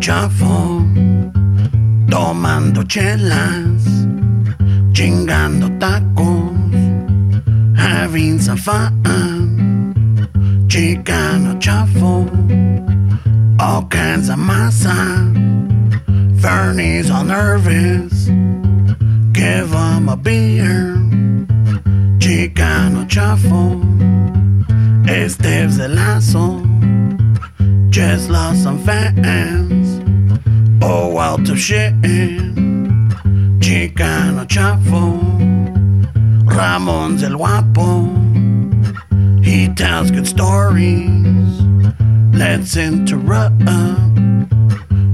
ciaffo, tomando chelas, chingando tacos, having some fun, chicano chaffo, all kinds of massa, Fernie's all nervous, give 'em a beer, chicano chaffo, Esteves el lazo. Just lost some fans. Oh, out of shit. Chicano Chafo. Ramon's El Guapo. He tells good stories. Let's interrupt.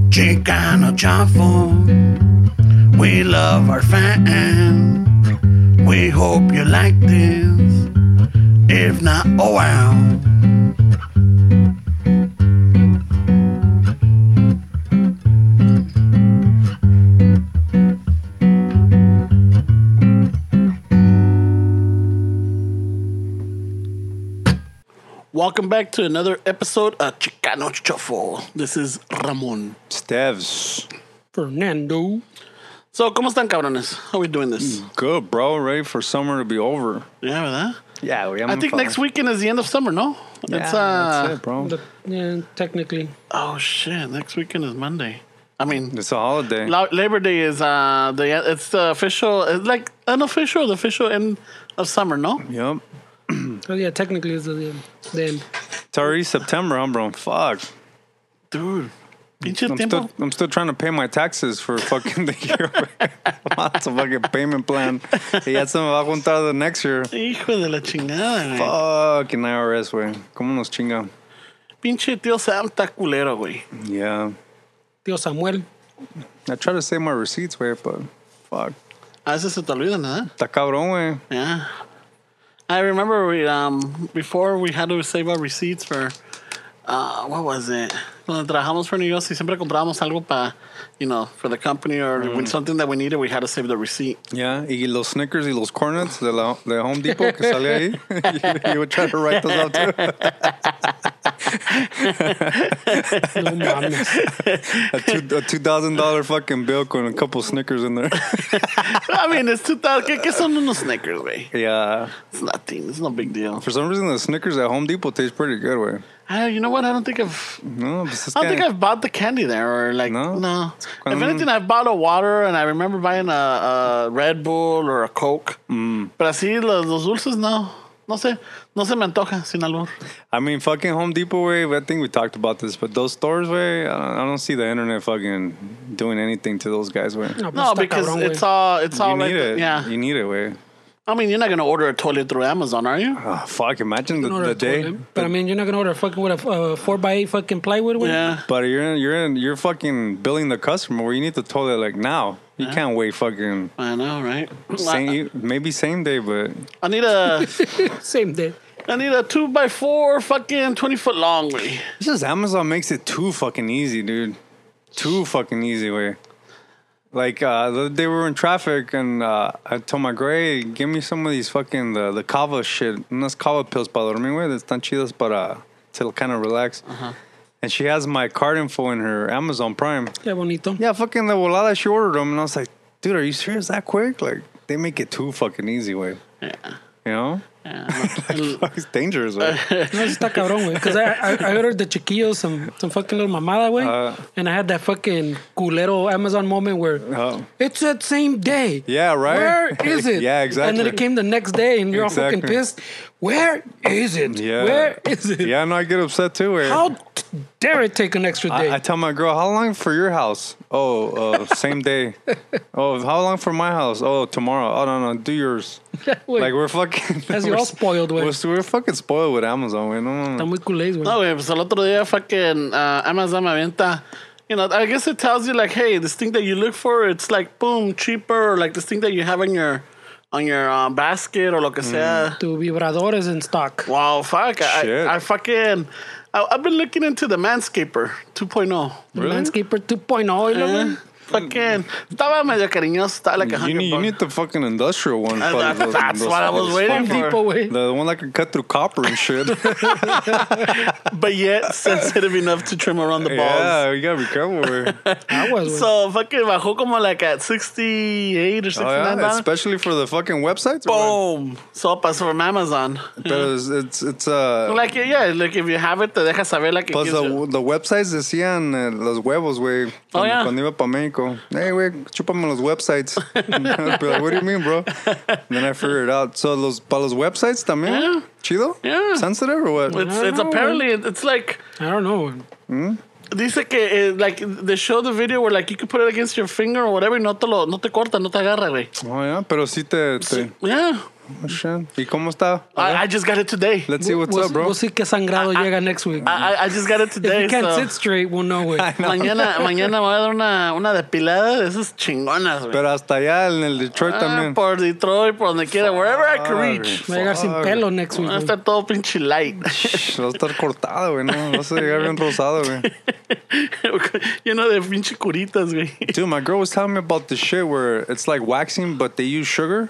Chicano Chafo. We love our fans. We hope you like this. If not, oh well. Welcome back to another episode of Chicano Chofo. This is Ramon. Stevs. Fernando. So, ¿cómo están, cabrones? How we doing this? Good, bro. Ready for summer to be over. Yeah, ¿verdad? Mm. Yeah, we I think next weekend is the end of summer, no? it's, uh, that's it, bro. But, yeah, technically. Oh, shit. Next weekend is Monday. I mean, It's a holiday. La- Labor Day is uh the it's the official it's like unofficial the official end of summer no Yep. Oh, yeah, technically is the, the end. It's already September, huh, bro? Fuck. dude pinche I'm tiempo still, I'm still trying to pay my taxes for fucking the year. Lots of fucking payment plan. Y ya se me va a juntar the next year. hijo de la chingada güey. Fucking IRS, güey. ¿Cómo nos chinga? pinche tío Sam está culero güey Yeah. Tío Samuel. I try to save my receipts, güey, but fuck. a veces se te olvidan ¿verdad? Está cabrón, güey. yeah I remember we um before we had to save our receipts for uh what was it cuando trabajamos for New York y siempre comprábamos algo para you know for the company or when something that we needed we had to save the receipt Yeah, y los Snickers y los Cornets de la de Home Depot que sale ahí. you, you would try to write those out too. No mames. A two a two thousand dollar fucking bill con a couple Snickers in there. I mean it's 2000 ¿qué, qué son unos Snickers güey yeah, It's nothing. It's no big deal. for some reason the Snickers at Home Depot taste pretty good, güey. I, you know what? I don't think I've. No, pues es I don't think que- I've bought the candy there, or like no. No? If Mm. anything, I've bought a water, and I remember buying a, a Red Bull or a Coke. Mm. But I see los, los dulces. No, no sé, no se me antoja sin albur. I mean, fucking Home Depot, way. I think we talked about this, but those stores, way. I don't, I don't see the internet fucking doing anything to those guys, way. You pues No, está because cabrón, it's güey. all it's all need right there. it. Yeah, You need it, way. I mean, you're not gonna order a toilet through Amazon, are you? Oh, fuck! Imagine the, Not the a day. toilet. But I mean, you're not going to order fucking with a uh, 4x8 fucking plywood one? Yeah. But you're you're you're fucking billing the customer where you need the toilet like now. You can't wait fucking I know, right? I, same maybe same day, but I need a Same day. I need a two by four, fucking twenty foot long. Way. it's just Amazon makes it too fucking easy, dude. Too fucking easy way. Like uh, the other day we were in traffic and uh, I told my gray, give me some of these fucking the the kava shit, unas kava pills para dormir, güey, that's tan chidas para to kind of relax. And she has my card info in her Amazon Prime. Yeah, bonito. Yeah, fucking the volada she ordered them, and I was like, dude, are you serious that quick? Like, they make it too fucking easy, way. Yeah. You know, yeah. it's dangerous, way. No, sí está cabrón, güey. Because I, I, I ordered the chiquillos some, some fucking little mamada, güey. Uh. and I had that fucking culero Amazon moment where Oh. it's that same day. Yeah, right? Where is it? Yeah, And then exactly. it came the next day and you're all fucking Exactly. pissed. Where is it? Yeah. Where is it? yeah, no, I get upset too. Way. How t- dare it take an extra day? I, I tell my girl, how long for your house? Oh, uh, same day. Oh, how long for my house? Oh, tomorrow. Oh no, no, do yours. Güey, Like we're fucking. As we're you're all s- spoiled with. We're, we're fucking spoiled with Amazon. Way. No, no, Está no. muy culés, güey. No, güey, pues al otro día fucking uh, Amazon me avienta. You know, I guess it tells you like, hey, this thing that you look for, it's like boom, cheaper, or like this thing that you have on your on your uh, basket or lo que sea. Tu vibrador is in stock. Wow, fuck. Mm. Shit. I, I fucking I, I've been looking into the Manscaper 2.0. Really? Landscaper 2.0, Eh, güey. fucking. Estaba medio cariñoso. Estaba like a You hundred need, you need the fucking industrial one. That's- probably, those- that's those what I was fucking- waiting Home for. Depot, güey. The one that can cut through copper and shit. But yet, sensitive enough to trim around the balls. yeah, you gotta be careful. güey. Oh, Aguas, güey. So fucking bajó como like at 68 or 69 Oh, yeah, dollars. especially for the fucking websites. güey. Boom. Sopas from Amazon. Pero it's it's, it's uh, Like, yeah, like if you have it, te deja saber like it Pues gives the, you- Oh, the websites decían eh, los huevos, güey. Cuando, yeah. cuando iba para México. Hey, güey, chúpame los websites. I'd be like, what do you mean, bro? And then I figured it out. So, los, para los websites también. Yeah. Chido? Yeah. Sensitive or It's, what? I it's don't know, apparently, it's like, I don't know. güey. dice que, eh, like, they show the video where, like, you can put it against your finger or whatever y no te, lo, no te corta, no te agarra, güey. oh, yeah. Pero sí te. te Yeah. oh, shit. ¿Y cómo está? I, I just got it today. Let's see what's We'll- up, bro. We'll see qué sangrado llega next week. I, I- I just got it If today. you can't ah, so- sit straight, we'll know, güey. Mañana, mañana me voy a dar una, una depilada de esas chingonas, güey. Pero hasta allá en el Detroit Ah, también. por Detroit, por donde quiera, wherever I can reach. Va a llegar sin Fuck. pelo next week. Va a güey. estar todo pinche light. Va a estar cortado, güey. No, vas a llegar bien rosado, güey. Lleno de pinche curitas, güey. Dude, my girl was telling me about this shit where it's like waxing, but they use sugar.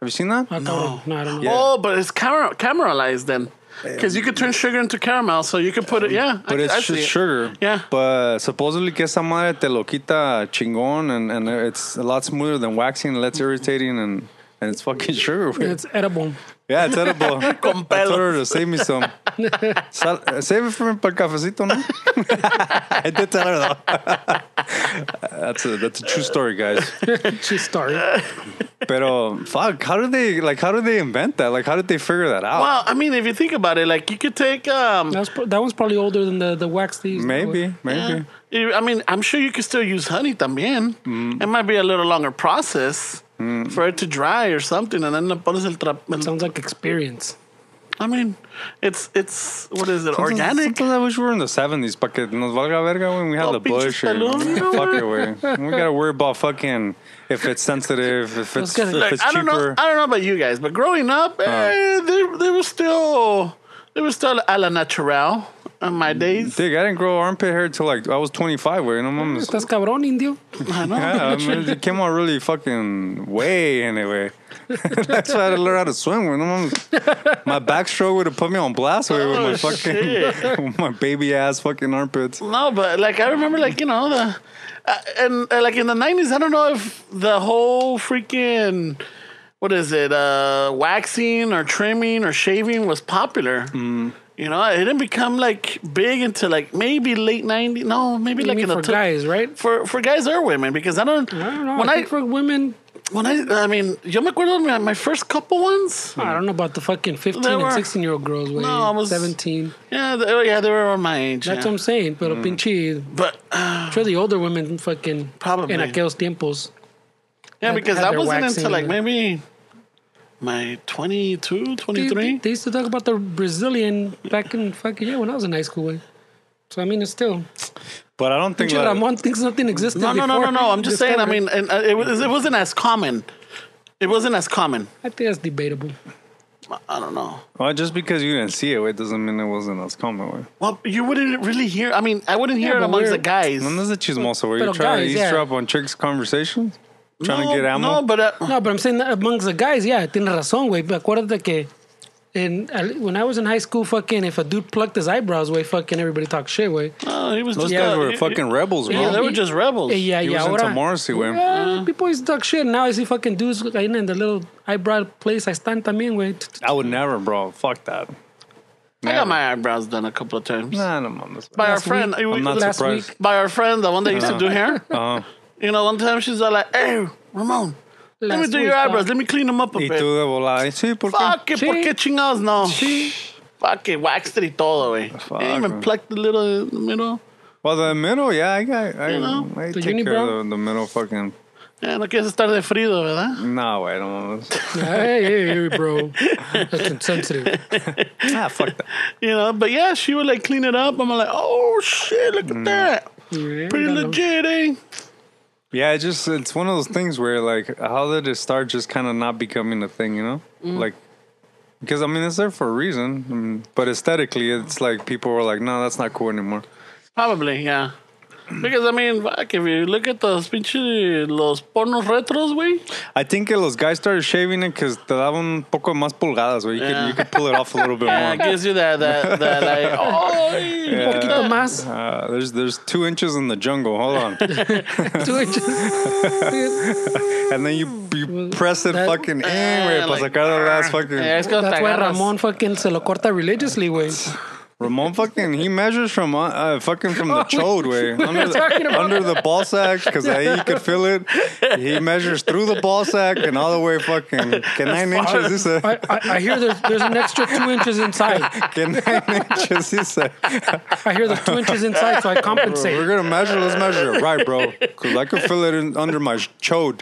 Have you seen that? Ah, cabrón. No, I don't know. Yeah. Oh, but it's camera caramelized then. Because you could turn sugar into caramel, so you could put it, yeah. But I, it's I see just it. sugar. Yeah. But supposedly que esa madre te lo quita chingón and, and it's a lot smoother than waxing, less irritating and, and it's fucking sugar. güey. It's edible. yeah, it's edible. I Con told pelos. her to save me some. Sal, uh, save it for me para el cafecito, ¿no? I did tell her though. that's a that's a true story, guys. She started. Pero fuck, how do they like how do they invent that? Like how did they figure that out? Well, I mean, if you think about it, like you could take, um, That's, pro- that one's probably older than the, the wax they used. maybe, yeah, maybe. you- I mean, I'm sure you could still use honey también. Mm. It might be a little longer process for it to dry or something, and then le pones el, tra- el Sounds like experience. I mean, it's it's what is it? Sometimes- organic. Sometimes I wish we were in the seventies, but que nos valga verga when we had Oh, the pinches bush. Or, peludos, you know fuck it, we we gotta worry about fucking if it's sensitive, if it's, gonna- if Like, it's I don't know. cheaper. Uh. I don't know about you guys, but growing up, eh, they they were still they were still a la natural in my Mm. days. Dig, I didn't grow armpit hair till like I was twenty five. Where no mom's. Estás cabrón, indio. I know. Yeah, I mean, it came out really fucking way anyway. That's why I had to learn how to swim. Where no mom's. My backstroke would have put me on blast way with Oh, my fucking, with my baby ass fucking armpits. No, but like I remember, like you know the, uh, and uh, like in the nineties, I don't know if the whole freaking. What is it? Uh, waxing or trimming or shaving was popular. You know, it didn't become like big until like maybe late 90s. No, maybe You like mean in the for two- guys, right? for for guys or women because I don't. I don't know. When I, I, think for women, when I I mean, yo me acuerdo my, my first couple ones. I don't know about the fucking 15 They were- and 16 year old girls, güey. No, I was- 17. Yeah, they, oh yeah, they were around my age. That's yeah. Mm. what I'm saying. But pinche, But uh, I'm sure the older women fucking. Probably. In aquellos tiempos. yeah, Had- because had I their wasn't waxing until like and- maybe my 22, They, 23. they used to talk about the Brazilian back in fucking, yeah, when I was in high school, way. So, I mean, it's still. But I don't think. Pinche like- Ramon thinks nothing existed. No, no, no, no, before no. he I'm just saying. I discovered mean, and uh, it was it wasn't as common. It wasn't as common. I think that's debatable. I don't know. Well, just because you didn't see it, it doesn't mean it wasn't us coming. Way. Well, you wouldn't really hear. I mean, I wouldn't hear Yeah, it but amongst the we're- guys. When does it chismoso? Where you Pero trying guys, to yeah. eavesdrop on chicks' conversations? Trying no, to get ammo? No, but uh, No, but I'm saying that amongst the guys, yeah, tienes razón, güey. But Acuérdate que in, when I was in high school, fucking, if a dude plucked his eyebrows, way, fucking everybody talked shit, way. no, he was Those just guys uh, were he- fucking rebels, bro. Yeah, they were he- just rebels. Eh, yeah, He yeah, was into ahora. Morrissey, güey. Yeah, people used to talk shit. Now I see fucking dudes like, in the little eyebrow place I stand también, güey. I would never, bro. Fuck that. I got my eyebrows done a couple of times. Nah, no mames. by our Last friend. week. uh, we- I'm not last surprised. week. by our friend, the one that used to do hair. Uh, You know, one time she's all like, "Hey, Ramon, let me Last do week, your eyebrows. uh, Let me clean them up a y tú bit." de volada. "Ay, Sí, ¿por qué? Fuck it, por qué chingados no? Fuck it, waxed it y todo, güey. Ah, Fuck, Didn't even man. pluck the little in the middle. Well, the middle, yeah, I got. I, You know, I the take care unibrow? of the, the middle fucking. Yeah, no quieres estar de frío, ¿verdad? Nah, wait, no mames. Hey, hey, hey, bro. That's insensitive. ah, fuck that. You know, but yeah, she would like clean it up. I'm like, oh shit, look at Mm. that. Yeah, Pretty I know. legit, eh? Yeah, it just it's one of those things where like how did it start just kind of not becoming a thing, you know? Like because I mean it's there for a reason, mm, I mean, but aesthetically it's like people were like, no, that's not cool anymore. Probably, yeah. Because, I mean, fuck, if you look at those pinche los pornos retros, güey. I think uh, those guys started shaving it because te daba un poco más pulgadas, where you, Yeah. could, you could pull it off a little bit Yeah, it more. gives you that, that, that like, oh, Yeah. Poquito más. Uh, there's there's two inches in the jungle. Hold on, Two inches. Dude, and then you you press it That- fucking in, Ah, güey, para like, sacar the last fucking. Yeah, es que That's te why agarras. Ramon fucking se lo corta religiously, güey. Ramon fucking he measures from uh, uh, fucking from Oh the chode way under talking the, about under the ball sack because he could feel it. He measures through the ball sack and all the way fucking que nine inches. He said, I, I, I hear there's, there's an extra two inches inside. que nine inches. He said, I hear there's two inches inside, so I we're compensate. gonna measure. Let's measure it right, bro, because I could feel it in, under my chode.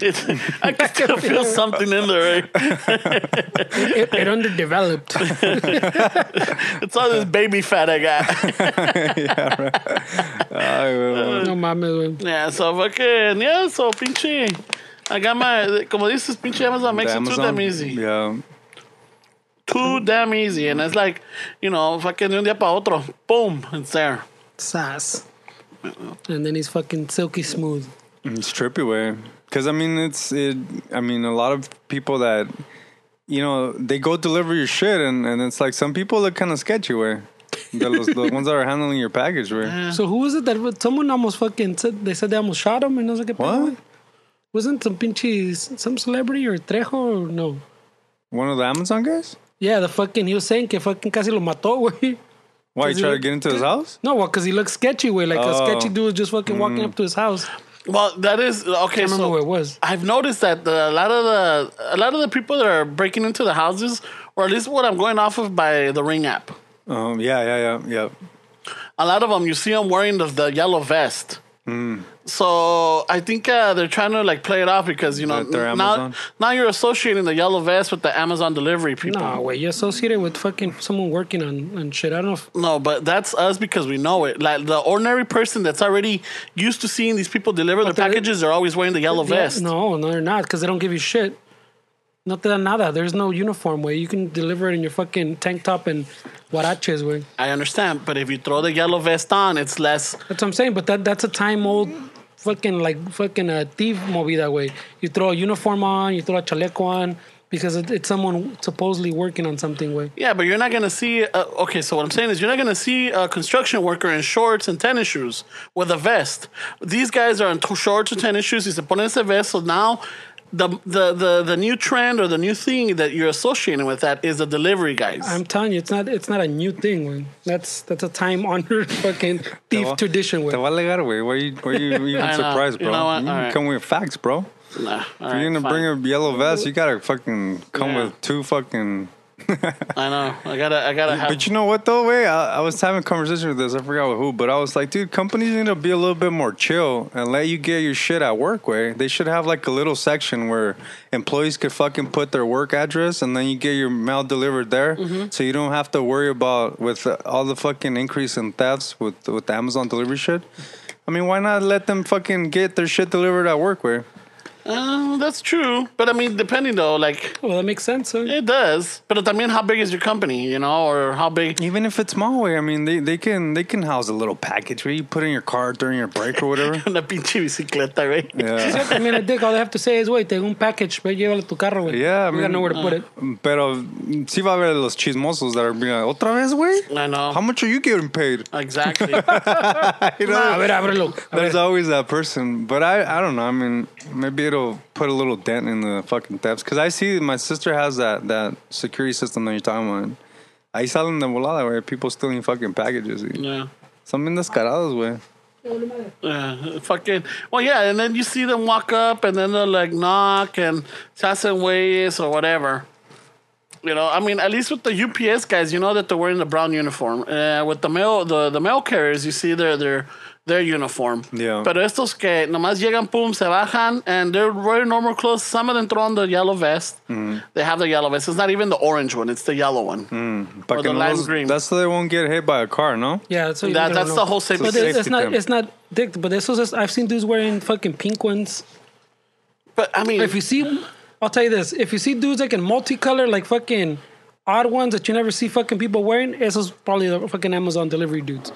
It's- I can still feel something in there, eh. right? It, it underdeveloped. It's all this baby fat I got. Ay, güey. No mames, güey. Yeah, so fucking, yeah, so pinche. I got my, como dices, pinche Amazon makes it too damn easy. Yeah, Too damn easy. And it's like, you know, fucking de un día para otro. Boom, it's there. Sass. Uh-uh. And then he's fucking silky smooth. it's trippy way. Because I mean, it's it. I mean, a lot of people that you know they go deliver your shit, and, and it's like some people look kind of sketchy way. the, los- the ones that are handling your package way. So who was it that someone almost fucking said they said they almost shot him and I was like, What? Wasn't some pinchy some celebrity or Trejo or no? One of the Amazon guys? Yeah, the fucking he was saying que fucking casi lo mató, güey. Why Does you he try to look- get into his house? No, well, cause he looked sketchy, way like a Oh. Mm. sketchy dude was just fucking walking up to his house. Well, that is, okay, I don't remember so. who it was. I've noticed that the, a lot of the a lot of the people that are breaking into the houses, or at least what I'm going off of by the Ring app, Um, yeah, yeah, yeah, yeah. a lot of them you see them wearing the, the yellow vest. Mm. So I think uh, they're trying to like play it off because you know That they're now Amazon? now you're associating the yellow vest with the Amazon delivery people. No, way you associated with fucking someone working on, on shit. I don't know if No, but that's us because we know it. Like the ordinary person that's already used to seeing these people deliver their they're- packages, they're always wearing the yellow vest. No, no, they're not, because they don't give you shit. Not that nada. There's no uniform way. You can deliver it in your fucking tank top and huaraches way. I understand, but if you throw the yellow vest on, it's less. That's what I'm saying. But that that's a time old fucking like fucking uh, thief movida way. You throw a uniform on, you throw a chaleco on because it, it's someone supposedly working on something way. Yeah, but you're not gonna see. Uh, okay, so what I'm saying is you're not gonna see a construction worker in shorts and tennis shoes with a vest. These guys are in t- shorts and tennis shoes. He's ponen ese vest. So now, the, the the the new trend or the new thing that you're associating with that is the delivery guys. I'm telling you, it's not it's not a new thing. Way. That's that's a time honored fucking thief tradition way. Te va a alegar, güey. Why you, why you even know. surprised, You bro? You, know what? All can right. come with facts, bro. Nah, all If right, you're gonna fine. bring a yellow vest, you gotta fucking come Yeah. with two fucking. I know. I gotta. I gotta have. But you know what though, way I, I was having a conversation with this. I forgot with who, but I was like, dude, companies need to be a little bit more chill and let you get your shit at work. Way they should have like a little section where employees could fucking put their work address and then you get your mail delivered there, so you don't have to worry about with uh, all the fucking increase in thefts with with the Amazon delivery shit. I mean, why not let them fucking get their shit delivered at work? Way Uh, that's true, but I mean, depending though, like Well, that makes sense. Way. it does. But I mean, how big is your company? You know, or how big? even if it's small, way I mean, they, they can they can house a little package where you put in your car during your break or whatever. Una pinche bicicleta, right? Yeah. I mean, I think all they have to say is, wait, tengo un package, but llévalo a tu carro, güey. Yeah, I we mean, got uh, nowhere to put it. Pero mm, sí va a haber los chismosos that are being like, otra vez, güey. I know. How much are you getting paid? exactly. You know, A ver, ábrelo. A there's ver. always that person. But I, I don't know. I mean, maybe it'll put a little dent in the fucking thefts. Because I see my sister has that, that security system that you're talking about. Ahí salen de volada, güey. People stealing fucking packages. güey. yeah. Son bien descarados, güey. Uh, fucking. Well, yeah, and then you see them walk up, and then they'll like knock and se hacen güeyes or whatever. You know, I mean, at least with the UPS guys, you know that they're wearing the brown uniform. Uh, with the mail, the, the mail carriers, you see their their their uniform. Yeah. Pero estos que nomás llegan, pum, se bajan, and they're wearing normal clothes. Some of them throw on the yellow vest. They have the yellow vest. It's not even the orange one; it's the yellow one. Para Or que the no lime los- green. That's so they won't get hit by a car, no? Yeah, that's, what you That, don't that's know. the whole safety. But it's, it's safety not, pin. it's not dick. But this was just, I've seen dudes wearing fucking pink ones. But I mean, If you see, I'll tell you this: if you see dudes like in multicolor, like fucking odd ones that you never see fucking people wearing, esos probably the fucking Amazon delivery dudes.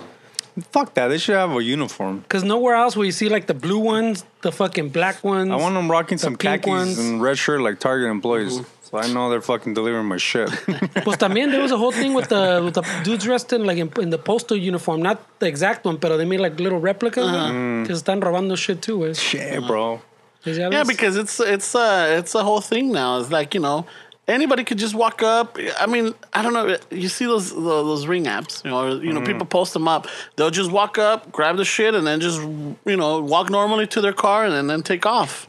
Fuck that. They should have a uniform. Because nowhere else will you see like the blue ones, the fucking black ones. I want them rocking some pink khakis ones. and red shirt like Target employees. So I know they're fucking delivering my shit. Pues también there was a whole thing with the with the dudes dressed in like in, in the postal uniform, not the exact one, pero they made like little replicas. güey, Que se están robando shit too, güey. shit, bro. Yeah, because it's it's uh it's a whole thing now. It's like you know anybody could just walk up. I mean, I don't know. You see those tho- those ring apps, you know, or, you know, people post them up. They'll just walk up, grab the shit, and then just you know walk normally to their car and then, then take off.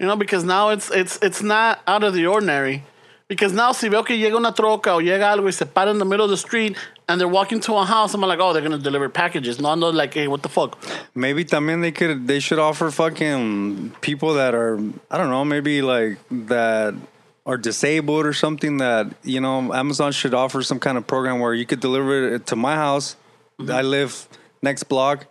You know, because now it's it's it's not out of the ordinary. Because now si veo que llega una troca o llega algo y se para in the middle of the street and they're walking to a house, I'm like, oh, they're gonna deliver packages. No, no, like, hey, what the fuck? Maybe también they could they should offer fucking people that are I don't know maybe like that are disabled or something that you know Amazon should offer some kind of program where you could deliver it to my house. I live next block.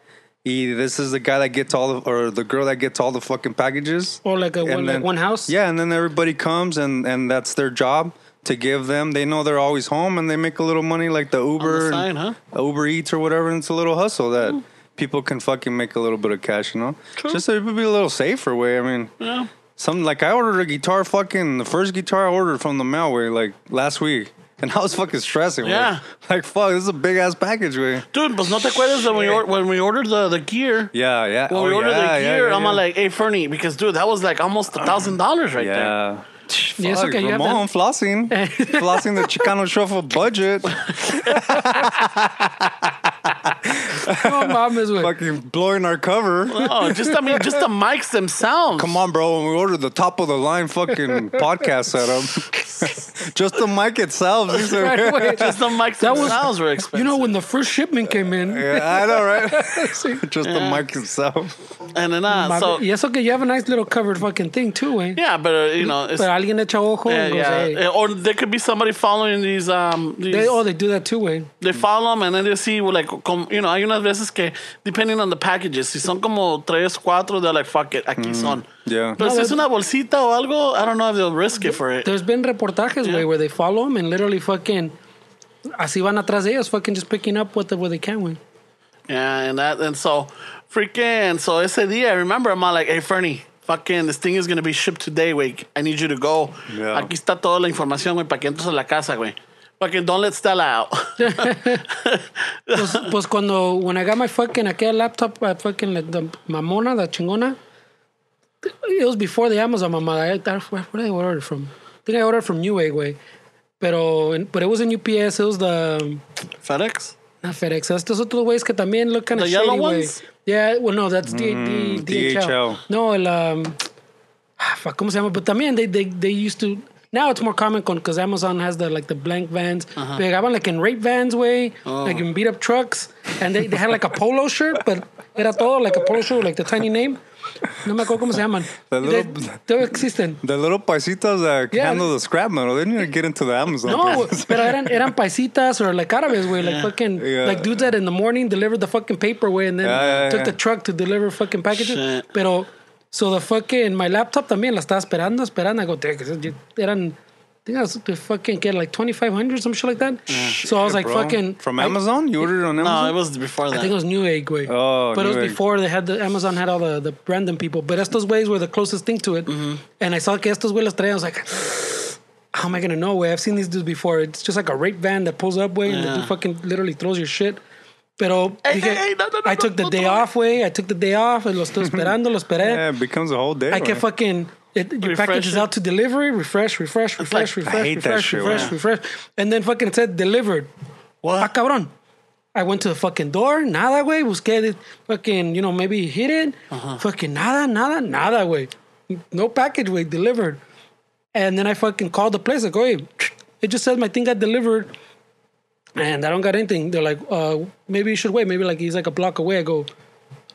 E, this is the guy that gets all the, or the girl that gets all the fucking packages. Or like a And one, like one house. Yeah, and then everybody comes and and that's their job to give them. They know they're always home and they make a little money like the Uber, side, and huh? Hmm. Uber Eats or whatever. And it's a little hustle that people can fucking make a little bit of cash. You know, just so it would be a little safer way. I mean, Yeah. some like I ordered a guitar. Fucking the first guitar I ordered from the mail way like last week. And I was fucking stressing. way. Yeah. Like, fuck, this is a big ass package, way. Dude, pues no te acuerdas that when we, or- when we ordered the, the gear. Yeah, yeah. When oh, we ordered yeah, the yeah, gear, yeah, I'm yeah. like, hey, Fernie, because dude, that was like almost a thousand dollars right there. Yeah. Yes, Fuck, okay, you have Ramon, that. flossing. flossing the Chicano shuffle budget. No mames, güey. fucking blowing our cover. Oh, just I mean, just the mics themselves. Come on, bro. When we ordered the top of the line fucking podcast setup, just the mic itself. these are- Right, güey. just the mics That was- themselves were expensive. You know when the first shipment came in. Yeah, I know, right? Sí. just the mic itself. and then uh, so yeah, yes, okay, you have a nice little covered fucking thing too, güey. but uh, you know, it's, But yeah, alguien echa ojo and goes, yeah. hey. Uh, or there could be somebody following these. Um, these They, they, oh, they do that too, güey. follow them and then they see well, like, com, you know, hay unas veces que depending on the packages, si son como tres, cuatro, they're like, fuck it, aquí son. Mm, Yeah. Pero No, si es that- una bolsita o algo, I don't know if they'll risk it for it. There's been reportajes, güey, Yeah. where they follow them and literally fucking así van atrás de ellos, fucking just picking up what, the, what they can, güey. Yeah, and that and so freaking so ese día, I remember I'm all like, hey Fernie, fucking this thing is gonna be shipped today, wait. I need you to go. Yeah. Aquí está toda la información, güey, para que entres a la casa, güey. Fucking don't let Stella out. Pues, pues cuando, when I got my fucking, aquella laptop, eh, I fucking, la, the mamona, la chingona, it was before the Amazon mamada. I, I, where did I order it from? I think I ordered from Newegg, güey. Pero, but it was in UPS, it was the, um, FedEx? Not FedEx. Estos otros güeyes que también look kind The of shady, yellow güey. ones? Mm, Yeah, well, no, that's D- D- DHL. DHL. No, el... Um, ah, fuck, ¿cómo se llama? But también they, they, they used to... Now it's more common because Amazon has the like the blank vans. They have like in rape vans way, Oh. like in beat up trucks, and they, they had like a polo shirt, but era todo like a polo shirt, like the tiny name. No me acuerdo cómo se llaman. The They- little- Todavía existen. The little paisitas that Yeah. handle the scrap metal, they need to get into the Amazon. No, business. pero eran, eran paisitas or like árabes, güey. Like fucking, Yeah. like dudes that in the morning delivered the fucking paper, güey, and then Yeah, yeah, took yeah. the truck to deliver fucking packages. Shit. Pero, so the fucking, my laptop también la estaba esperando, esperando. I go, "Dang, eran, I think I was to fucking get like 2500 some shit like that. So I was like, Bro, fucking. From I- Amazon? You ordered it on No, Amazon? it was before that. I think it was Newegg, güey. Oh, but it Newegg. was before they had the Amazon had all the, the random people. But estos güeyes were the closest thing to it. Mm-hmm. And I saw que estos güeyes los traían. I was like, how am I gonna know, güey? I've seen these dudes before. It's just like a rape van that pulls up, way and the Yeah. dude fucking literally throws your shit. Pero Ey, dije, ey, ey, no, no, no, I took the no, no, day no. off, way. I took the day off. Lo estoy esperando, lo esperé. yeah, it becomes a whole day. I right? can fucking it, your Refresh package is it. out to delivery. Refresh, refresh, like- refresh, refresh, I hate that refresh, shit, refresh, man. refresh, and then fucking it said delivered. What? Ah, cabrón. I went to the fucking door. Nada, güey. Busqué the fucking you know maybe hit it. Fucking nada, nada, nada, güey. No package, güey. Delivered. And then I fucking called the place. Like, hey, it just says my thing got delivered. And I don't got anything. They're like, uh, maybe you should wait. Maybe like he's like a block away. I go,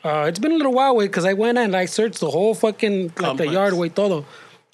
uh, it's been a little while, wait, because I went and I searched the whole fucking like, the Complex. yard, way todo.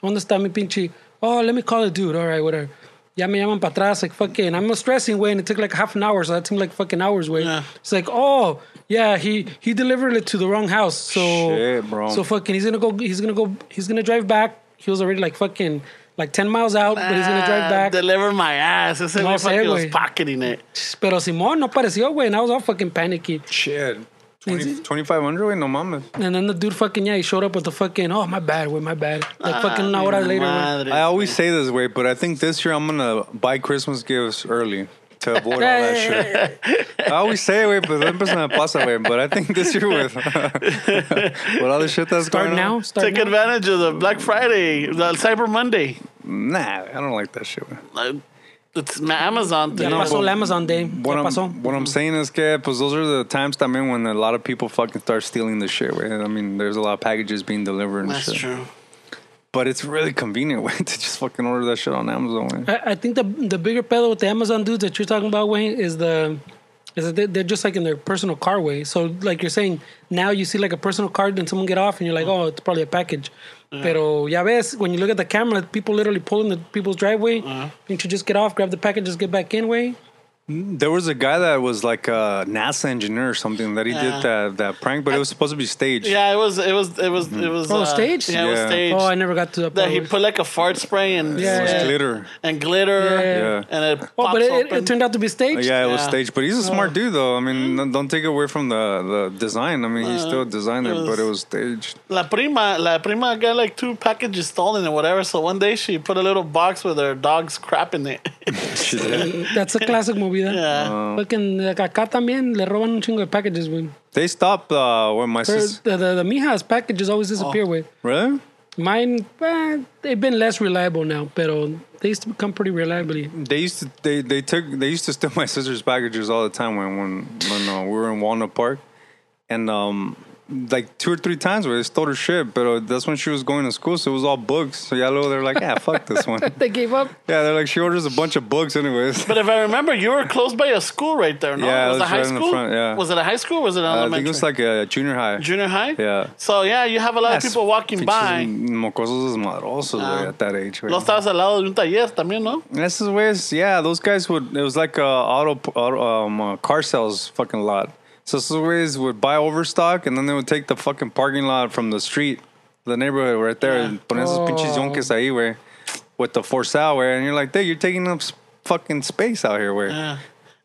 ¿Dónde está mi pinche? Oh, let me call the dude. All right, whatever. Ya me llaman para atrás, like fucking. I'm stressing, way, and it took like half an hour, so that seemed like fucking hours, way. Yeah. It's like, oh, yeah, he he delivered it to the wrong house, so Shit, bro. so fucking, he's gonna go, he's gonna go, he's gonna drive back. He was already like fucking like 10 miles out, but he's gonna drive Ah, back. Deliver my ass. Ese No güey sé, fucking was güey. pocketing it. Pero Simón no pareció, güey, and I was all fucking panicky. Shit. 20, Is 2500, güey, no mames. And then the dude fucking, yeah, he showed up with the fucking, oh, my bad, güey, my bad. Like fucking an hour Ay, later, güey. Ah, madre. I always say this way, but I think this year I'm gonna buy Christmas gifts early to avoid all that shit. I always say, wait, but then person pass away. But I think this year with with all the shit that's Start going now, on, start Take now. advantage of the Black Friday, the Cyber Monday. nah, I don't like that shit. güey. Uh, It's my Amazon Ya thing. pasó el but- Amazon Day. What Ya I'm pasó. what I'm saying is, que, pues those are the times I mean when a lot of people fucking start stealing the shit. Way, I mean, there's a lot of packages being delivered and That's shit. true. But it's really convenient way to just fucking order that shit on Amazon. güey. I, I think the the bigger pedal with the Amazon dudes that you're talking about, Wayne, is the is that they- they're just like in their personal car way. So like you're saying, now you see like a personal car, then someone get off, and you're like, oh, it's probably a package. Pero ya ves, when you look at the camera, people literally pull in the people's driveway. Didn't you just get off, grab the package, just get back in, way? There was a guy that was like a NASA engineer or something that he Yeah. did that that prank, but it was supposed to be staged. Yeah, it was. It was. It was. It was. uh, Oh, staged? Yeah, it was Yeah. staged. Oh, I never got to that that part. he put like a fart spray and Yeah. It was glitter. and glitter Yeah. Yeah. and it oh, pops but it, it, open. it turned out to be staged. Yeah, it was Yeah. Mm-hmm. staged, but he's a smart dude, though. I mean, no- don't take away from the, the design. I mean, he still designed it, Uh, it but it was- was staged. La prima, la prima got like two packages stolen and whatever. So one day she put a little box with her dog's crap in it. She did. That's a classic movie. Yeah. Fucking like, acá también le roban un chingo de packages, güey. They stopped uh, when my Pero sister. The, the, the Mija's packages always Oh. disappear, güey. Really? Mine, eh, they've been less reliable now, pero they used to become pretty reliably. They used to they they took they used to steal my sister's packages all the time when when when uh, we were in Walnut Park, and um like two or three times where they stole her shit. But uh, that's when she was going to school, so it was all books. So yellow, they're like, yeah, fuck this one. They gave up. Yeah, they're like she orders a bunch of books anyways. But if I remember, you were close by a school right there. No, it Yeah, it was, a was high right in the school. front, yeah. Was it a high school? Or was it an Uh, I elementary? think it was like a junior high. junior high. Yeah. So yeah, you have a lot That's of people walking Ah, by. pinches Mocosos desmadrosos, güey, Ah. at that age. güey. Los estabas al lado de un taller también, ¿no? This is where, it's- yeah, those guys would. It was like a auto, auto um, uh, car sales fucking lot. So this is where is would buy overstock, and then they would take the fucking parking lot from the street, the neighborhood right there, Yeah. and ponen esos pinches Oh. yonques ahí, güey, with the for sale, güey, and you're like, dude, you're taking up s- fucking space out here, güey. Yeah.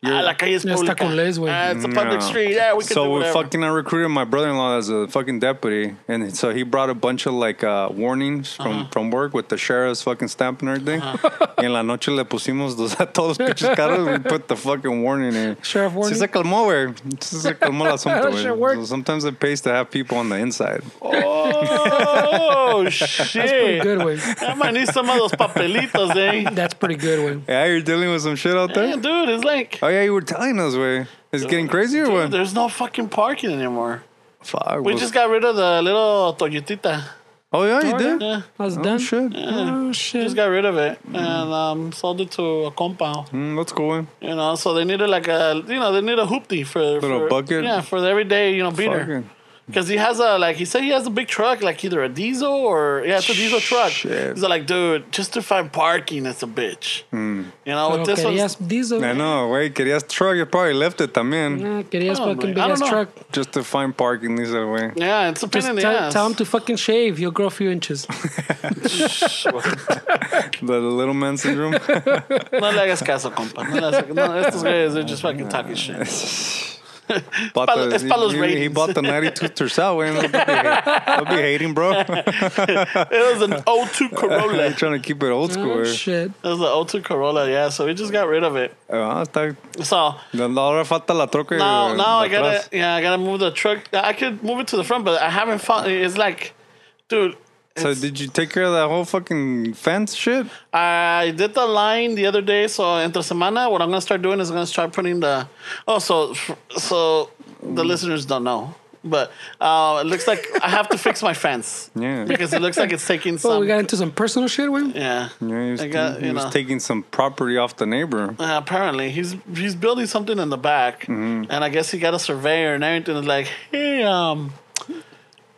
Ah, la calle es Ya está pública. con leyes, güey. Ah, it's a public Yeah. street. Yeah, we can do so we whatever. fucking I recruited my brother-in-law as a fucking deputy, and so he brought a bunch of like uh, warnings from Uh-huh. from work with the sheriff's fucking stamp and everything. y en la noche le pusimos dos a todos los pinches carros. We put the fucking warning in. Sheriff Sí warning? se calmó, güey. Sí se calmó el asunto, That shit güey. worked. So sometimes it pays to have people on the inside. Oh, shit. Good way. I might need some of those papelitos, eh? That's pretty good way. Yeah, you're dealing with some shit out Yeah, there. dude, it's like, Oh yeah, you were telling us, way. It's getting crazy or dude, what? there's no fucking parking anymore. Fuck. We was- just got rid of the little Toyotita. oh yeah, you did. Yeah, I was Oh done. shit. Oh shit. just got rid of it and um, sold it to a compound. Mm, that's cool. Way. You know, so they needed like a, you know, they need a hoopty for Little for, bucket? Yeah, for the everyday, you know, beater. Fucking- Because he has a like he said he has a big truck, like either a diesel or yeah, it's a diesel truck. Shit. He's like, dude, just to find parking, it's a bitch. Hmm. You know, Pero with this querías one's diesel. I know, güey. Querías truck, you probably left it también. Nah, querías Come on, fucking Oh, man. big I don't ass know. truck. Just to find parking, these are way. yeah, it's a pain Just in the tell, ass. tell him to fucking shave. You'll grow a few inches. The, the little man syndrome. no le hagas caso, compa. No, le hagas, no estos güeyes they're just fucking talking shit. bought pa- the, it's pa los he, he ratings. bought the 92 Tercel, güey. Don't be, don't be hating, bro. It was an 02 Corolla. They're It trying to keep it old school. oh güey. shit. was an 02 Corolla, yeah. So we just got rid of it. Ah, está. So Ahora falta la troca. Now, eh, now I atrás. gotta, yeah, I gotta move the truck. I could move it to the front, but I haven't found. It's like, dude, So did you take care of that whole fucking fence shit? I did the line the other day. So entre semana, what I'm gonna start doing is gonna start putting the. Oh, so so the listeners don't know, but uh, it looks like I have to fix my fence. Yeah. Because it looks like it's taking some. Oh, we got into some personal shit, Wayne. yeah. Yeah, he was, I got, he you was know. taking some property off the neighbor. Uh, apparently, he's he's building something in the back, Mm-hmm. and I guess he got a surveyor and everything. Is like, hey, um,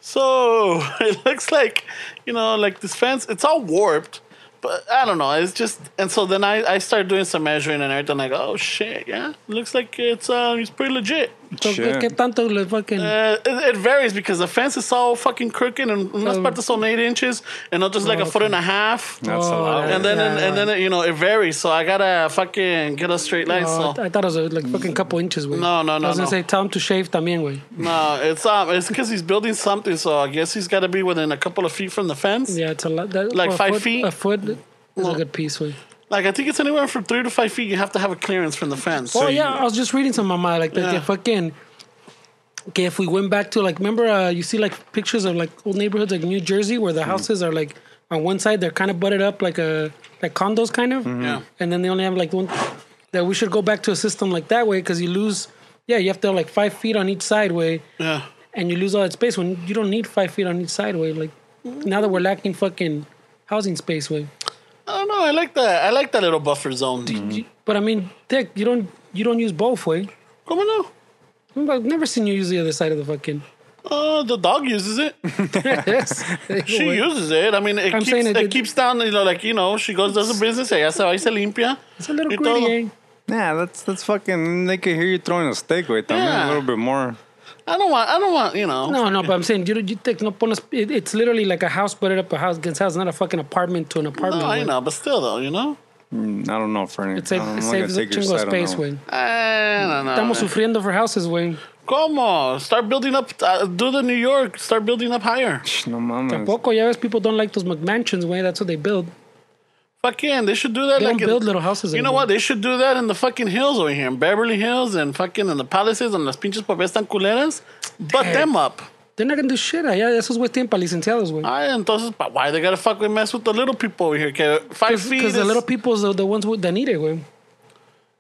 so it looks like you know, like this fence, it's all warped, but I don't know. It's just, and so then I I started doing some measuring and everything. Like, oh shit, yeah, looks like it's uh, it's pretty legit. So, ¿qué, Shit. qué tanto le fucking. Uh, it, it varies because the fence is all fucking crooked and unas Oh. partes son eight inches and others like a foot and a half. That's a Oh, lot. And then, Yeah. and then, you know, it varies. So I gotta fucking get a straight line. Oh, I so th- I thought it was uh, like fucking couple inches, güey. No, no, I no, was gonna no. say, tell him to shave también, güey. no, it's um, it's because he's building something. So I guess he's gotta be within a couple of feet from the fence. Yeah, it's a lot. That, Like for a five foot- feet? A foot is a good piece, güey. Like I think it's anywhere from three to five feet. You have to have a clearance from the fence. oh, you- yeah, I was just reading some mamá, like, that Yeah. they fucking. Okay, if we went back to, like, remember, uh, you see, like, pictures of, like, old neighborhoods, like New Jersey, where the houses are, like, on one side, they're kind of butted up, like, a, like condos, kind of. Yeah. and then they only have like one. That we should go back to a system like that way because you lose. Yeah, you have to have like five feet on each side way, Yeah. and you lose all that space when you don't need five feet on each side way. Like now that we're lacking fucking housing space way. I don't know. I like that. I like that little buffer zone. Mm. But I mean, Dick, you don't you don't use both way. Come on now. I've never seen you use the other side of the fucking. Uh, the dog uses it. yes. She uses it. I mean, it I'm keeps saying it, it- it- keeps down. You know, like you know, she goes does a business. Ella se va y se limpia. It's a little y todo. gritty. Eh? Yeah, that's that's fucking. They could hear you throwing a steak with them Yeah. a little bit more. I don't want. I don't want. You know. eh? No, no, but I'm saying you don't- you think no pones. It, it's literally like a house butted up a house against house, not a fucking apartment to an No, apartment. I way. know, but still though, you know. Mm, I don't know, Fernie. It saves, I'm it not saves a gonna take your chingo side on space that one. way. I don't know. Estamos man. sufriendo for houses, güey. ¿Cómo? Start building up. Uh, do the New York. Start building up higher. Shh, No mames. Poco, ya ves, people don't like those McMansions, güey. That's what they build. Fucking, they should do that. They like don't in- build little houses You know anymore. what? They should do that in the fucking hills over here, in Beverly Hills, and fucking in the palaces, and las pinches papás tan culeras. Butt them up. They're not gonna do shit allá. Esos güey tienen pa licenciados, güey. I entonces, but why they gotta fuck with mess with the little people over here? Que five feet. Because the is- little people's the, the ones who- that need it, güey.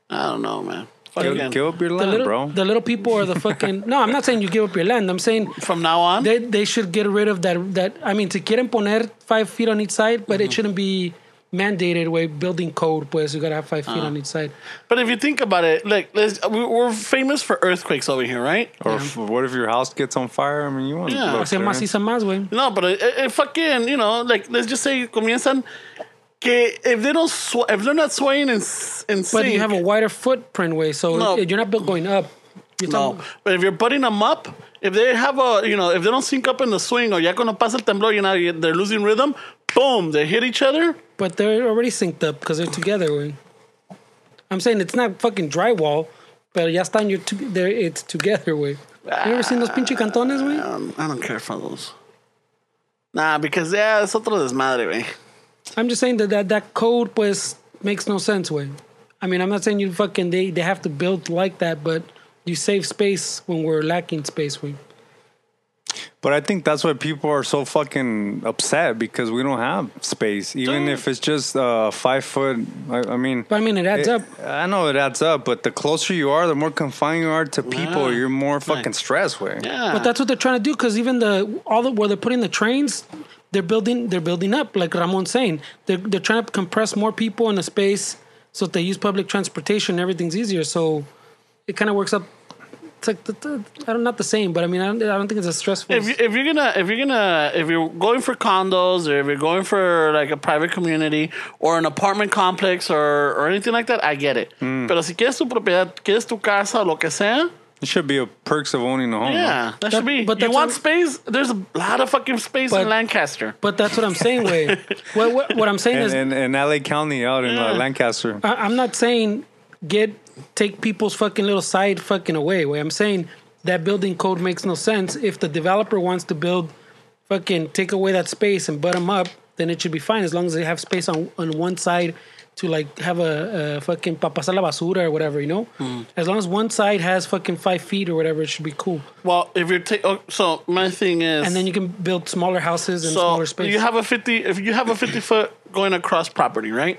I don't know, man. Give, Fucking, give up your The, land, little- bro. the little people are the fucking. no, I'm not saying you give up your land. I'm saying from now on, they they should get rid of that. That I mean, te quieren poner five feet on each side, but it shouldn't be mandated, way Building code, pues, you gotta have five feet Ah. on each side. but if you think about it, like let's, we- we're famous for earthquakes over here, right? or if, what if your house gets on fire? I mean, you want to Yeah. look Hacer there. maciza más, güey. No, but it, it, it fucking, you know, like let's just say comienzan que if they don't sw- if they're not swaying in s- in But sync, you have a wider footprint, way. So No. it- you're not built going up. You're no. talking- But if you're putting them up, if they have a, you know, if they don't sync up in the swing or ya cuando pasa el temblor, you know, you- they're losing rhythm. Boom, they hit each other. But they're already synced up because they're together. güey. I'm saying it's not fucking drywall, but ya están you're to, they're, it's together, way. You ever seen those pinche cantones, güey? Um, I don't care for those. Nah, because yeah, it's otro desmadre, güey. I'm just saying that that, that code pues makes no sense, way. I mean, I'm not saying you fucking they they have to build like that, but you save space when we're lacking space, way. But I think that's why people are so fucking upset because we don't have space, even if it's just uh, five foot. I, I mean, But I mean, it adds it- up. I know it adds up, but the closer you are, the more confined you are to people. Yeah. You're more fucking stressed with. Yeah. But that's what they're trying to do because even the all the where they're putting the trains, they're building they're building up like Ramon's saying. They're they're trying to compress more people in a space so if they use public transportation, everything's easier. So it kind of works up. It's like the, the, I don't not the same, but I mean I don't, I don't think it's as stressful. if, you, if you're gonna if you're gonna if you're going for condos or if you're going for like a private community or an apartment complex or or anything like that, I get it. Pero si quieres tu propiedad, quieres tu casa o lo que sea, It should be a perks of owning a home. huh? yeah, that, should be. But but you that's want what- space? There's a lot of fucking space But- in Lancaster. but that's what I'm saying. Way what, what what I'm saying is And, and, and LA County out in Yeah. uh, Lancaster. I, I'm not saying get take people's fucking little side fucking away. Way I'm saying that building code makes no sense. If the developer wants to build, fucking take away that space and butt them up, then it should be fine as long as they have space on on one side to like have a, a fucking pa pasar la basura or whatever, you know. Mm. As long as one side has fucking five feet or whatever, it should be cool. Well, if you're ta- oh, so my thing is, And then you can build smaller houses and so smaller space. you have a fifty. If you have a fifty foot going across property, right?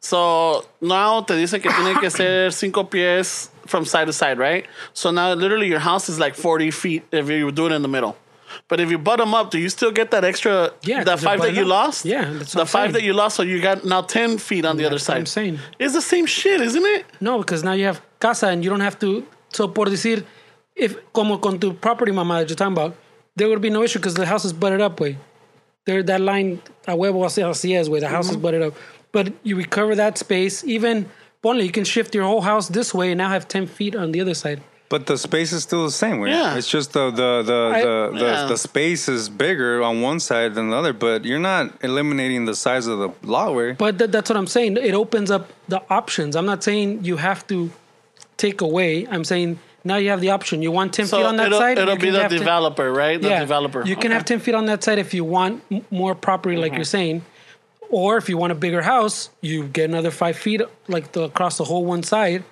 So now te dice que tiene que ser cinco pies from side to side, right? So now literally your house is like forty feet if you do it in the middle. But if you butt them up, do you still get that extra? Yeah, that 'cause they're five that butted you up. lost. Yeah, that's what the I'm five saying. that you lost. So you got now ten feet on the other That's what side. I'm saying. It's the same shit, isn't it? No, because now you have casa and you don't have to. So, por decir, if como con tu property, mama, that you're talking about, there would be no issue because the house is butted up, way. There, that line, a huevo, así, así es, way. The house is butted up. But you recover that space. Even, only you can shift your whole house this way and now have 10 feet on the other side. But the space is still the same. Way. Yeah. It's just the the the I- the, the, yeah. the space is bigger on one side than the other, but you're not eliminating the size of the lot. Way. But that, that's what I'm saying. It opens up the options. I'm not saying you have to take away. I'm saying now you have the option. You want 10 So feet on that it'll, side? it'll you be can the have 10 developer, right? The developer. You Okay. can Mm-hmm. have 10 feet on that side if you want m- more property, like you're saying. Or if you want a bigger house, you get another five feet, like the, across the whole one side.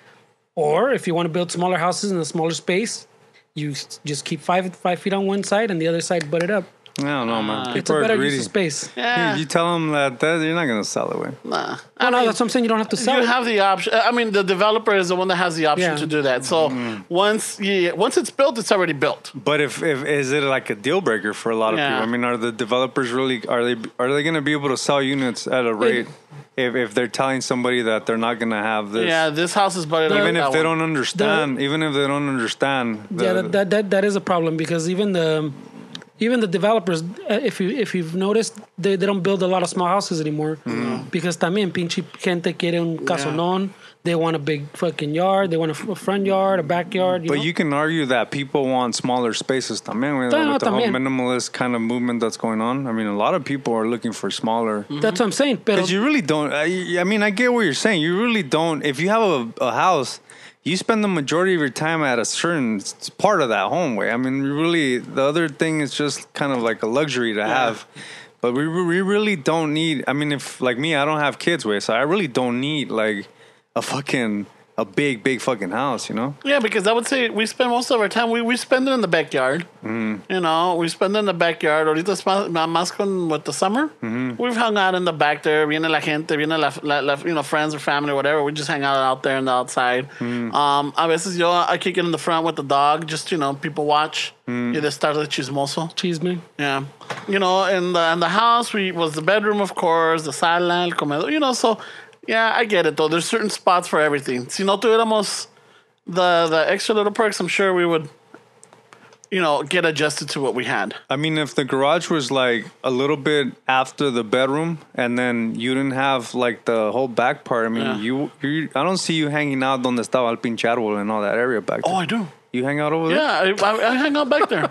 Or if you want to build smaller houses in a smaller space, you s- just keep five five feet on one side and the other side butt it up. I don't know, man. It's People a are better greedy. use of space. Uh, Yeah. You, you tell them that, that you're not gonna sell it. Way. nah. No, I no, mean, that's what I'm saying. You don't have to sell. you it. have the option. uh, I mean, the developer is the one that has the option Yeah. to do that. So Mm-hmm. once you, once it's built, it's already built. But if, if is it like a deal breaker for a lot of Yeah. people? I mean, are the developers really are they are they going to be able to sell units at a rate if, if they're telling somebody that they're not going to have this? Yeah, this house is butted Even up. if with they that one. don't understand, even if they don't understand, the, yeah, that, that that that is a problem because even the even the developers, uh, if you if you've noticed, they, they don't build a lot of small houses anymore Mm. because también pinche gente quiere un casonón. They want a big fucking yard. They want a, f- a front yard, a backyard. You but know? you can argue that people want smaller spaces. También, with, No, no, with the whole también. minimalist kind of movement that's going on. I mean, a lot of people are looking for smaller. that's what I'm saying. Pero Because you really don't. I, I mean, I get what you're saying. You really don't. If you have a, a house, you spend the majority of your time at a certain s- part of that home. Way. I mean, you really. The other thing is just kind of like a luxury to have. But we we really don't need. I mean, if like me, I don't have kids. Way, so I really don't need like a fucking a big big fucking house. You know. Yeah, because I would say we spend most of our time we, we spend it in the backyard. Mm-hmm. You know, we spend it in the backyard. Ahorita es más, na- más con with the summer. Mm-hmm. We've hung out in the back there. Viene la gente, viene la, la, la you know friends or family or whatever. We just hang out out there in the outside. Mm-hmm. Um, a veces yo I kick it in the front with the dog. Just you know people watch. Mm-hmm. You just start the chismoso. cheese me. Yeah, you know, in the in the house we was the bedroom, of course, the sala, el comedor. You know, so yeah, I get it though. There's certain spots for everything. Si no tuviéramos the the extra little perks, I'm sure we would, you know, get adjusted to what we had. I mean, if the garage was like a little bit after the bedroom, and then you didn't have like the whole back part. I mean, Yeah. you, you, I don't see you hanging out donde estaba el pinche árbol and all that area back there. Oh, I do. you hang out over there? Yeah, I, I, I hang out back there.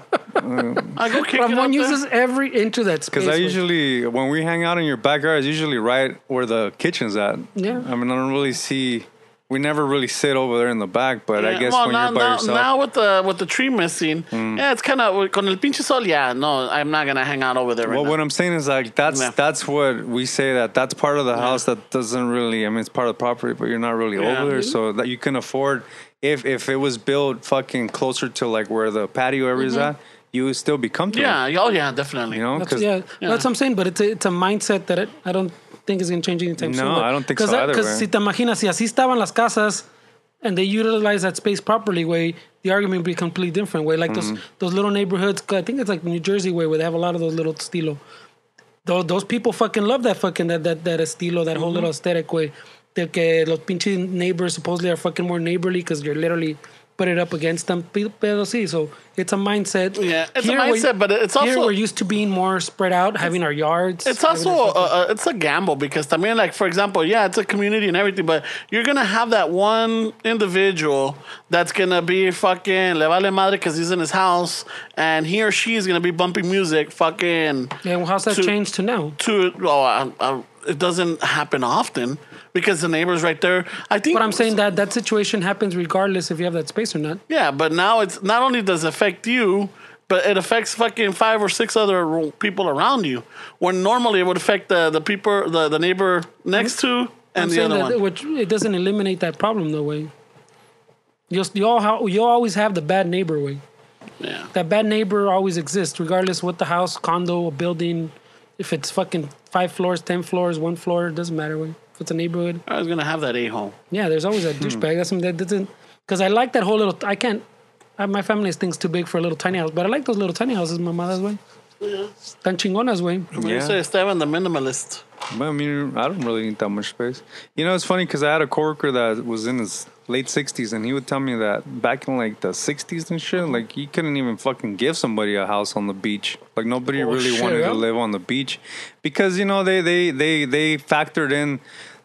I go kick it out Ramon there. uses every inch of that space. Because I güey. usually, when we hang out in your backyard, it's usually right where the kitchen's at. Yeah. I mean, I don't really see. We never really sit over there in the back, but I Yeah, guess well, when now, you're by now, yourself, Mm. now with the with the tree missing, yeah, it's kind of con el pinche sol. Yeah, no, I'm not gonna hang out over there. Right Well, now. what I'm saying is like that's Yeah. that's what we say that that's part of the house that doesn't really. I mean, it's part of the property, but you're not really Yeah. Mm-hmm. over there, so that you can afford. If if it was built fucking closer to like where the patio area is at, you would still be comfortable. Mm-hmm. yeah, oh yeah, definitely. you know, That's, 'cause yeah, that's what I'm saying. But it's a, it's a mindset that it, I don't think is going to change anytime No, soon. I don't think so either, Because güey. si te imaginas, si así estaban las casas and they utilize that space properly, way the argument would be completely different. Way like those Mm-hmm. those little neighborhoods. 'cause I think it's like New Jersey way where they have a lot of those little estilo. Those, those people fucking love that fucking that that, that estilo, that whole Mm-hmm. little aesthetic way. De que los pinches neighbors supposedly are fucking more neighborly because you're literally put it up against them. Pe- Pero sí, so it's a mindset. Yeah, it's a we're- mindset, but it's here also- we're used to being more spread out, having our yards. It's also having our- a, a, it's a gamble because I mean, like for example, yeah, it's a community and everything, but you're gonna have that one individual that's gonna be fucking le vale madre because he's in his house and he or she is gonna be bumping music, fucking yeah, well, how's that to- changed to now? to well, I, I, it doesn't happen often because the neighbors right there. I think But I'm saying that that situation happens regardless if you have that space or not. yeah, but now it's not only does it affect you, but it affects fucking five or six other ro- people around you. When normally it would affect the, the people, the, the neighbor next to and I'm the saying other that one. which it doesn't eliminate that problem though. Way you you all ha- you always have the bad neighbor way. yeah. That bad neighbor always exists regardless what the house, condo, or building. If it's fucking five floors, ten floors, one floor, it doesn't matter. Way if it's a neighborhood. I was gonna have that a hole. Yeah, there's always Hmm. that douchebag. That's something that doesn't. Because I like that whole little. I can't. I, my family's thing's too big for a little tiny house, but I like those little tiny houses, mamadas way. Tan chingonas way. You Yeah. say Esteban, the minimalist. But I mean, I don't really need that much space. You know, it's funny because I had a coworker that was in his late 60s, and he would tell me that back in like the 60s and shit, like you couldn't even fucking give somebody a house on the beach. Like nobody Oh, really shit, wanted yeah? to live on the beach because you know they they they they factored in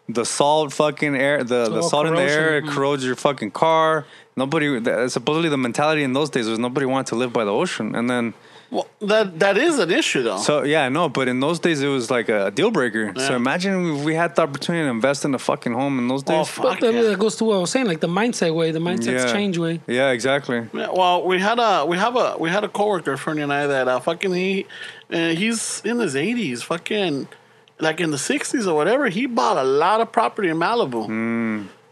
the salt fucking air, the, the Oh, salt in the air, it corrosion. corrodes your fucking car. Nobody, that- supposedly the mentality in those days was nobody wanted to live by the ocean. And then, Well, that that is an issue though. so yeah, I know, but in those days it was like a deal breaker. So Yeah. imagine if we had the opportunity to invest in a fucking home in those days. Oh, But fuck that, yeah. that goes to what I was saying, like the mindset way, the mindset's yeah. change way. Yeah, exactly. Yeah, well, we had a we have a we had a coworker, Fernie and I, that uh, fucking he, uh, he's in his eighties, fucking, like in the sixties or whatever. He bought a lot of property in Malibu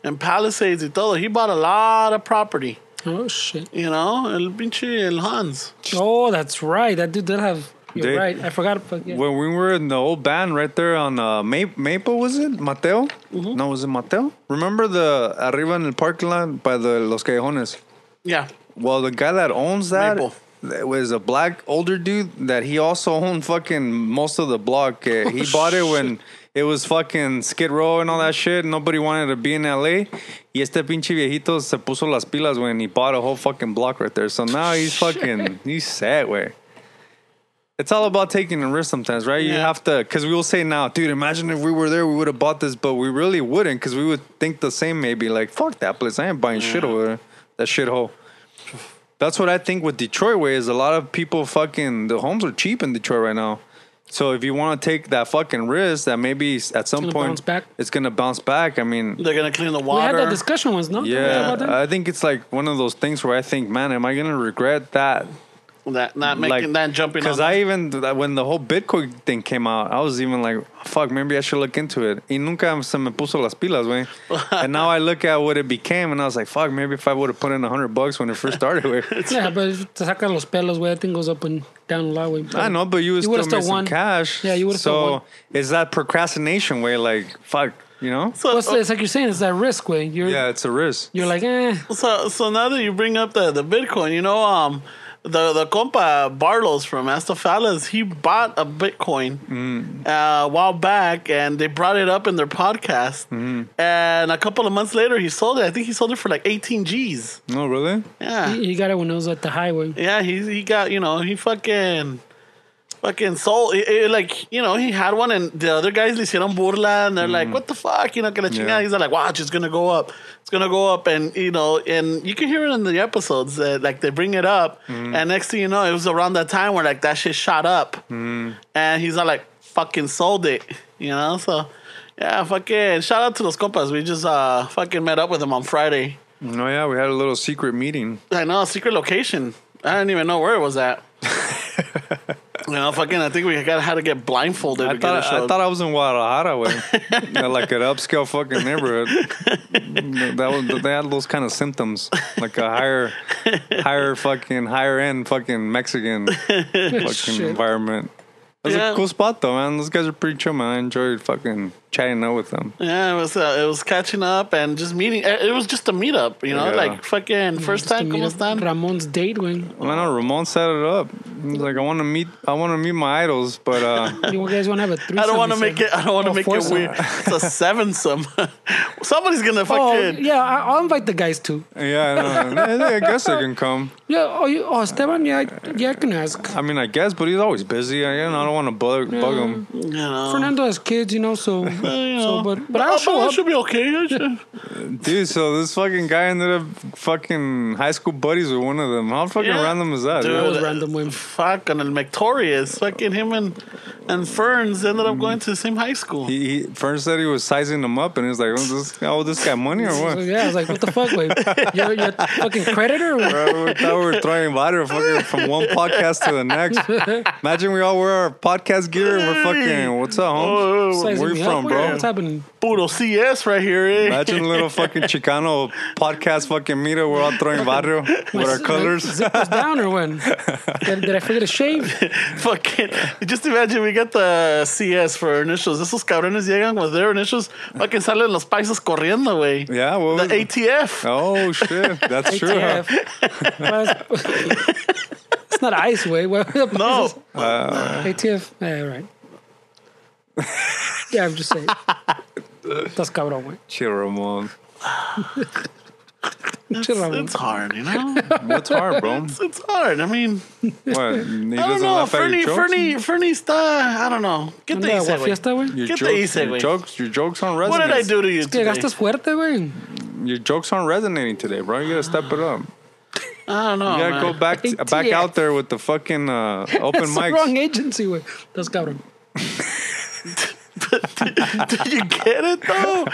and Palisades y todo. He bought a lot of property, Oh shit! you know, el pinche el Hans. Oh, that's right. That dude did have. You're Dude. right. I forgot. But yeah. When we were in the old band right there on uh, Ma- Maple, was it? Mateo? No, was it Mateo? Remember the arriba in the parking lot by the Los Callejones? Yeah, Well, the guy that owns that Maple. that was a black older dude that he also owned fucking most of the block. Uh, he bought it when it was fucking Skid Row and all that shit. Nobody wanted to be in LA. Y este pinche viejito se puso las pilas when he bought a whole fucking block right there. So now he's fucking, he's sad, way. It's all about taking a risk sometimes, right? You Yeah. have to, because we will say now, dude, imagine if we were there, we would have bought this, but we really wouldn't, because we would think the same maybe, like, fuck that place. I ain't buying shit over there, that shithole. That's what I think with Detroit way is a lot of people fucking the homes are cheap in Detroit right now. So if you want to take that fucking risk, that maybe s- at some gonna point bounce back. it's gonna bounce back. I mean, they're gonna clean the we had water. that discussion once, no? yeah, About that? I think it's like one of those things where I think, man, am I gonna regret that? that not making that jumping. Because I even that- when the whole Bitcoin thing came out, I was even like, fuck, maybe I should look into it. Y nunca se me puso las pilas, way. and now I look at what it became, and I was like, fuck, maybe if I would have put in hundred bucks when it first started, güey. Yeah, but if te sacan los pelos, way I think goes up and down a lot. Way. I know, Ah, but you would You still, would've still still won. some cash. Yeah, you would've still So won. is that procrastination way like fuck? You know? so, What's, it's like you're saying, it's that risk way. You're Yeah, it's a risk. you're like, eh. So so now that you bring up the, the Bitcoin, you know, um, the the compa Barlos from Astafalas, he bought a Bitcoin uh, a while back, and they brought it up in their podcast. And a couple of months later, he sold it. I think he sold it for like eighteen G's. No, really? Yeah, You got it when it was at the highway. yeah. He he got you know he fucking. Fucking sold it, it- like you know he had one and the other guys le hicieron burla and they're like what the fuck you know que la chingada Yeah. he's like watch it's gonna go up it's gonna go up and you know and you can hear it in the episodes that like they bring it up and next thing you know it was around that time where like that shit shot up and he's not like fucking sold it you know so yeah fucking shout out to los compas we just uh fucking met up with them on Friday No, yeah, we had a little secret meeting. I know secret location. I didn't even know where it was at. you know, fucking. I think we got had to get blindfolded. I to get thought a show. I thought I was in Guadalajara, way. like an upscale fucking neighborhood. that was they had those kind of symptoms, like a higher, higher fucking higher end fucking Mexican fucking Shit. environment. It was Yeah. a cool spot though, man. Those guys are pretty chill, man. I enjoyed fucking chatting up with them. yeah, it was uh, it was catching up and just meeting. eh, It it was just a meetup, you know, Yeah. like Mm, fucking first time. Como están? Ramon's date when I know Ramon set it up. He's like, I want to meet, I want to meet my idols, but uh, you guys want to have a threesome. I don't want or to make something. it. I don't want to Oh, make it foursome. weird. It's a sevensome. Somebody's gonna Oh fucking. yeah, I, I'll invite the guys too. yeah, I, know. I guess they can come. Yeah. Oh, you, oh, Esteban. Yeah, I- yeah, I can ask. I mean, I guess, but he's always busy. I, you know, I don't want to bug, bug him. You know. Fernando has kids, you know, so so but but I'll Oh, show I up. should be okay. I should- Dude, so this fucking guy ended up fucking high school buddies with one of them. How fucking Yeah. random is that? That Dude. was random women. Fuck, and Victorious. Fucking him and and Ferns ended up going to the same high school. Mm. He, he first said he was sizing them up, and he's like, oh, this, "Oh, this guy money or So, what?" yeah, I was like, what the fuck, wait, you're, you're a fucking creditor. or- Bro, we thought we were throwing water fucking from one podcast to the next. Imagine we all wear our podcast gear and we're fucking, what's up, homie? Oh, Sizing Where me you up, from, wait, bro? What's happening? Puro CS right here, eh? Imagine a little fucking Chicano podcast fucking meetup. We're all throwing barrio with our colors. Zip was down or when? Did, did I forget to shave? Fucking. Just imagine we get the CS for our initials. Esos cabrones llegan with their initials. Fucking salen los paisas corriendo, güey. Yeah, well, The ATF. oh shit, that's true. huh? ATF. Well, it's not ice way. Well, No. ATF. Yeah, right. yeah, I'm just saying. That's cabrón, way. Chill, Ramon. It's, it's hard, you know. What's hard, bro? It's, it's hard. I mean, What? He I don't doesn't know. laugh at Fernie, your jokes? Fernie, Fernie está. I don't know. ¿Qué te Anda, hice, güey? guafiesta, güey. Your Get the jokes, easy your way. jokes, your jokes on What resonating. did I do to you today? Que gastas fuerte, güey. Your jokes aren't resonating today, bro. You gotta step it up. You I don't know. gotta Oh, man. go back Hey, back yeah. out there with the fucking uh, open That's the wrong mics. agency, güey. That's cabrón. Did you get it though?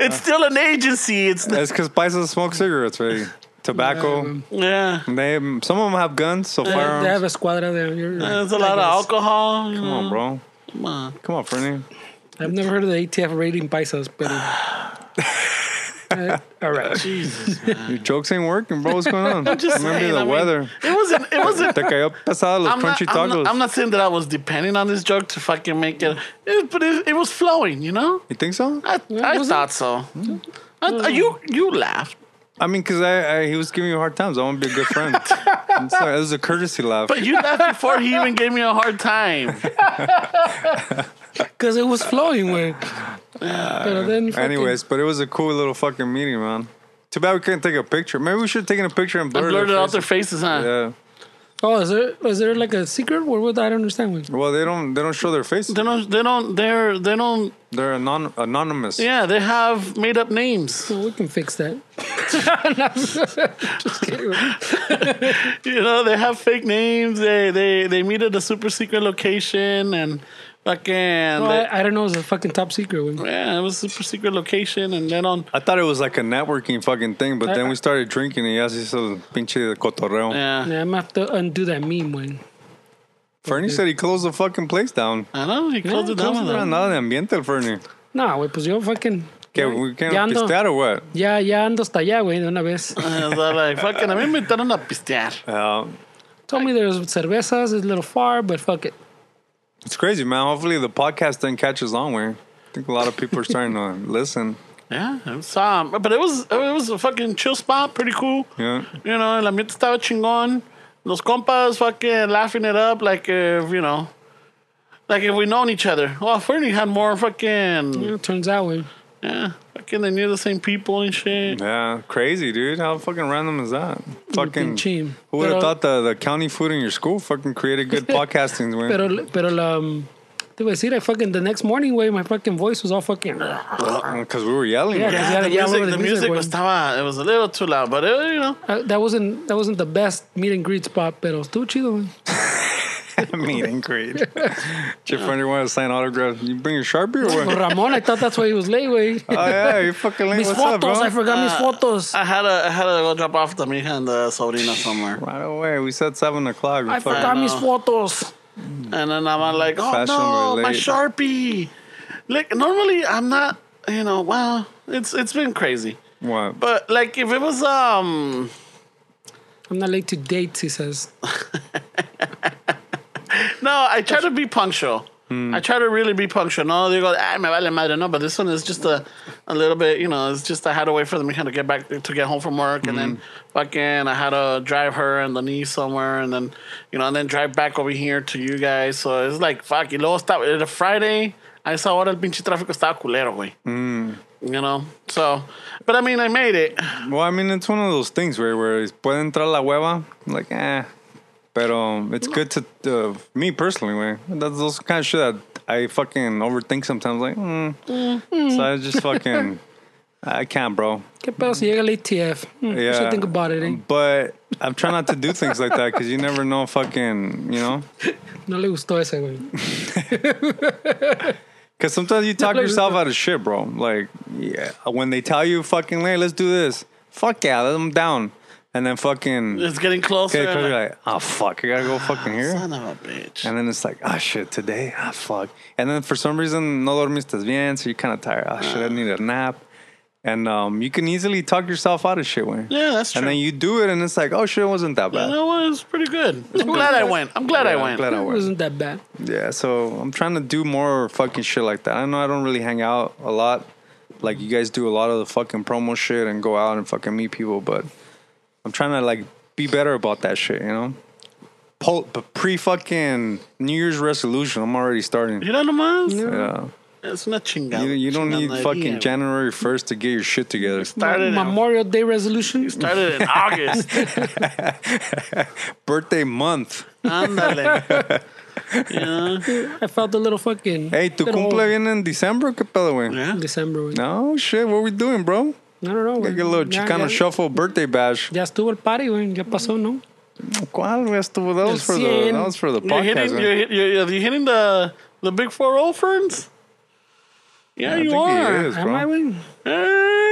it's still an agency. It's not, That's because Paisas smoke cigarettes, right? Tobacco. yeah. They some of them have guns, so They have firearms. a squadra there. You're right. There's a I lot of guess. alcohol. you Come know. on, bro. Come on. Come on, Fernie. I've never heard of the ATF rating paisas, but. uh, all right. Jesus. Your jokes ain't working, bro. What's going on? Just Remember saying, the I mean, weather. It wasn't. It wasn't. Te cayó pesado los I'm not, crunchy I'm, tacos. not, I'm not saying that I was depending on this joke to fucking make it, it but it, it was flowing, you know. you think so? I, I was thought so. I, I- you you laughed, I mean, because I, I he was giving you hard times. I want to be a good friend. I'm sorry. It was a courtesy laugh. but you laughed before he even gave me a hard time. Because it was flowing, güey. Pero then. fucking- Anyways, but it was a cool little fucking meeting, man. Too bad we couldn't take a picture. Maybe we should have taken a picture and I blurred, blurted out their faces, faces. huh? Yeah. Oh, is there is there like a secret word? What I don't understand. Wait. Well, they don't they don't show their faces. They don't. They don't. They're. They don't. They're anon- anonymous. Yeah, they have made up names. So we can fix that. Just kidding. you know they have fake names they they they meet at a super secret location and fucking No, they- I, I don't know. It's a fucking top secret. güey. yeah it was a super secret location and then on I thought it was like a networking fucking thing, but then we started drinking and ya se hizo el pinche cotorreo. yeah, Yeah, I'm gonna have to undo that meme, man. Fernie said he closed the fucking place down. I know he closed it down close with No era them. nada de ambiente el Fernie. Nah, güey, pues yo fucking. Que we can't Ya ando. pistear or what? Ya, ya ando hasta allá, güey, de una vez. I was like fucking a mí me invitaron a pistear Uh, Told me there's cervezas, it's a little far, but fuck it. it's crazy, man. Hopefully the podcast doesn't catch us on where I think a lot of people are starting to listen. yeah it was, um, but it was it was a fucking chill spot pretty cool Yeah. you know el ambiente estaba chingón los compas fucking laughing it up like if you know like if we known each other well Fernie had more fucking Yeah, turns out, güey. yeah fucking they knew the same people and shit Yeah, crazy, dude. How fucking random is that? Fucking Pinche. Who would have Pero- thought the, the county food in your school fucking created good podcasting? man? Pero, pero la. Um, te voy a decir, I fucking, the next morning, güey, my fucking voice was all fucking. uh, Because we were yelling. Yeah. Yeah, Yeah, the yeah, I music, remember the the music music was- was estaba, it was a little too loud, but it, you know, Uh, that wasn't that wasn't the best meet and greet spot, pero estuvo chido, güey. Meet and greet. your friend you want to sign autographs. You bring your Sharpie or what? Ramon, I thought that's why he was late, güey. oh, yeah, you fucking late. Mis What's fotos, up, bro? I forgot mis fotos. I had a, I had to go drop off the mija and the sobrina somewhere, right away. We said 7 o'clock. We I fucking- forgot know. mis fotos. and then I'm like, oh Fashion no, my related. sharpie. Like normally I'm not, you know, well, it's it's been crazy, What? but like if it was um, I'm not late to dates, he says. no, I try to be punctual. I try to really be punctual. No, they go, ah, me vale madre. No, but this one is just a, a little bit, you know, it's just I had to wait for the mija to get back, to get home from work. And then Mm-hmm. fucking, I had to drive her and the niece somewhere. And then, you know, and then drive back over here to you guys. So it's like, fuck, y luego stop. It's a Friday. A esa hora el pinche tráfico estaba culero, güey. Mm. You know? So, but I mean, I made it. Well, I mean, it's one of those things where, where puede entrar la hueva. Like, eh. But um, it's good to, uh, me personally, man. That's those kind of shit that I fucking overthink sometimes. Like, mm. Mm-hmm. so I just fucking, I can't, bro. ¿Qué pedo si llega late TF? Hmm, I should think about it, eh. Um, But I'm trying not to do things like that because you never know, fucking, you know. No le gustó ese, güey. Because sometimes you talk like- yourself out of shit, bro. Like, yeah, when they tell you fucking, hey, let's do this. Fuck yeah, I'm down. And then fucking, It's getting closer. okay, and you're like, like, oh fuck, I gotta go fucking here. Son of a bitch. And then it's like, ah, shit, today, ah, fuck. And then for some reason, no dormiste bien, so you're kind of tired. Ah, shit, I need a nap. And um, you can easily talk yourself out of shit, when. Yeah, that's true. And then you do it, and it's like, oh shit, it wasn't that You bad. know what? It's pretty good. I'm glad I went. I'm glad I Yeah, I'm went. glad I It went. wasn't that bad. Yeah, so I'm trying to do more fucking shit like that. I know I don't really hang out a lot. Like you guys do a lot of the fucking promo shit and go out and fucking meet people, but I'm trying to like be better about that shit, you know? Pol- pre fucking New Year's resolution, I'm already starting. You know, nomás. Yeah. Es una chingada. You, you don't need chingonería, fucking güey. January 1st to get your shit together. Started in, Memorial Day resolution. started in August. Birthday month. Ándale. Yeah. I felt a little fucking. Hey, tu little cumple viene en December? ¿Qué pedo, güey? Yeah. December, güey. No, shit, what we doing, bro? I don't know, Like güey. a little Mm, Ya- Chicano ya- shuffle birthday bash. Ya estuvo el party, güey. Ya pasó, ¿no? ¿Cuál, güey? Estuvo- That was for the, cien. that was for the You're podcast, hitting, you're, güey. hit- you're, you're hitting the, the big 4 0 ferns? Yeah, I you think he are. is, Ah, Am I, bro. güey? Eh.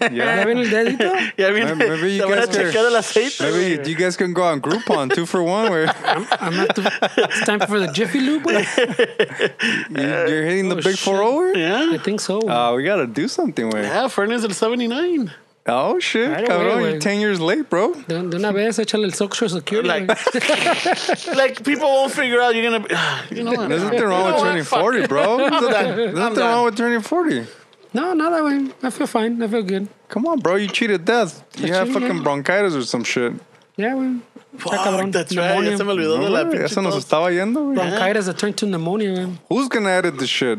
¿Ya ven Yeah. el dedito? Ya viene. Maybe- maybe you te van a guys are- checar el aceite. güey. Maybe you, you guys can go on Groupon, two for one, where I'm not too, It's time for the Jiffy Lube, güey. you're, you're hitting the Oh, big shit. 4 over? Yeah. I think so. Uh, we gotta do something, way. Yeah, Fern is el 79. Oh, shit, Right away, cabrón, güey. you're 10 years late, bro. de, de una vez, échale el Social Security. Like- güey. Like, people won't figure out you're going to be. You know what? There's nothing wrong You know with what? turning Fuck. 40, bro. There's nothing- there's I'm nothing done. wrong with turning 40. no, nada, güey. I feel fine. I feel good. Come on, bro. You cheated death. You had cheated, fucking yeah. bronchitis or some shit. Yeah, güey. Fuck, that's right. Ya se me olvidó de la Güey, pinche Eso nos tos. estaba yendo, güey. Bronchitis that turned to pneumonia, güey. Who's gonna edit this shit?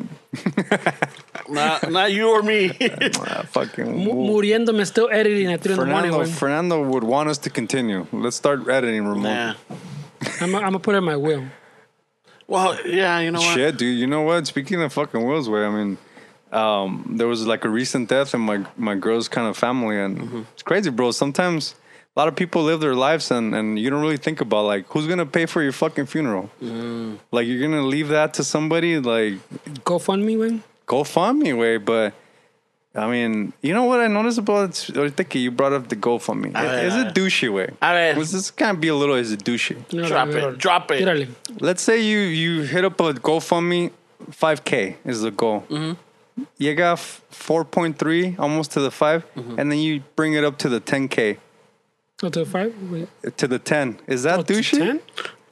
Not, not you or me. Ah, fucking. Mu- Muriéndome, still editing at 3 in the morning, Fernando, güey. Fernando would want us to continue. Let's start editing, Ramon. yeah. I'm going to put it in my will. Well, yeah, you know what? Shit, dude. You know what? Speaking of fucking wills, way. I mean, um, there was like a recent death in my my girl's kind of family, and Mm-hmm. it's crazy, bro. Sometimes a lot of people live their lives, and and you don't really think about like who's gonna pay for your fucking funeral. Mm. Like you're gonna leave that to somebody. Like GoFundMe, güey. GoFundMe way, but I mean, you know what I noticed about Ortega? You brought up the GoFundMe. ver, It's a a ver. douchey way. A ver. This is kind of be a little is a douchey. No, Drop güey, it, güey. drop it. Tírale. Let's say you you hit up a GoFundMe, 5K is the goal. Mm-hmm. You got f- 4.3, almost to the 5, Mm-hmm. and then you bring it up to the 10K, Go to five, güey. to the 10. Is that Oh, to douchey? 10?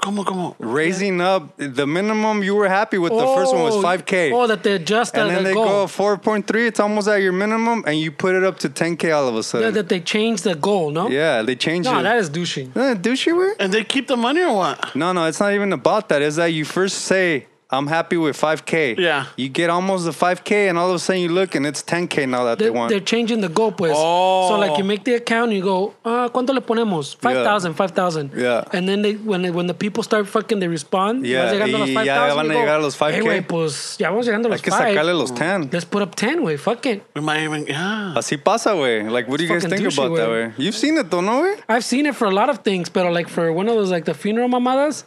¿Cómo, cómo? Raising up the minimum you were happy with the first one was Oh, 5K. Oh, that they adjust and the, then the they go goal. 4.3, it's almost at your minimum, and you put it up to 10K all of a Yeah, sudden. that they changed the goal, no? Yeah, they changed No, it. that is douchey. Eh, douchey way? And they keep the money or what? No, no, it's not even about that. It's that you first say, I'm happy with 5K. Yeah. You get almost the 5K, and all of a sudden you look, and it's 10K now that they, They, want. are changing the goal, pues. Oh. So, like, you make the account and you go, uh, ¿cuánto le ponemos? 5,000, 5,000. Yeah. And then they, when, when the people start fucking, they respond. Yeah, vas llegando a los y ya 5,000, van a you go, llegar a los 5K. Hey, güey, pues, ya vamos llegando a Hay los que sacarle 5. los 10. Let's put up 10, güey. Fuck it. We might even, yeah. Así pasa, güey. Like, what do you guys Fucking think douchey, about that, güey. way? You've seen it, though, no, way? I've seen it for a lot of things, pero, like, for one of those, like, the funeral mamadas,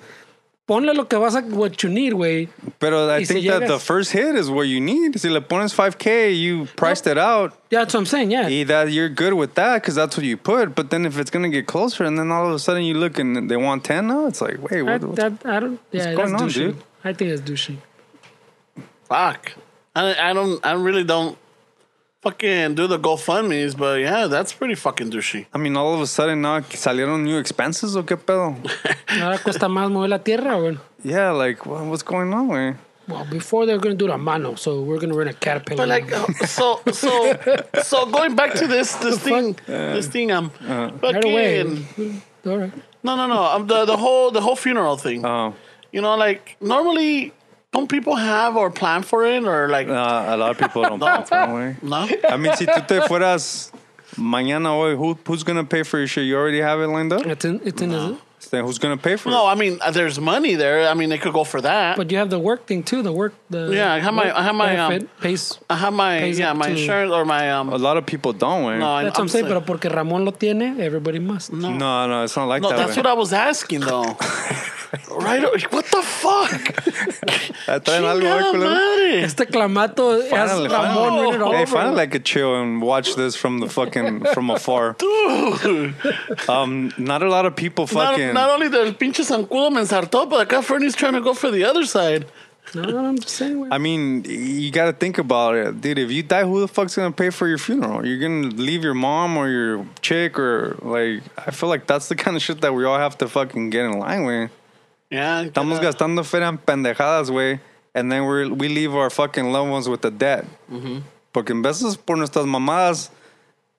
ponle lo que vas a, what you need, güey. But I Y si think that llegas- the first hit is what you need. Si le pones 5K, you priced it out. Yeah, that's what I'm saying, yeah. Eh, that you're good with that because that's what you put. But then if it's gonna get closer, and then all of a sudden you look and they want ten now, it's like, wait, I, what? what- that, I don't, yeah, going that's on, douchey. dude? I think it's douchey. Fuck. I, I don't, I really don't fucking do the GoFundMe's, but yeah, that's pretty fucking douchey. I mean, all of a sudden now salieron new expenses. Okay, pedo. Ahora cuesta más mover la tierra, güey. yeah, like what, what's going on? Way? Well, before they were gonna do the mano, so we're gonna rent a caterpillar. But like, uh, so, so, so going back to this, this thing, this thing, um, Uh, right away. Mm, fucking, All right. no, no, no, um, the, the whole, the whole funeral thing. Uh. Oh, You know, like, normally, don't people have or plan for it or like, uh, a lot of people don't pay for it. güey. no? I mean, si tú te fueras mañana, hoy, who, who's gonna pay for your shit? You already have it lined up. It's in, it's in his, Then who's gonna pay for No, it? I mean, uh, there's money there. I mean, they could go for that. but you have the work thing too. The work. The Yeah, I have my- I have my, um, benefit pays. I have my, Pays yeah, up my to- insurance or my, um, A lot of people don't. Way. no, I- That's what I'm saying. But porque Ramon lo tiene, everybody must. No. no, no, it's not like No, that. that's way. what I was asking though. right? What the fuck? Ah, traen algo, eh, Chingada culero? madre. Este clamato has Finally, Ramon finally. written all Hey, over. finally, I could chill and watch this from the fucking from afar. Dude. Um, not a lot of people Not, fucking. not only the pinche zancudo me ensartó, but acá Fernie's trying to go for the other side. No, no, I'm just saying. I mean, you got to think about it, dude. If you die, who the fuck's gonna pay for your funeral? You're gonna leave your mom or your chick or like. I feel like that's the kind of shit that we all have to fucking get in line with. Yeah. get Estamos that. gastando feria en pendejadas, way, and then we we leave our fucking loved ones with the debt. Mm-hmm. Porque en veces por nuestras mamadas.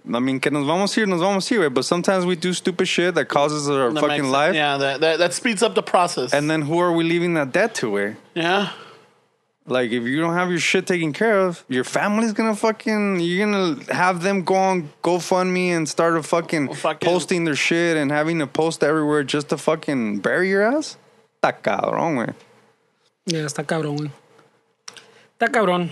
I mean, que nos vamos a ir, nos vamos a ir, güey. But sometimes we do stupid shit that causes our That fucking makes- life. Yeah, that, that, that speeds up the process. And then who are we leaving that debt to, way? yeah. Like if you don't have your shit taken care of, your family's gonna fucking you're gonna have them go on GoFundMe and start a fucking, fucking- posting their shit and having to post everywhere just to fucking bury your ass. Está cabrón, güey. Yeah, está cabrón, güey. Está cabrón.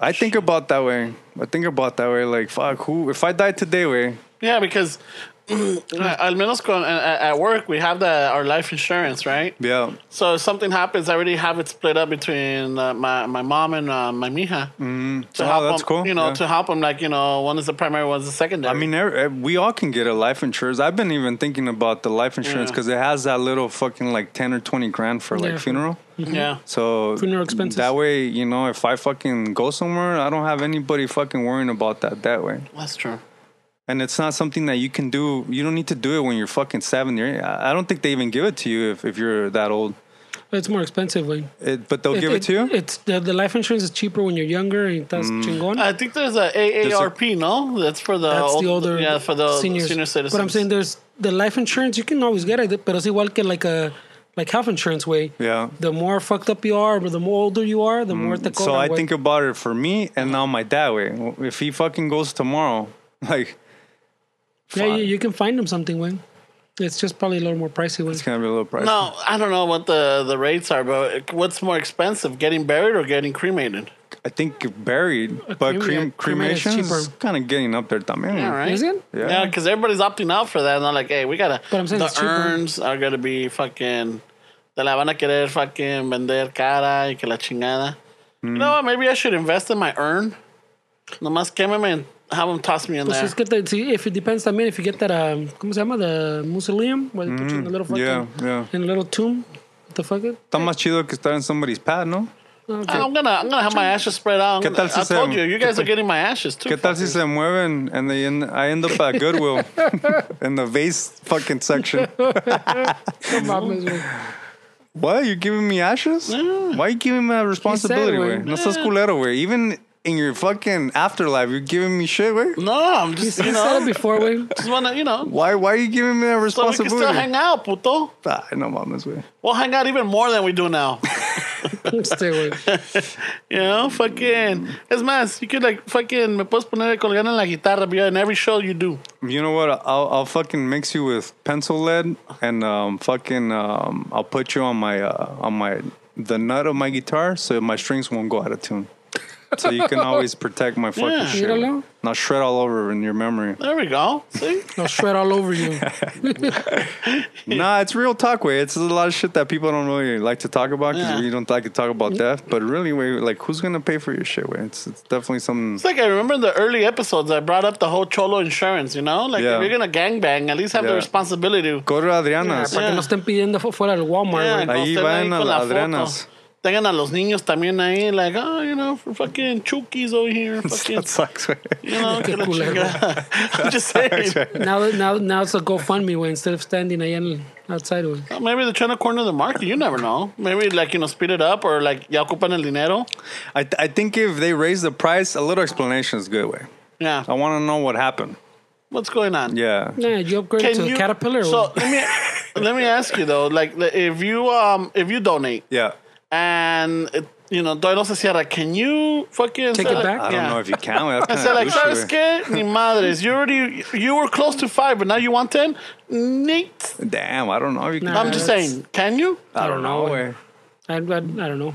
I think about that way. I think about that way. Like fuck, who if I die today, way Yeah, because uh, al menos con, at, at work we have the our life insurance, right? yeah, So if something happens, I already have it split up between uh, my my mom and uh, my mija. Mm. To Oh, help that's them, cool. You know, Yeah. to help them, like you know, one is the primary, one's the secondary. I mean, every, ev- we all can get a life insurance. I've been even thinking about the life insurance Yeah. because it has that little fucking like ten or twenty grand for like Yeah. funeral. yeah. So Funeral expenses. That way, you know, if I fucking go somewhere, I don't have anybody fucking worrying about that that way. That's true. And it's not something that you can do. You don't need to do it when you're fucking seventy. or eight. I I don't think they even give it to you if, if you're that old. It's more expensive, güey. It, but they'll give it, to you. Mm. It's the, the life insurance is cheaper when you're younger and that's chingón. I think there's a AARP, no? That's for the That's old- the older Uh, yeah for the seniors. senior citizens. But I'm saying there's the life insurance you can always get it, but it's igual que like a like health insurance way. Yeah. Mm, The more fucked up you are, or the more older you are, the more the So I think about it for me and now my dad. Way if he fucking goes tomorrow, like yeah, you, you can find them something when. It's just probably a little more pricey when. it's gonna be a little pricey. no, I don't know what the, the rates are, but what's more expensive, getting buried or getting cremated? I think buried, but crema- crem- cremated cremation is is cheaper. kind of getting up there, también. All right. Is it? Yeah. Yeah, because everybody's opting out for that. And they're like, hey, we gotta. But I'm saying it's the cheaper. urns are gonna be fucking. Te la van a querer fucking vender cara y que la chingada. You Hmm. know what? Maybe I should invest in my urn. Nomás quémeme and have them toss me in Pues there. es que te- see, if it depends también if you get that um ¿cómo se llama? The mausoleum where they put you in a little fucking Mm, Yeah, yeah. in a little tomb. What the fuck? it- Está más chido que estar en somebody's pad, ¿no? I'm gonna, I'm gonna have my ashes spread out. ¿Qué I'm tal gonna- si I se- told you, you qué guys tal- are getting my ashes too. ¿Qué tal si fuckers. se mueven and they end, I end up at Goodwill in the vase fucking section? No mames, güey. What? You're giving me ashes? Why you giving me that responsibility, güey. güey? No estás culero, güey. Even in your fucking afterlife, you're giving me shit, güey. No, I'm just, You you said it know, before, güey. just wanna, you know, Why, why are you giving me so that we can still responsibility? hang out, puto. Ah, no mames, güey. We'll hang out even more than we do now. Stay away. You know, fucking. Es más, you could like fucking. Me puedes poner colgando en la guitarra, bro, in every show you do. You know what? I'll, I'll fucking mix you with pencil lead and um, fucking um, I'll put you on my uh, on my the nut of my guitar so my strings won't go out of tune. So you can always protect my fucking Yeah. shit. Míralo. Not shred all over in your memory. There we go. See? I'll shred all over you. nah, it's real talk way. It's a lot of shit that people don't really like to talk about because Yeah. we don't like to talk about death. But really, way like who's gonna pay for your shit? Way it's it's definitely It's something. like I remember in the early episodes, I brought up the whole cholo insurance, you know? Like, Yeah. if you're going to gangbang, at least have the Yeah. responsibility. to- Go to Para Adriana's. que no estén pidiendo fu- fuera del Walmart, Yeah, güey. cuando Ahí estén van a con la la foto. Adriana's. Tengan a los niños también ahí, like, oh, you know, for fucking chukis over here. Fucking, That sucks. Way. you know, que la culero. chingada. I'm just saying. Now, now, now it's a GoFundMe, güey, instead of standing ahí en- outside, güey. Maybe they're trying to corner the market. You never know. Maybe, like, you know, speed it up or, like, ya ocupan el dinero. I I think if they raise the price, a little explanation is good. Way. Yeah. I want to know what happened. What's going on? Yeah. Nah, you upgrade to a Caterpillar, So güey. let me let me ask you though, like the- if you um if you donate Yeah. and it, you know todavía no se cierra, can you fucking Take say it like- back? I don't yeah. know if you can. That's I kinda said like, douchey, ¿sabes güey. qué? Ni madres, you already you were close to five, but now you want ten. Neat. Damn, I don't know if you can. Nah, I'm just that's- saying, can you? I don't know, güey. I, I, I don't know.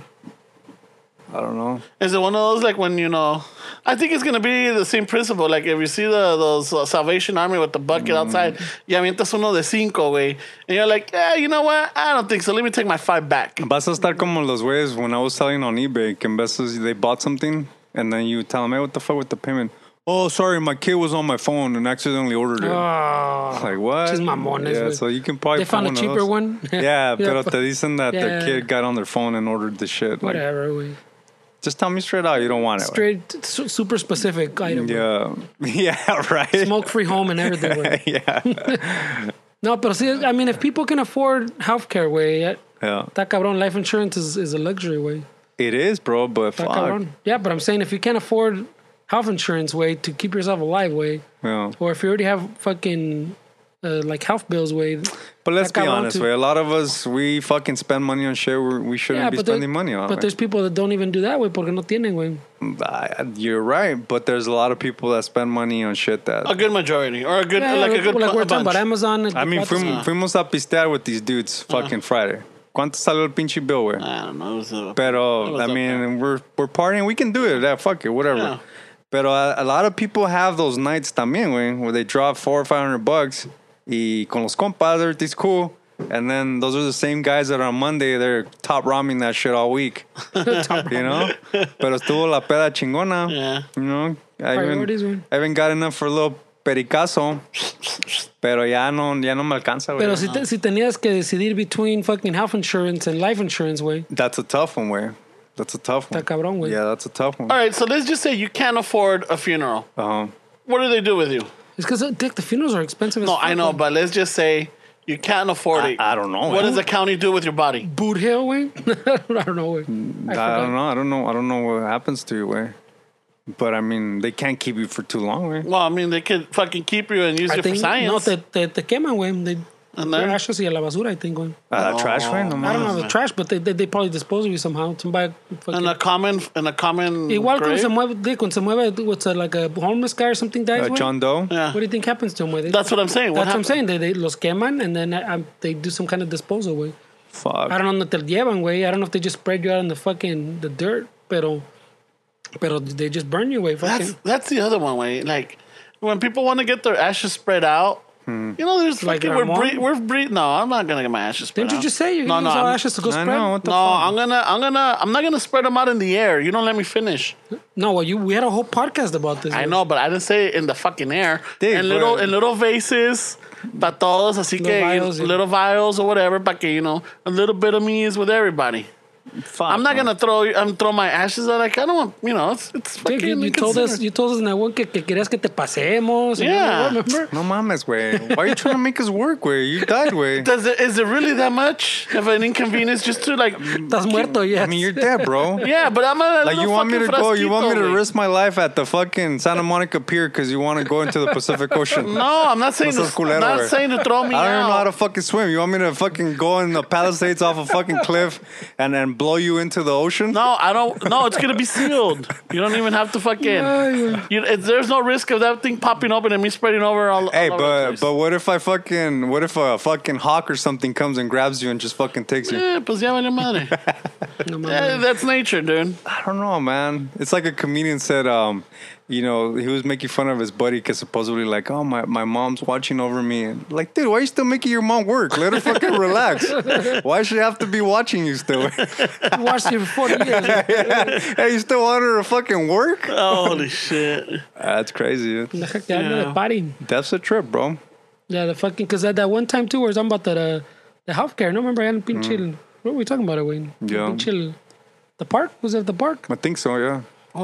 I don't know. Is it one of those like when you know? I think it's gonna be the same principle. Like if you see the those uh, Salvation Army with the bucket Mm. outside, y avientas uno de cinco, way, and you're like, yeah, you know what? I don't think so. Let me take my five back. Vas a estar como los güeyes when I was selling on eBay. Que en veces they bought something and then you tell them, hey, what the fuck with the payment? Oh, sorry, my kid was on my phone and accidentally ordered it. Oh, like, what? She's mamones, Yeah, güey. so you can probably They found a find cheaper one. Yeah, pero but- te dicen that the Yeah. kid got on their phone and ordered the shit. Like, Whatever, güey. just tell me straight out you don't want it. güey. Straight, su- super specific item. Yeah. Yeah. yeah, right. Smoke free home and everything, güey. yeah. No, pero see, I mean, if people can afford healthcare, güey, Yeah. that cabrón life insurance is, is a luxury, way. It is, bro, but Está fuck. cabrón. Yeah, but I'm saying if you can't afford health insurance way to keep yourself alive way, Yeah. or if you already have fucking a uh, like health bills, way. But let's Like, be I want honest, to- way. A lot of us we fucking spend money on shit we we shouldn't be there- spending money on. But wey. there's people that don't even do that, way, porque no tienen, way. I, you're right, but there's a lot of people that spend money on shit that. A good majority, or a good Yeah, like a like, good like pu- we're a talking about bunch. Amazon. I mean, Watson. fuimos, fuimos a pistear with these dudes fucking Friday. ¿Cuánto salió el pinche bill, güey? I don't know. It was a- it Pero was I up mean, there. we're we're partying. We can do it. Yeah, fuck it, whatever. Yeah. Pero a, a lot of people have those nights también, güey, where they drop four or five hundred bucks. Y con los compas, everything's cool. And then those are the same guys that on Monday they're top ramming that shit all week. you know. Pero estuvo la peda chingona. Yeah. You know. I Priorities, güey. even, I even got enough for a little pericazo. Pero ya no, ya no me alcanza, güey. Pero si, te, si tenías que decidir between fucking health insurance and life insurance, way. That's a tough one, güey. That's a tough one. Está cabrón, güey. Yeah, that's a tough one. All right, so let's just say you can't afford a funeral. Uh-huh. What do they do with you? It's because the funerals are expensive. as No, fuck, I know, güey. but let's just say you can't afford I- it. I don't know, What man. does the county do with your body? Boot Hill, way. I don't know, way. I, I, forgot. don't know. I don't know. I don't know what happens to you, way. But I mean, they can't keep you for too long, way. Well, I mean, they could fucking keep you and use I you for think no, science. te, te, te queman, güey. They And throw then- Ah. ashes y a la basura, I think, güey. Uh, Oh, Trash, way. No I don't know mames. the trash, but they, they, they probably dispose of you somehow. Somebody fucking. in a common, in a common. Igual cuando grave? se mueve, de- cuando se mueve, what's that, like a homeless guy or something dies, Uh, güey? John Doe. Yeah. What do you think happens to him, güey? They- That's what I'm saying. What That's what I'm happened? saying. They, they los queman and then uh, um, they do some kind of disposal, güey. Fuck. I don't know if te llevan, güey. I don't know if they just spread you out in the fucking the dirt, pero pero they just burn you, güey. Fucking That's that's the other one way. Like when people want to get their ashes spread out, Hmm. you know, there's Like fucking we're Armand? bre- we're bre- No, I'm not gonna get my ashes spread Didn't you out. just say you're no, no, gonna use all I'm- ashes to go I spread? know. What the No, I'm gonna, I'm gonna, I'm not gonna spread them out in the air. You don't let me finish. No, well, you we had a whole podcast about this. I güey. know, but I didn't say it in the fucking air. Dude, in little, but- in little vases, pa todos, así Little que vials, yeah. little vials or whatever, pa que you know, a little bit of me is with everybody. Fuck, I'm not man. gonna throw, I'm throw my ashes out. Like I don't want, you know, it's it's fucking. Dude, you, you told us you told us in that one que, que querías que te pasemos. and Yeah. all that, remember? No mames, way. Why are you trying to make us work, way? You died, way. Does it, is it really that much of an inconvenience just to like? Estás muerto, yes. I mean, you're dead, bro. Yeah, but I'm a Like you want me to go? You want me to risk? risk my life at the fucking Santa Monica Pier because you want to go into the Pacific Ocean? No, I'm not saying. No To, seas culero, I'm not güey. saying to throw me I don't even know how out. to fucking swim. You want me to fucking go in the Palisades off a fucking cliff and then blow you into the ocean? no, I don't. No, it's gonna be sealed. You don't even have to fucking. You, it, there's no risk of that thing popping open and me spreading over all. Hey, all over the but place. but what if I fucking what if a fucking hawk or something comes and grabs you and just fucking takes you? Yeah, pues ya valió madre. No, mames. Yeah, that's nature, dude. I don't know, man. It's like a comedian said, um, you know, he was making fun of his buddy because supposedly like, oh my, my mom's watching over me, and like, dude, why are you still making your mom work? Let her fucking relax. Why should she have to be watching you still? You watched it for 40 years. güey. hey, you still want her to fucking work? Holy shit! That's crazy. Deja que hable de party. That's a trip, bro. Yeah, the fucking because at that one time too, we were talking about that uh, the healthcare. No, remember I had a pinche. What were we talking about, Wayne? Mm. Yeah. Pinche, the park was at the park. I think so. Yeah.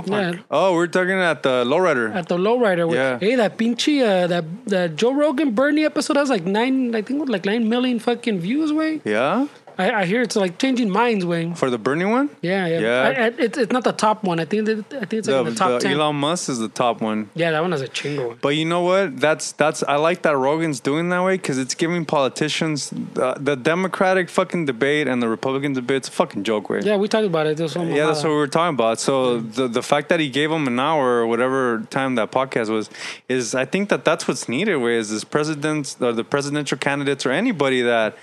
Yeah, Oh, we're talking at the lowrider. at the lowrider. where- Yeah. Hey, that pinche uh, that that Joe Rogan Bernie episode has like nine, I think, like nine million fucking views. Way yeah. I, I hear it's like changing minds. Way. For the Bernie one. Yeah, yeah. Yeah. I, I, it's, it's not the top one. I think that, I think it's like the, in the top the ten. Elon Musk is the top one. yeah, that one has a chingo. Way. But you know what? That's that's I like that Rogan's doing that way because it's giving politicians the, the Democratic fucking debate and the Republican debate. It's a fucking joke, way. Yeah, we talked about it. There's one Yeah, that's what mamada. we were talking about. So the the fact that he gave him an hour or whatever time that podcast was is I think that that's what's needed. Where is this presidents or the presidential candidates or anybody that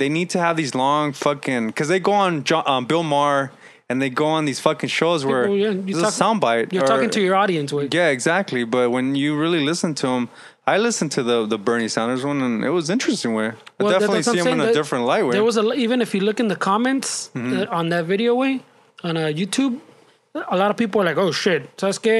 they need to have these long fucking because they go on John, um, Bill Maher and they go on these fucking shows where People, yeah, it's you a talk- soundbite. You're or- talking to your audience. Way. yeah, exactly. But when you really listen to him, I listened to the the Bernie Sanders one, and it was interesting. Way I Well, that- definitely that's what see him I'm in saying, a that different light. Way Mm-hmm. There was a even if you look in the comments uh, on that video way on uh, YouTube, a lot of people are like, "Oh shit, sabes que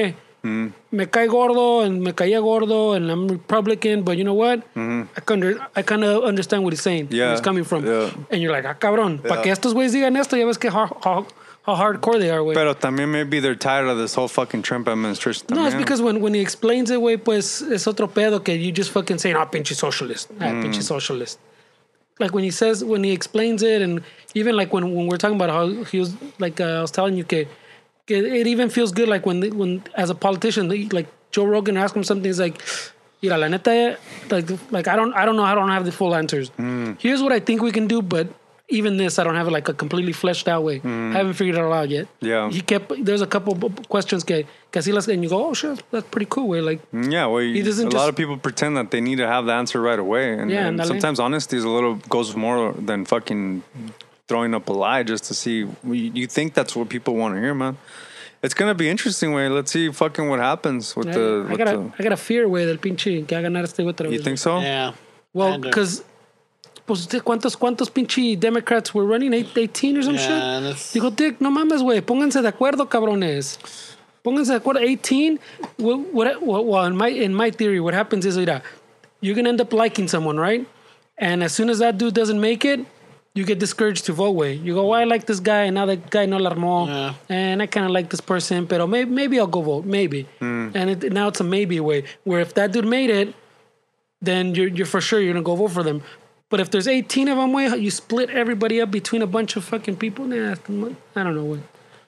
Mm-hmm. me cae gordo and me caía gordo and I'm Republican, but you know what? I kind of I kind of understand what he's saying, where he's Mm-hmm. Yeah, coming from, yeah. and you're like, ah cabrón, pa que estos güeyes digan esto, ya ves que how, how, how hardcore they are, way. Pero también maybe they're tired of this whole fucking Trump administration. No, it's también. because when, when he explains it, way pues es otro pedo que you just fucking saying, ah, pinche socialist, ah, pinche Mm. socialist. Like when he says, when he explains it, and even like when, when we're talking about how he was, like uh, I was telling you, que, que it even feels good, like when, when as a politician, they- like Joe Rogan asks him something, he's like, Mira, la neta, like, like I don't, I don't know, I don't have the full answers. Mm. Here's what I think we can do, but even this, I don't have it like a completely fleshed out way. I haven't figured it all out yet. Mm. Yeah. he kept. There's a couple b- b- questions que, que así las, and you go, oh shit, that's pretty cool. Way like, Yeah, well, you- doesn't a lot just- of people pretend that they need to have the answer right away, and, Yeah, and andale. sometimes honesty is a little goes more than fucking throwing up a lie just to see. You you think that's what people want to hear, man? It's gonna be interesting. Way, let's see fucking what happens with the. I, I With gotta, the I gotta fear way del pinche que va a ganar este güey otra you vez. think so? Yeah. Well, Kinda. because pues de- cuántos cuántos pinche Democrats were running Eight- 18 or some Yeah, and it's- shit. Digo, Dick, no mames, güey, pónganse de acuerdo, cabrones. Pónganse de acuerdo. 18. Well, what, well, well, in my in my theory, what happens is, mira, you're gonna end up liking someone, right? And as soon as that dude doesn't make it, you get discouraged to vote way. You go, well, I like this guy, and now that guy no la armó, Yeah. and I kind of like this person, pero maybe maybe I'll go vote, maybe. And it, now it's a maybe way where if that dude made it, then you're you're for sure you're gonna go vote for them. But if there's 18 of them, way you split everybody up between a bunch of fucking people. Nah, I don't know what.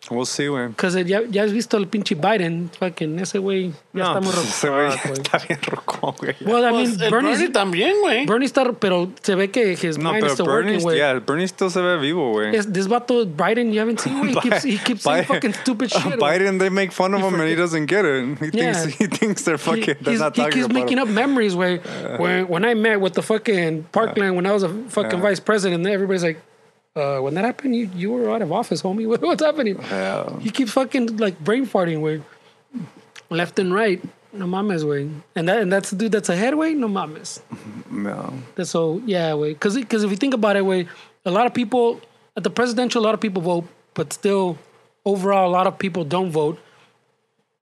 We'll see. Way. Cause it, ya, ya has visto el pinche Biden, fucking ese güey ya Ah, está muy pues, ese güey rojo. pues. ya está bien rocón, güey. Well, I mean, Pues, el Bernie's, Bernie también, güey. Bernie está, pero se ve que his No, mind is pero still Bernie, working, güey. yeah, Bernie still se ve vivo, güey. Es, this vato Biden, you haven't seen, güey. He keeps, he keeps saying Biden- fucking stupid shit. güey. Biden, they make fun of him and he forget- doesn't get it. He Yeah. thinks he thinks they're fucking. He, they're he's- not he talking keeps about making him. up memories where when, when I met with the fucking Parkland when I was a fucking vice president, everybody's like, uh, when that happened, you, you were out of office, homie. What, what's happening? Yeah. He keeps fucking like brain farting way, left and right. No mames way, and that and that's the dude that's ahead way. No mames. No. That's so yeah way, because because if you think about it way, a lot of people at the presidential, a lot of people vote, but still overall, a lot of people don't vote.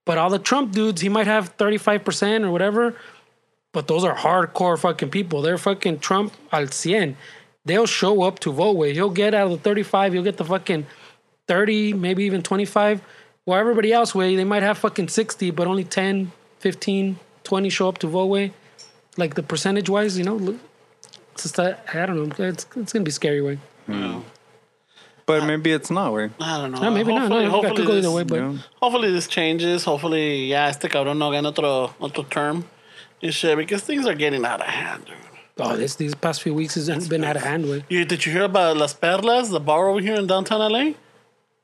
But all the Trump dudes, he might have 35% or whatever. But those are hardcore fucking people. They're fucking Trump al 100. They'll show up to vote with. He'll get out of the 35, he'll get the fucking 30, maybe even 25. While everybody else way, they might have fucking 60, but only 10, 15, 20 show up to vote way. Like the percentage wise, you know, look, it's just that, I don't know. It's, it's going to be scary way. But maybe it's not, way. I don't know. No, maybe not. No, I could go Uh, this, either way, Ah. but hopefully this changes. Hopefully, yeah, este cabrón no gana otro, otro term and shit because things are getting out of hand, dude. oh, this these past few weeks has been out of hand way. You, did you hear about Las Perlas, the bar over here in downtown LA?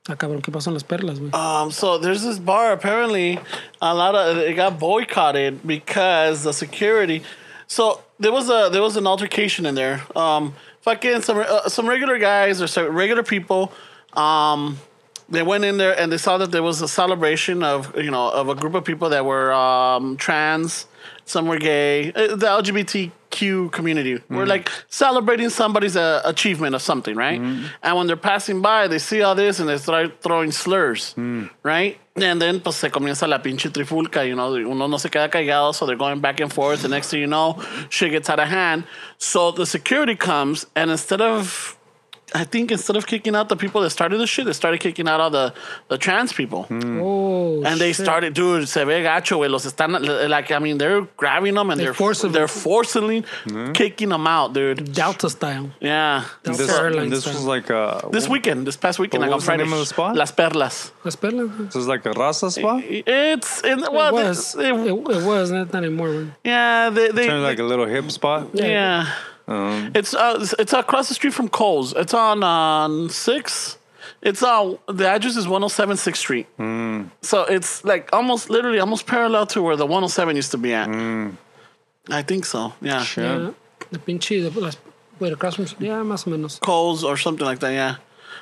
Ah, cabrón, ¿qué pasó en las perlas, güey? Um, so there's this bar. Apparently, a lot of it got boycotted because the security. So there was a there was an altercation in there. Um, fucking some uh, some regular guys or some regular people. Um, they went in there and they saw that there was a celebration of you know of a group of people that were um, trans, some were gay, uh, the LGBTQ community. We're like celebrating somebody's uh, achievement of something, right? And when they're passing by, they see all this and they start throwing slurs, right? And then pues se comienza la pinche trifulca, you know, uno no se queda callado, so they're going back and forth. The next thing you know, shit gets out of hand. So the security comes and instead of I think instead of kicking out the people that started the shit, they started kicking out all the, the trans people. Oh, And they shit. started, dude, se ve gacho, güey. Los están, like, I mean, they're grabbing them and They they're, force 'em. they're forcibly kicking them out, dude. Delta style. Yeah. That's This, Delta Airlines this time. was like a This weekend, this past weekend, What like on was the Friday. name of the spot? Las Perlas. Las perlas. eh. This was like a raza spot. It's, in, well, It was. they- It, they- it was. Not, not anymore. güey. yeah, they, they, Kind of like a little hip spot. Yeah. yeah. Um. it's, uh, it's- it's across the street from Cole's. It's on, on 6. It's on, the address is 107 6th Street. Hmm. So it's like almost literally almost parallel to where the 107 used to be at. Hmm. I think so. Yeah. Shit. Yeah. The pinche. The, las, wait, across from. Yeah, más o menos. Coles or something like that. Yeah.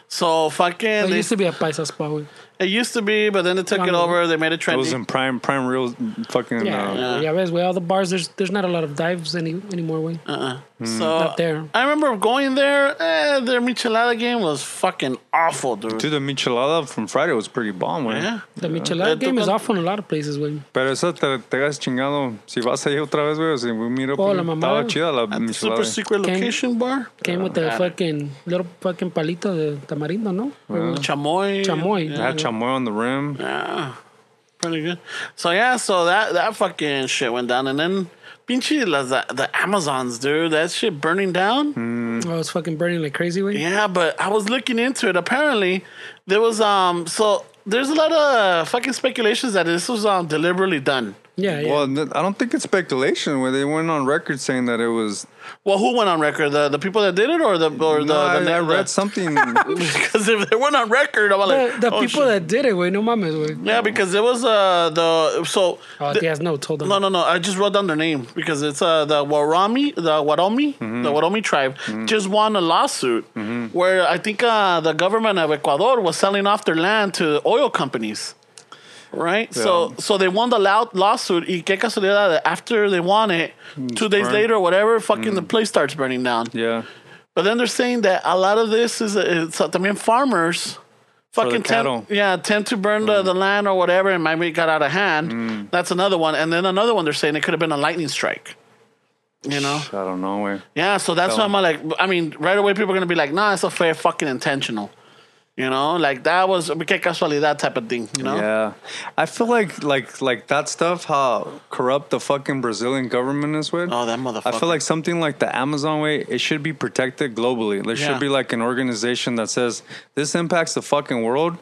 So fucking. It they- used to be a paisa spa, güey. be, but then they took Yeah, it no. over. They made it It trendy. was in prime, prime real fucking. Yeah, Uh, yeah. Ves, güey, all the bars. There's there's not a lot of dives any anymore, güey. Uh, hmm. so Not there. I remember going there. Eh, their michelada game was fucking awful, dude. Dude, the michelada from Friday was pretty bomb, man. Yeah. The Uh, michelada game is tocan- off in a lot of places, güey. Pero esa te, te has chingado. Si vas ahí otra vez, güey, o si we meet up, Oh, la estaba mamada. chida la At the Ah, super michelada. secret location bar. Came with Uh, the fucking little fucking palito de tamarindo, no? Or Chamoy. Chamoy. They had Ah, chamoy on the rim. Ah. Yeah, pretty good. So yeah, so that that fucking shit went down, and then pinche las, the, the Amazons, dude, that shit burning down. Oh, it's fucking burning like crazy, way. Yeah, but I was looking into it. Apparently, there was um. So there's a lot of fucking speculations that this was um deliberately done. Yeah, yeah. Well, th- I don't think it's speculation where they went on record saying that it was. Well, who went on record? The the people that did it, or the or the, no, I, the I read something. because if they went on record, I'm like the, the oh, people shit. that did it, güey, no mames, güey. yeah, because it was uh the so Oh, the- Diaz, no, told them. No, no, no. I just wrote down their name because it's uh, the Warami, the Waromi, the Waromi tribe just won a lawsuit where I think uh, the government of Ecuador was selling off their land to oil companies. Right, so so they won the loud lawsuit. Y qué casualidad that after they won it, two days burned. later or whatever, fucking the place starts burning down. yeah. But then they're saying that a lot of this is it's uh, también farmers fucking cattle. Mm. tend, yeah, tend to burn the, the land or whatever and maybe it got out of hand. That's another one. And then another one they're saying it could have been a lightning strike. You know? I don't know where. Yeah, so that's why I'm like I mean, right away people are gonna be like, nah, it's a fair fucking intentional. You know, like that was que casualidad type of thing, you know? Yeah, I feel like like like that stuff. How corrupt the fucking Brazilian government is with. Oh, that I motherfucker. feel like something like the Amazon way. It should be protected globally. There Yeah. should be like an organization that says this impacts the fucking world.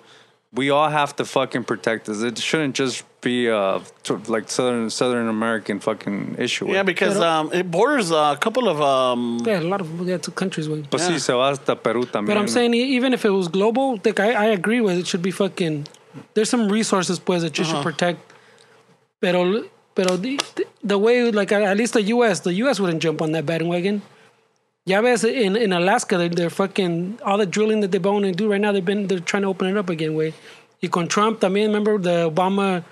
We all have to fucking protect this. It shouldn't just be uh t- like southern Southern American fucking issue. yeah, because um, it borders uh, a couple of um, Yeah, a lot of yeah, two countries, güey. Pues sí, yeah. se va hasta Perú también. But I'm saying e- even if it was global, like I, I agree with it should be fucking. There's some resources pues that you should protect. Pero pero the, the way like at least the U.S. the U.S. wouldn't jump on that bandwagon. Ya ves in in Alaska they're, they're fucking all the drilling that they want to do right now they've been they're trying to open it up again. Way you con Trump también remember the Obama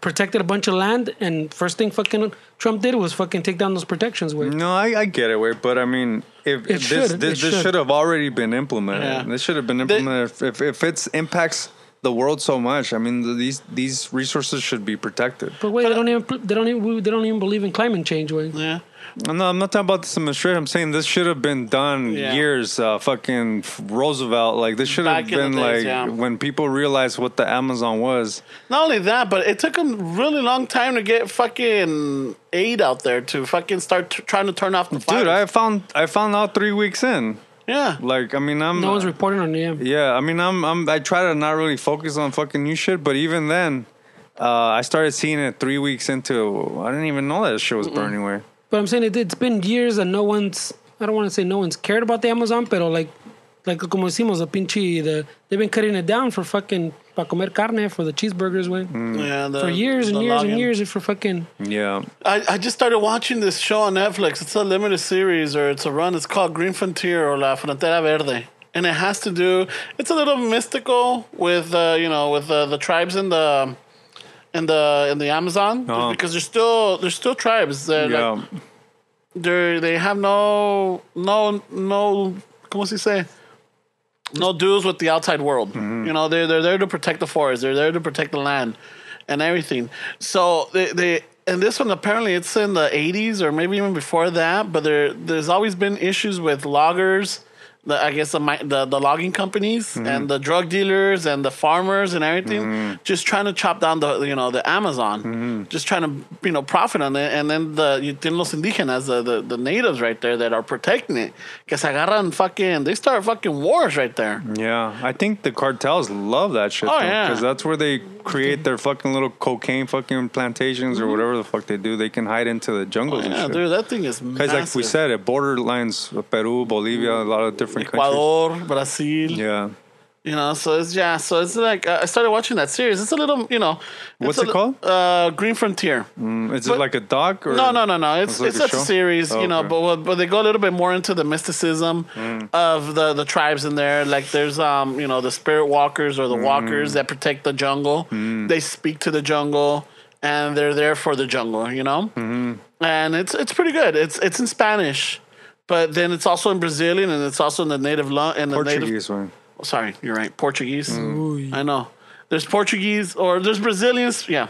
protected a bunch of land and first thing fucking Trump did was fucking take down those protections. Way No, I, I get it, wait, but I mean, if, It if this should, this, it this should. should have already been implemented. Yeah. This should have been implemented. if, if if it's impacts the world so much, I mean, th- these these resources should be protected. but wait, they don't even pl- they don't even they don't even believe in climate change. Way yeah. No, I'm not talking about this administration. I'm saying this should have been done Yeah. years. Uh, fucking Roosevelt, like this should have Back in the been days, like yeah. when people realized what the Amazon was. Not only that, but it took them really long time to get fucking aid out there to fucking start t- trying to turn off the fire. Dude, I found I found out three weeks in. yeah, Like, I mean, I'm no one's reporting on it. Yeah. Yeah, I mean, I'm, I'm I try to not really focus on fucking new shit, but even then, uh, I started seeing it three weeks into. I didn't even know that shit was burning away. But I'm saying it, it's been years and no one's. I don't want to say no one's cared about the Amazon, pero like, like como decimos, the pinche, the they've been cutting it down for fucking para comer carne for the cheeseburgers, way yeah. The, for years and Mm. the years login. and years for fucking. Yeah, I, I just started watching this show on Netflix. It's a limited series or it's a run. It's called Green Frontier or La Frontera Verde, and it has to do. It's a little mystical with uh, you know with uh, the tribes in the in the in the Amazon Uh-huh. because there's still there's still tribes that like, yeah. they they have no no no como se say no dues with the outside world. You know, they're they're there to protect the forest. They're there to protect the land and everything. So they, they and this one apparently it's in the eighties or maybe even before that. But there there's always been issues with loggers. The, I guess the, mi- the the logging companies Mm-hmm. and the drug dealers and the farmers and everything just trying to chop down the you know the Amazon, Mm-hmm. just trying to you know profit on it. And then the you tienen los indígenas, the, the the natives right there that are protecting it, que se agarran fucking they start fucking wars right there. Yeah, I think the cartels love that shit. Oh, yeah. Because that's where they create their fucking little cocaine fucking plantations or whatever the fuck they do. They can hide into the jungles Mm-hmm. Oh, Yeah, and shit. dude, that thing is Because, like we massive. said, it borderlines Peru, Bolivia, a lot of different Ecuador, Brazil, countries. Yeah. you know. So it's yeah, so it's like uh, I started watching that series. It's a little, you know, it's What's a it li- called? Uh, Green Frontier. Mm, Is it But- like a doc? Or No, no, no, no. It's It's like it's a such a show? series, Oh, you know. okay. Mm. But But but they go a little bit more into the mysticism of the the tribes in there. Like there's um you know the spirit walkers or the Mm. walkers that protect the jungle. They speak to the jungle and they're there for the jungle. You know, Mm-hmm. and it's it's pretty good. It's it's in Spanish. But then it's also in Brazilian and it's also in the native lo- in the native Portuguese one. sorry, you're right. Portuguese. Ooh. I know. There's Portuguese or there's Brazilians. Yeah.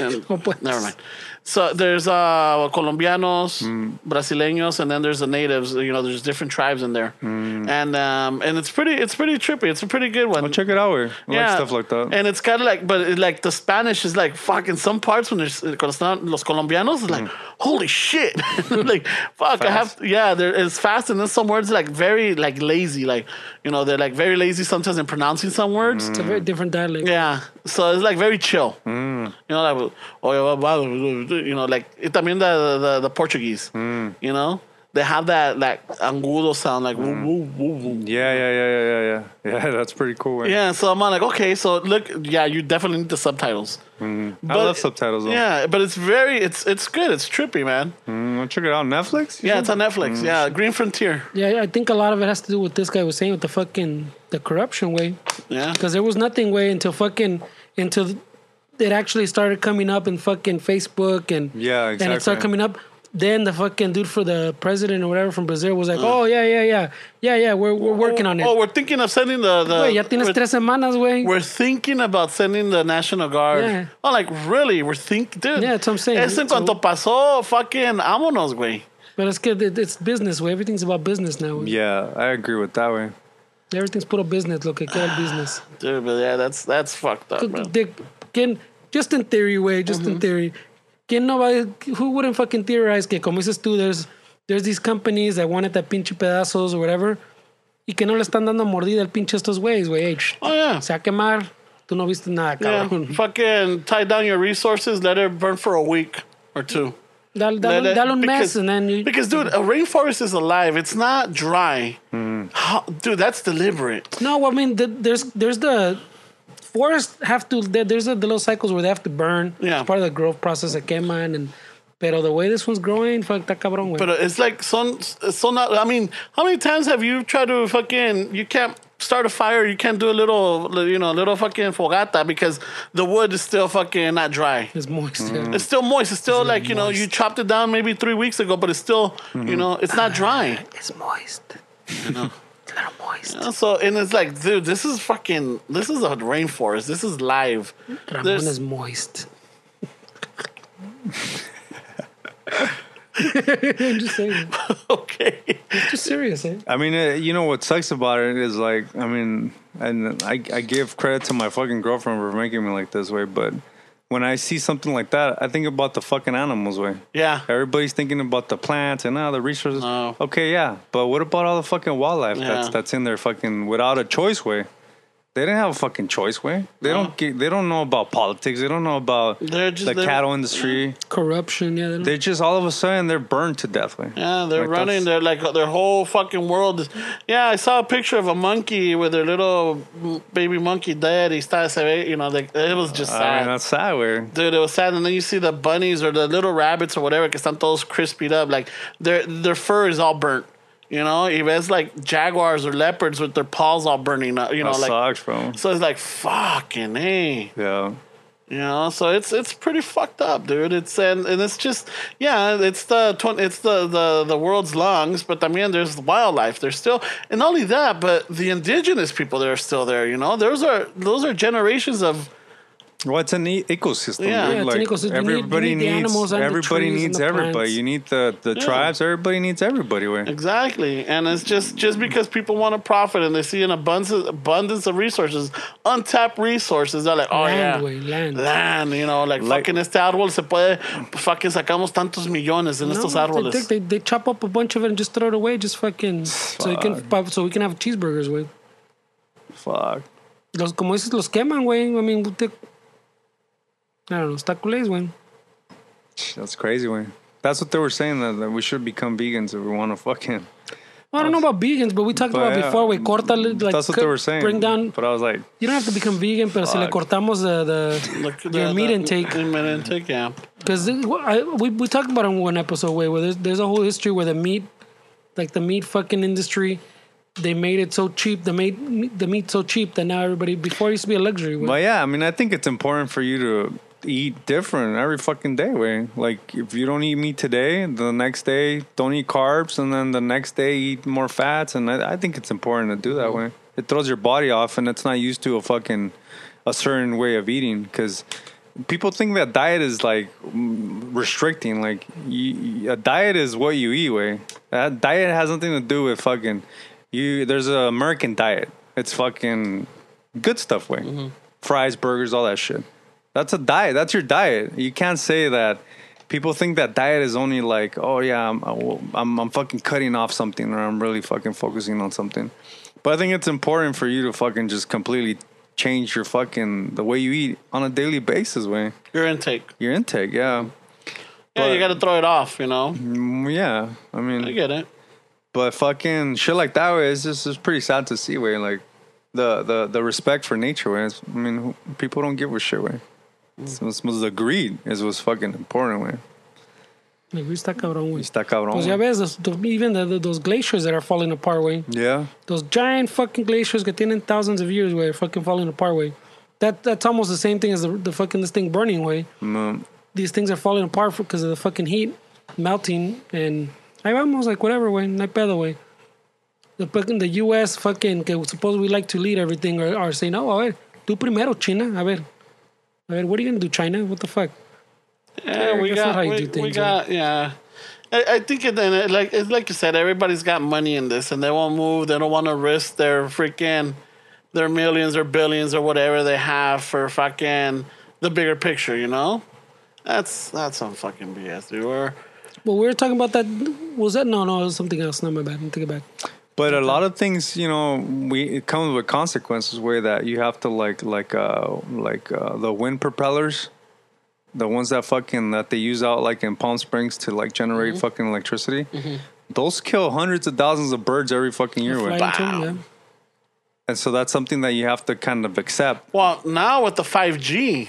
And- Oh, pues. Never mind. So there's uh, Colombianos, Brasileños, and then there's the natives. You know, there's different tribes in there, and um, and it's pretty, it's pretty trippy. It's a pretty good one. Well, check it out. Where like stuff like that. And it's kind of like, but it, like the Spanish is like fucking some parts when there's cuando están los colombianos, it's like Mm. holy shit, like fuck, I have yeah, there it's fast, and then some words like very like lazy, like you know they're Mm. like very lazy sometimes in pronouncing some words. It's a very different dialect. Yeah, so it's like very chill. Mm. You know, like, "Oye, va- va," you know, like, it, también the, the, the Portuguese, Mm. you know, they have that, like, angudo sound, like, Mm. woo, woo, woo, woo. Yeah, yeah, yeah, yeah, yeah, yeah. Yeah, that's pretty cool. man. Yeah, so I'm like, okay, so look, yeah, you definitely need the subtitles. I love subtitles. Though. Yeah, but it's very, it's it's good, it's trippy, man. Mm, wanna check it out. Netflix. Yeah, it's on Netflix. Mm-hmm. Yeah, Green Frontier. Yeah, I think a lot of it has to do with this guy was saying with the fucking the corruption way, Yeah, because there was nothing way until fucking until it actually started coming up in fucking Facebook and Yeah, and it started exactly. coming up. Then the fucking dude for the president or whatever from Brazil was like, Mm. oh yeah yeah yeah yeah yeah we're we're working on it. Oh, we're thinking of sending the oh, uh, the. Güey, ya tienes we're- tres semanas, güey. We're thinking about sending the National Guard. Yeah. Oh, like really? We're thinking, dude. Yeah, that's what I'm saying. Eso en So- cuanto pasó, fucking vámonos, güey. But it's good. It, it's business, way. Everything's about business now. güey. Yeah, I agree with that way. Everything's put a business. Look, que el business. Dude, but yeah, that's that's fucked up, bro. They, can, just in theory, way. Just in theory. ¿Quién no va, who wouldn't fucking theorize que, como dices tú, there's, there's these companies that wanted that pinche pedazos or whatever y que no le están dando mordida al pinche estos güeyes, güey. Hey, sh- Oh yeah. Se va a quemar. Tú no viste nada, Yeah, cabrón. fucking tie down your resources. Let it burn for a week or two. Dale, dale, Let it- dale un mes because- and then you, because, dude, a rainforest is alive. It's not dry. How, dude, that's deliberate. No, I mean th there's there's the forests have to there, there's the little cycles where they have to burn. Yeah. it's part of the growth process at queman and. Pero the way this one's growing, fuck that cabrón, güey. But uh, it's like son, son. I mean, how many times have you tried to fucking? You can't start a fire. You can't do a little, you know, little fucking fogata because the wood is still fucking not dry. It's moist. yeah. It's still moist. It's still like you know you chopped it down maybe three weeks ago, but it's still you know it's not dry. It's moist. It's a little moist. So and it's like, dude, this is fucking. This is a rainforest. This is live. Ramon There's- is moist. I'm just saying. okay. Just serious, eh? I mean, uh, you know what sucks about it is like, I mean, and I, I give credit to my fucking girlfriend for making me like this way, but when I see something like that, I think about the fucking animals way. Yeah. Everybody's thinking about the plants and all the resources. No. Okay, yeah, but what about all the fucking wildlife that's Yeah. that's in there fucking without a choice way? They didn't have a fucking choice way. They don't get, they don't know about politics. They don't know about They're just- the they're- cattle industry. Corruption, yeah. They just all of a sudden they're burned to death way. Yeah, they're Like, running. that's- They're like their whole fucking world. Is, yeah, I saw a picture of a monkey with their little baby monkey dead. He started, se ve- you know, like it was just I sad. mean, that's sad way. Dude, it was sad, and then you see the bunnies or the little rabbits or whatever, que están todos crispied up. Like their their fur is all burnt. You know, even it's like jaguars or leopards with their paws all burning up. You know, That like sucks, bro. so it's like fucking hey. Yeah. You know, so it's it's pretty fucked up, dude. It's and, and it's just yeah, it's the twen- it's the, the the world's lungs, but I mean, there's wildlife. There's still and not only that, but the indigenous people that are still there. You know, those are those are generations of Well, it's an e- ecosystem. Yeah. dude. Yeah, it's an like ecosystem. You need- you everybody need the needs animals and the everybody trees and needs the everybody. plants. You need the the tribes. Everybody needs everybody. Way. exactly, and it's just just because people want to profit and they see an abundance abundance of resources, untapped resources. They're like, oh yeah, land, güey, land. land. You know, like, Like- fucking este árbol se puede fucking sacamos tantos millones en estos they, árboles. take- they, they chop up a bunch of it and just throw it away, just fucking. So, you can, so we can have cheeseburgers, güey. Fuck. Los, como dices, los queman, güey. I mean, te, I don't know, está culés, güey. That's crazy. Way. That's what they were saying that, that we should become vegans if we want to fucking. Well, I don't know about vegans, but we talked But about yeah, before, güey. Corta, like, that's what cut- they were saying. Bring down. But I was like, You don't have to become vegan, pero si le Fuck. cortamos the, the, Look at your the- meat the- intake. the Meat intake, yeah. Because we, we talked about it in one episode, way, where there's, there's a whole history where the meat, like the meat fucking industry, they made it so cheap. They made meat- the meat so cheap that now everybody, before it used to be a luxury, güey. but yeah, I mean, I think it's important for you to eat different every fucking day. Way. Like if you don't eat meat today, the next day don't eat carbs, and then the next day eat more fats. And I, I think it's important to do that way. It throws your body off, and it's not used to a fucking a certain way of eating because. People think that diet is like mm, restricting. Like you, you- a diet is what you eat. Way that diet has nothing to do with fucking you. There's a American diet. It's fucking good stuff. Way fries, burgers, all that shit. That's a diet. That's your diet. You can't say that. People think that diet is only like, oh yeah, I'm I'm, I'm fucking cutting off something, or I'm really fucking focusing on something. But I think it's important for you to fucking just completely change your fucking the way you eat on a daily basis, way Your intake. your intake. Yeah, Yeah, But- you got to throw it off, you know? Mm, yeah. I mean, I get it. but fucking shit like that way it's just it's pretty sad to see way like the the the respect for nature way it's, i mean who- people don't give a shit way Mm. it's, it's, it's the greed is what's fucking important way El güey está cabrón, güey. está cabrón Pues ya güey. ves, those, those- even the, those glaciers that are falling apart, güey. yeah Those giant fucking glaciers that tienen thousands of years, güey, are fucking falling apart, güey. That, that's almost the same thing as the, the fucking this thing burning, way. Mm, These things are falling apart because of the fucking heat melting and I almost like whatever, way. No hay pedo, way. The fucking the U.S. fucking que suppose we like to lead everything are, are saying, oh, a ver, tú primero, China, a ver, a ver, what are you gonna do, China? What the fuck? Yeah, we that's not got, how you we, do we things, got, yeah. I, I think it, and it, like it's like you said, everybody's got money in this, and they won't move. They don't want to risk their freaking, their millions or billions or whatever they have for fucking the bigger picture. You know, that's that's some fucking BS, dude. Or Well, we were talking about that. Was that no, no? It was something else. No, my bad. I'm taking it back. but a lot of things you know we it comes with consequences way that you have to like like uh like uh the wind propellers the ones that fucking that they use out like in palm springs to like Mm-hmm. generate fucking electricity those kill hundreds of thousands of birds every fucking year way. Flying too, yeah. And so that's something that you have to kind of accept. well, now with the five G,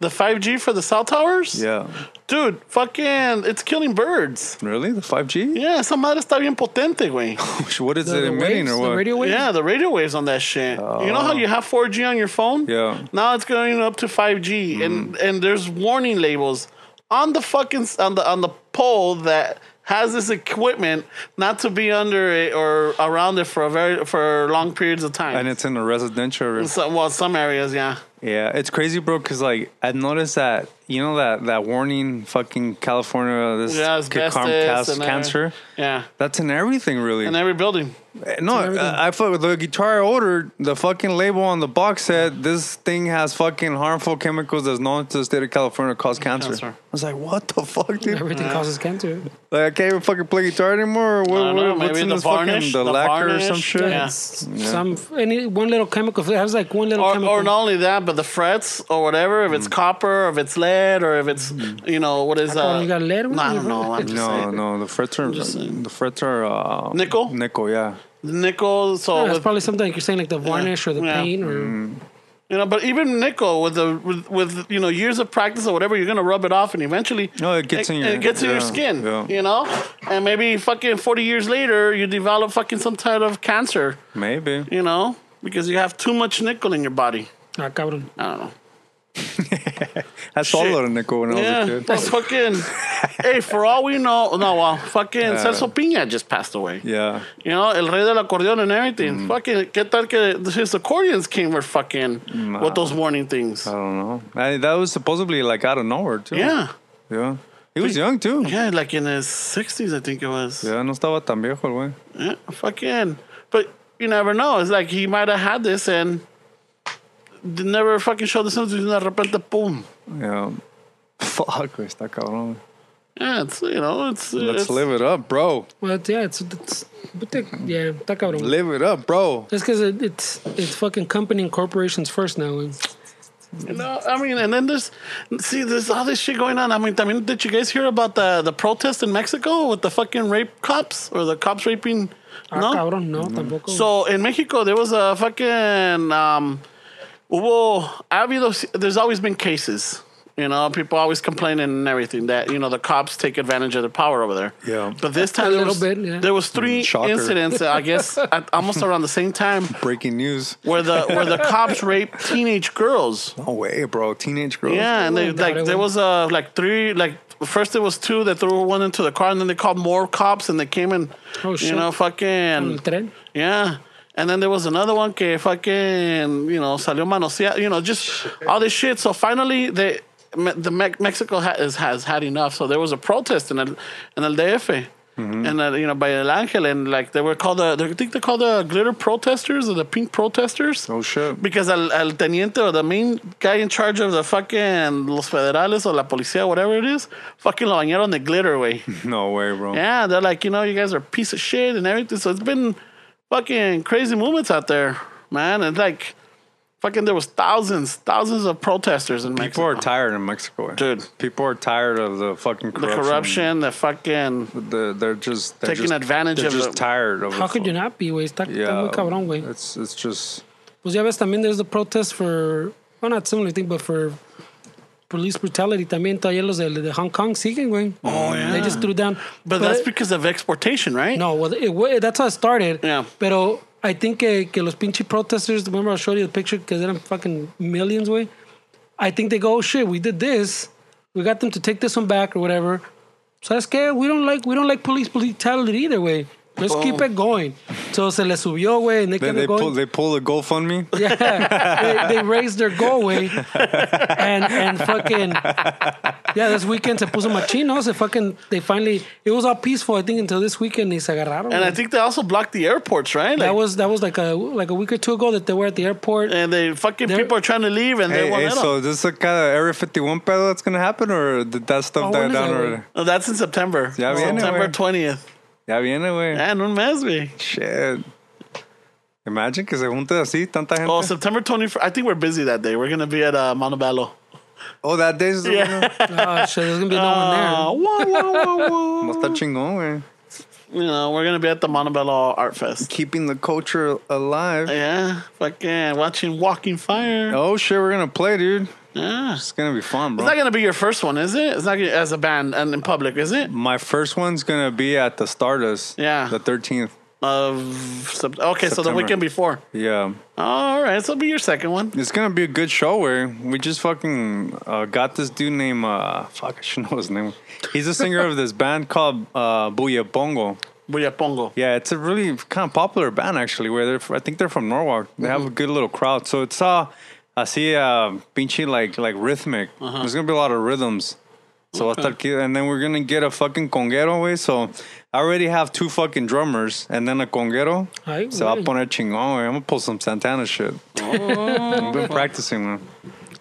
the five G for the cell towers, Yeah. dude, fucking, it's killing birds. Really? The 5G? Yeah, esa madre está bien potente, güey. What is The, it the emitting waves, or what? the radio waves. Yeah, the radio waves on that shit. You know how you have 4G on your phone? Yeah. Mm-hmm. Now it's going up to 5G, and and there's warning labels on the fucking s- on the on the pole that has this equipment not to be under it or around it for a very for long periods of time. And it's in a residential. In some, well, some areas, yeah. Yeah, it's crazy, bro. Because like I've noticed that you know that that warning, fucking California, this Yeah, could asbestos harm cas- and every- cancer. Yeah. That's in everything, really. Eh, In every building. no, uh, everything. I, I fuck with the guitar I ordered. The fucking label on the box said this thing has fucking harmful chemicals that's known to the state of California cause cancer. Cancer. I was like, what the fuck, dude? Everything causes cancer. Like I can't even fucking play guitar anymore. Or what, I don't know, what- what's maybe in the this varnish- fucking the, the lacquer or some varnish, shit? Yeah. It's Some any one little chemical. It has like one little Or, chemical. or not only that, but the frets or whatever, if it's Mm. copper, or if it's lead, or if it's, you know, what is thought uh, you got lead with I you, don't bro. know. I'm just saying. Mm-hmm. No, no, the frets are just saying. the frets are uh, Nickel? Nickel, yeah. nickel. So Yeah, it's with, probably something like you're saying, like the varnish or the Yeah. paint or Mm-hmm. you know, but even nickel with the with, with you know years of practice or whatever, you're gonna rub it off, and eventually No, it gets in your- it gets in yeah, your skin. yeah. You know, and maybe fucking forty years later, you develop fucking some type of cancer. Maybe. You know, because you have too much nickel in your body. ah, cabrón. I don't know. I swallowed a nickel when I Yeah, was a kid. that's fucking. hey, for all we know, no, well, fucking Celso Piña just passed away. Yeah. You know, el rey del acordeón and everything. Fucking, ¿qué tal que his accordions came with fucking with those warning things? I don't know. I, that was supposedly like out of nowhere too. yeah. Yeah. He was young too. Yeah. Yeah, like in his 60s, I think it was. Yeah. no estaba tan viejo, el güey. Fucking. But you never know. It's like he might have had this and d- never fucking showed the symptoms. And de repente, boom. Yeah. Fuck, güey, está cabrón. Yeah, it's, you know, it's. Let's it's, live it up, bro. But yeah, it's, it's but the, yeah, está cabrón. Live it up, bro. Mm. That's because it, it's it's fucking company and corporations first now. güey. You know, I mean, and then there's. See, there's all this shit going on. I mean, I mean did you guys hear about the, the protest in Mexico with the fucking rape cops or the cops raping? Ah, cabrón, no, tampoco. So in Mexico, there was a fucking um, hubo ha habido, there's always been cases. You know, people always complaining and everything that you know the cops take advantage of their power over there. Yeah. Mm, But this time there little was, bit, yeah. there was three Shocker. incidents, I guess, at almost around the same time Breaking news. where the where the cops raped teenage girls. No way, bro. Teenage girls. Yeah, and they wouldn't doubt like it, there would- was uh like three like first there was two that threw one into the car and then they called more cops and they came and Oh, you shit. know El fucking tren. yeah. And then there was another one que fucking, you know, salió manoseado, you know, just all this shit. So finally, they, Me- the Me- Mexico ha- is, has had enough. So there was a protest in el, in el DF. And uh, you know, by El Angel, and like they were called the, they- I think they called the glitter protesters or the pink protesters. Oh, shit. Because el, el teniente or the main guy in charge of the fucking los federales or la policía, whatever it is, fucking lo bañaron de glitter way. No way, bro. Yeah, they're like, you know, you guys are a piece of shit and everything. So it's been fucking crazy movements out there, man. And like, Fucking, there was thousands, thousands of protesters in People Mexico. are tired in Mexico, Dude. People are tired of the fucking the corruption. corruption, the fucking. The, they're just they're Taking just- advantage they're of just the- tired of. How it. could you not be, güey? Está, está Yeah, muy cabrón, güey. It's it's just Pues ya ves, también there's the protest for, well, not similar thing, but for police brutality también. Todavía los de, de Hong Kong siguen, güey. Oh, yeah. They just threw down. But that's it- because of exportation, right? No, well, it, wa- that's how it started. Yeah. Pero I think que, que los pinche protesters, remember I showed you the picture because eran fucking millions, way. I think they go, oh, shit, we did this. We got them to take this one back or whatever. So that's que we don't like we don't like police brutality either way. Let's Oh. keep it going. So se les subió, way, and they, they kept they it going. pull they pull the GoFundMe. Yeah, they, they raised their goal way, and and fucking yeah. This weekend se puso machino. Se fucking they finally it was all peaceful. I think until this weekend they se agarraron. And I güey. think they also blocked the airports, right? that Like- was that was like a like a week or two ago that they were at the airport. and they fucking They're- people are trying to leave, and Hey, they won't hey let 'em. so is this the kind of Area 51 battle that's gonna happen, or did that Oh, stuff when die is down it, already? güey? No, Oh, that's in September. Yeah, we September anywhere. twentieth. Ya viene, güey. Eh. And un mes, güey. Shit. Imagine que se junte así tanta gente. Oh, September twenty first. I think we're busy that day. We're gonna be at uh, Montebello. oh, that day's the Yeah. one. Oh shit, there's gonna be no one there. Uh, wah, wah, wah, wah. Must estar chingón, güey. you know, we're gonna be at the Montebello Art Fest. Keeping the culture alive. Yeah, fucking watching Walking Fire. Oh shit, we're gonna play, dude. Yeah. It's It's gonna be fun, bro. not gonna be your first one, is it? It's not gonna, as a band and in public, is it? My first one's gonna be at the Stardust. Yeah. The 13th. Of Sep- okay, so the September. weekend before. Yeah. All right, so it'll be your second one. It's gonna be a good show where we just fucking uh, got this dude named uh fuck I should know his name. He's a singer of this band called uh Buya Bongo. Buya Pongo. Yeah, it's a really kind of popular band actually. Where they're, f- I think they're from Norwalk. They have a good little crowd. So it's uh, I see uh, pinchy like like rhythmic. There's gonna be a lot of rhythms. So I'll start, ki- and then we're gonna get a fucking conguero away. So I already have two fucking drummers and then a conguero. Ay, so I'll güey. poner chingón. güey. I'm gonna pull some Santana shit. I've been practicing, man.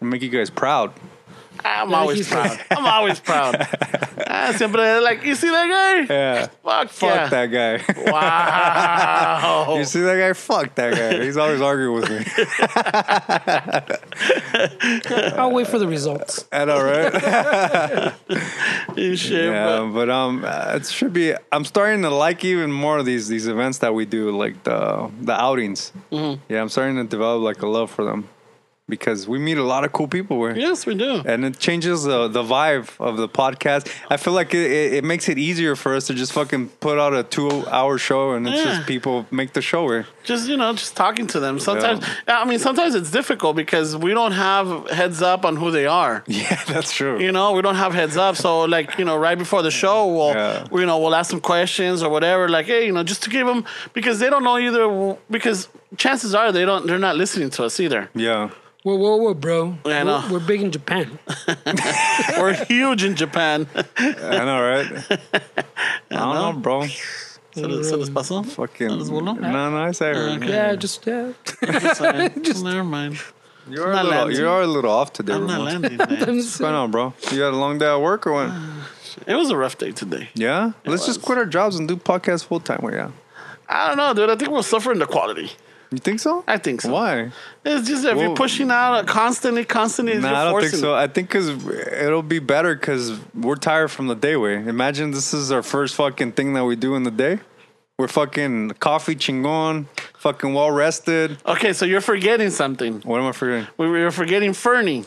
I'll make you guys proud. I'm always he's- proud. I'm always proud. Ah, siempre like you see that guy? Yeah. Fuck, Fuck yeah. that guy. Wow. you see that guy? Fuck that guy. He's always arguing with me. Oh. I'll wait for the results. And all right. You shit, Yeah, bro. but um, uh, it should be. I'm starting to like even more of these these events that we do, like the the outings. Mm-hmm. Yeah, I'm starting to develop like a love for them because we meet a lot of cool people. Where Yes, we do. and it changes the the vibe of the podcast. I feel like it, it, it makes it easier for us to just fucking put out a two hour show and it's Yeah. just people make the show. Where just you know just talking to them sometimes i mean sometimes it's difficult because we don't have heads up on who they are yeah, that's true. you know we don't have heads up so like you know right before the show we'll Yeah. you know we'll ask them questions or whatever like hey you know just to give them because they don't know either because chances are they don't they're not listening to us either yeah, Whoa, whoa, whoa, bro. Yeah, I know. We're, we're big in Japan. we're huge in japan I know, right? I don't know, bro. so, les- Mm. so les pasó? Fucking Alles wohl? no, no, I say yeah, just yeah. Sorry. never mind you are a not little, landing. you are a little off today. i'm not Ramon. landing man. What's going on, bro? You had a long day at work or what? it was a rough day today Yeah. Let's just was. quit our jobs and do podcasts full time. Well, yeah. i don't know dude i think we're suffering the quality You think so? I think so. Why? It's just if Well- you're pushing out constantly, constantly, No, you're I don't think forcing so. I think because it'll be better because we're tired from the day. Way. Imagine this is our first fucking thing that we do in the day. We're fucking coffee chingon, fucking well rested. Okay, so you're forgetting something. What am I forgetting? We were forgetting Fernie.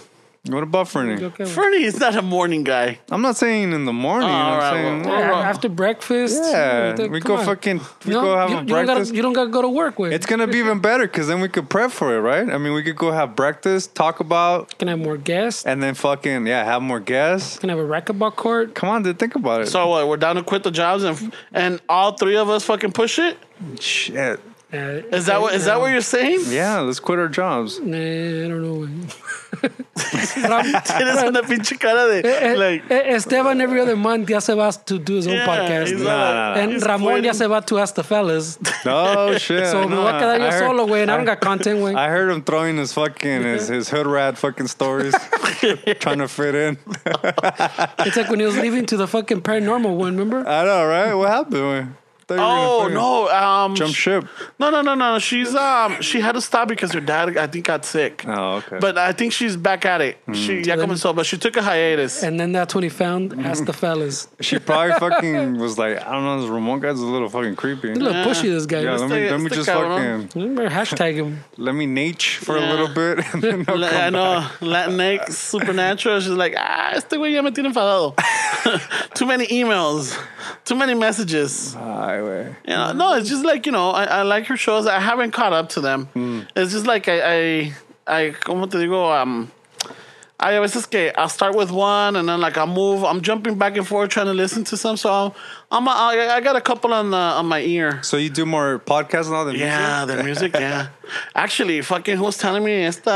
What about Fernie? Okay. well, Fernie is not a morning guy. I'm not saying in the morning. Oh, I'm alright, saying. well, well, yeah, After breakfast, yeah, everything, we come go on. fucking, we No, go have you, a you don't breakfast. gotta, you don't gotta go to work with. It's gonna be even better because then we could prep for it, right? I mean, we could go have breakfast, talk about, Can I have more guests? and then fucking yeah, have more guests. Can I have a racquetball court? Come on, dude, think about it. So what? We're down to quit the jobs and and all three of us fucking push it. shit. Uh, Is that what? Is that what you're saying? Yeah, let's quit our jobs. Nah, I don't know. güey. But I'm- Tienes una pinche cara de like. Eh, Esteban every other month ya se va to do his own Yeah, podcast. he's all- and he's Ramon quitting. ya se va to ask the fellas. No shit. So me no, voy a quedar yo I heard- solo, güey. And I don't got content, güey. I heard him throwing his fucking his, his hood rat fucking stories, trying to fit in. It's like when he was leaving to the fucking paranormal one, remember? I know, right? What happened? thought you were gonna Oh fucking no! Um, Jump ship. No, no, no, no. She's um, she had to stop because her dad, I think, got sick. Oh, okay. Mm. But I think she's back at it. She ya comenzó, but she took a hiatus. And then that's when he found Mm-hmm. Ask the fellas. She probably fucking was like, I don't know, this Ramon guy's a little fucking creepy. Look, Yeah. pushy this guy. Yeah, Let's- let me take- let me let's just take that one. fucking Remember, hashtag him. let me niche for Yeah. a little bit. And then I'll La- I come back. know Latinx supernatural. She's like, ah, este güey ya me tiene enfadado. too many emails, too many messages. Ay, güey. You know, no, it's just like you know, I, I like her shows. I haven't caught up to them. It's just like I, I, I, como te digo, um, I always just get. I'll start with one, and then like I move. I'm jumping back and forth trying to listen to some. So I'm, I'm I, I got a couple on the on my ear. So you do more podcasts now than Yeah, the music. Yeah, actually, fucking who's telling me esta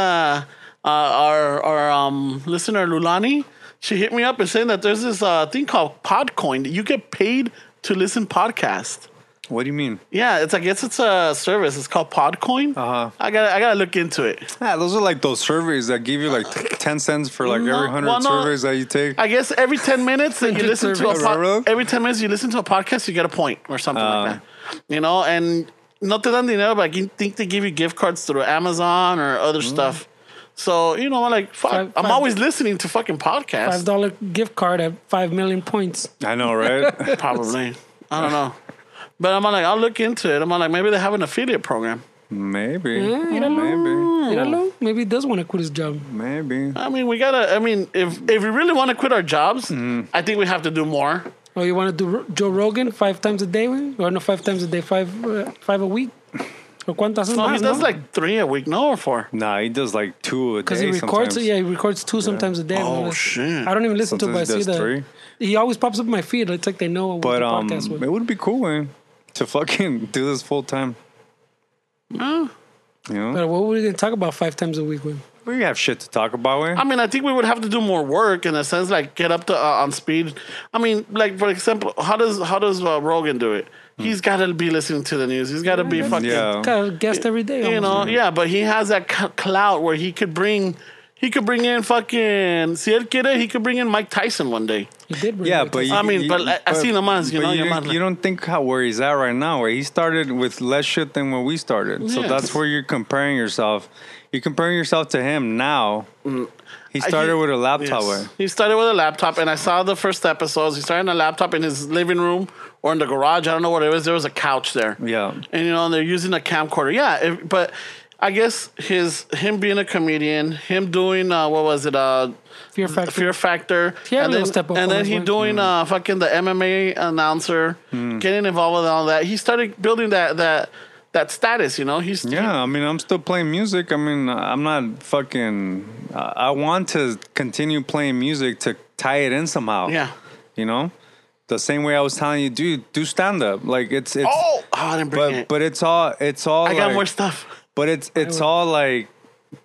uh, our our um listener Lulani? She hit me up and saying that there's this uh, thing called Podcoin. that You get paid to listen podcast. music? What do you mean? Yeah, it's I guess it's a service. It's called Podcoin. Uh-huh. I got to I gotta look into it. Yeah, Ah, those are like those surveys that give you like ten cents for like No, every hundred well, no. surveys that you take. I guess every ten minutes that you listen to a Service. pod, every ten minutes you listen to a podcast, you get a point or something Uh. like that. You know, and not te dan dinero, but I think they give you gift cards through Amazon or other stuff. So you know, like fuck, Mm. Five- I'm five- always listening to fucking Five podcasts. dollar gift card at five million points. I know, right? Probably, I don't know, but I'm like I'll look into it. I'm like maybe they have an affiliate program. Maybe. you maybe. Oh. You don't know. Maybe he does want to quit his job. Maybe. I mean, we gotta. I mean, if if we really want to quit our jobs, Mm. I think we have to do more. Or you want to do Ro- Joe Rogan five times a day? Or no, five times a day, five uh, five a week. Or cuántas No, más, he does like three a week, no or four. Nah, he does like two a day. Because he records, sometimes. yeah, he records two sometimes a day. Oh, I don't listen- shit. I don't even listen Sometimes to he it, but I does see three. that. He always pops up in my feed. It's like they know what But the um, podcast was. it would be cool, man, to fucking do this full time. Oh. You know, But what were we going to talk about five times a week? With? we have shit to talk about, man. I mean, I think we would have to do more work in a sense, like get up to uh, on speed. I mean, like for example, how does how does uh, Rogan do it? He's got to be listening to the news. He's got to be fucking, Hmm. Yeah. Mm-hmm. Got a guest every day. you almost. know, yeah. But he has that cl- clout where he could bring. He could bring in fucking si él quiere, he could bring in Mike Tyson one day. He did bring Yeah, it. but you, I mean, you, but I- I see nomás, you but know, you, nomás. you don't think how where he's at right now. Where he started with less shit than when we started, so Yeah. that's where you're comparing yourself. You're comparing yourself to him now. He started he- with a laptop. Mm, Yes. way. He started with a laptop, and I saw the first episodes. He started on a laptop in his living room or in the garage. I don't know what it was. There was a couch there. Yeah. and you know they're using a camcorder. Yeah, if, but I guess his him being a comedian, him doing uh, what was it? Uh, Fear Factor. Fear Factor. He had a and little then, step up and on then his he work. doing Mm. uh, fucking the MMA announcer, getting involved with all that. He started building that that that status. You know, he's Yeah, I mean, I'm still playing music. I mean, I'm not fucking. I I want to continue playing music to tie it in somehow. Yeah. you know, the same way I was telling you, dude, do stand up. Like it's it's, Oh, oh, I didn't bring but it. but it's all it's all. I got like- more stuff. But it's it's all like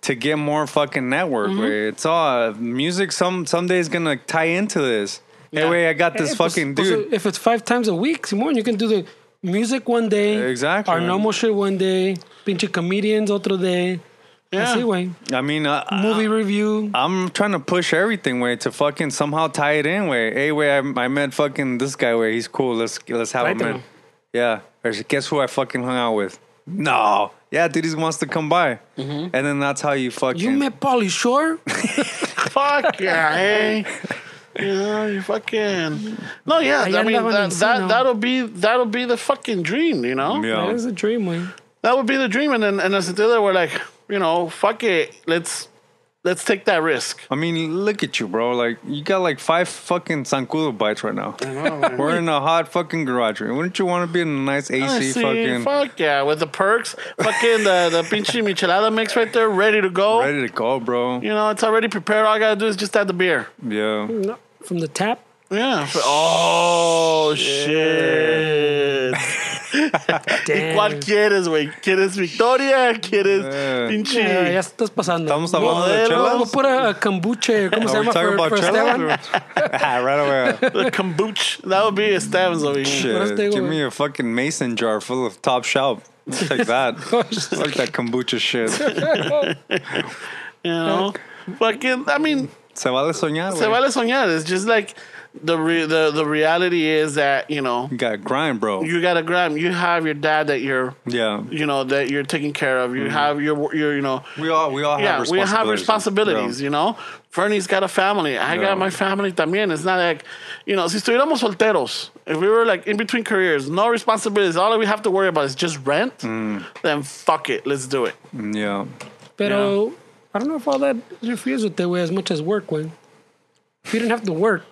to get more fucking network. Mm-hmm. way. It's all uh, music. Some someday is gonna tie into this. Hey, Yeah. wait, I got this Hey, pues- fucking pues, dude. if it's five times a week, Simon, you can do the music one day. Exactly. Our normal shit one day. Pinche comedians otro day. Yeah. Así, güey. I mean, uh, I, Movie review. I'm trying to push everything way to fucking somehow tie it in way. Hey, way I, I met fucking this guy way. He's cool. Let's let's have him Tráetelo. in. Yeah. Or is it, guess who I fucking hung out with? No. Yeah, dude, he wants to come by. And then that's how you fucking. Mm-hmm. You met Polly Shore? Fuck yeah, hey. You know, you fucking no, yeah. Ahí I mean, andaban that, en that Sino. that'll be that'll be the fucking dream, you know. Yeah. That is a dream, güey. That would be the dream, and then and as the other, we're like, you know, fuck it, let's let's take that risk. I mean, look at you, bro. Like you got like five fucking sancudo bites right now. We're in a hot fucking garage. room. Wouldn't you want to be in a nice Ah, AC I see, fucking fuck yeah, with the perks, fucking the the pinche michelada mix right there, ready to go. ready to go, bro? You know, it's already prepared. All I gotta do is just add the beer. Yeah. No, From the tap. Yeah. Oh shit. Damn. ¿Cuál quieres, güey? ¿Quieres Victoria? ¿Quieres Yeah. pinche? Yeah, ya estás pasando. Estamos hablando de Modelo. We'll chelas. put a, a uh, kombucha. ¿Cómo se Are we llama? talking For, about for Esteban. chelas? or- Ah, right away. The kombucha. That would be Esteban's over here. Shit, Let's take give over. me a fucking mason jar full of top shelf. Take that. Oh, Fuck that kombucha shit. You know? Fucking, I mean, Se vale soñar, Se güey. vale soñar. It's just like the re- the the reality is that you know You gotta grind, bro. you got to grab. You have your dad that you're yeah. you know that you're taking care of. You have your your you know We all we all yeah, have we responsibilities. have responsibilities, bro. you know. Fernie's got a family. I Yeah. got my family también. It's not like, you know, si estuviéramos solteros, if we were like in between careers, no responsibilities, all that we have to worry about is just rent, Mm. then fuck it, let's do it. Yeah. Pero I don't know if all that interferes with that way as much as work, güey. If you didn't have to work,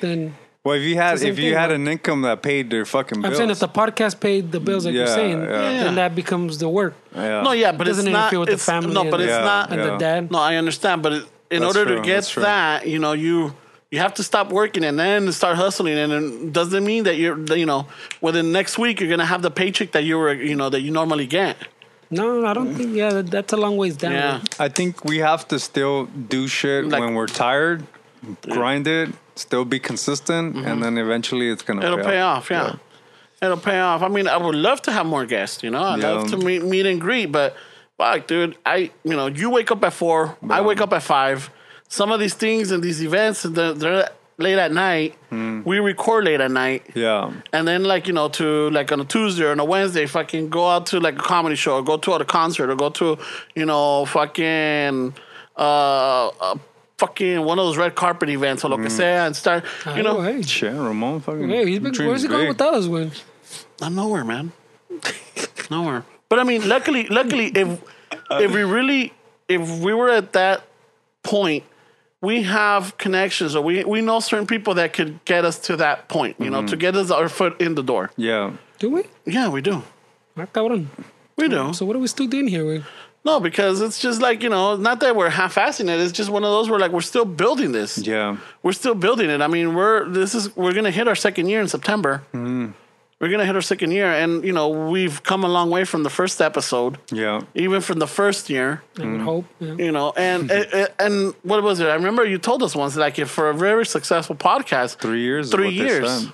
then Well, if you had the same if you thing, had bro. an income that paid their fucking I'm bills, saying if the podcast paid the bills like you're Yeah, saying, yeah. Yeah. then that becomes the work. yeah. No, yeah, but Doesn't it's not. interfere with the it's- family no, and but the- it's Yeah, not. And yeah. the dad. No, I understand, but it, in That's order to true, get that's true. that, you know, you you have to stop working and then start hustling, and it doesn't mean that you're, that, you know, within next week you're gonna have the paycheck that you were, you know, that you normally get. No, I don't think. Yeah, that, that's a long ways down. Yeah. I think we have to still do shit Like- when we're tired, grind it, still be consistent, Mm-hmm. and then eventually it's gonna It'll pay off, yeah. It'll pay off. I mean, I would love to have more guests, you know. I'd Yeah. love to meet, meet and greet, but fuck, dude, I, you know, you wake up at four, I wake up at five. Some of these things and these events, they're, they're late at night. Hmm. We record late at night. Yeah. And then, like, you know, to like on a Tuesday or on a Wednesday, fucking go out to like a comedy show or go to a concert or go to, you know, fucking, uh, a fucking one of those red carpet events or lo que sea and start, you know, Oh, hey, Shit, Ramon fucking. hey, he's been, dreams where's he big. going with us, güey? I'm nowhere, man. nowhere. But I mean, luckily, luckily, if if we really, if we were at that point, we have connections, or we we know certain people that could get us to that point. You know, to get us our foot in the door. Yeah. Do we? Yeah, we do. Ah, cabrón. We do. So what are we still doing here, güey? No, because it's just like you know, not that we're half-assing it. It's just one of those where like we're still building this. Yeah. we're still building it. I mean, we're this is we're gonna hit our second year in September. Mm-hmm. We're gonna hit our second year, and you know we've come a long way from the first episode, Yeah. even from the first year. I would hope. Yeah. You know, and eh, eh, and what was it? I remember you told us once, like if for a very successful podcast, Three years. is three what they years. said.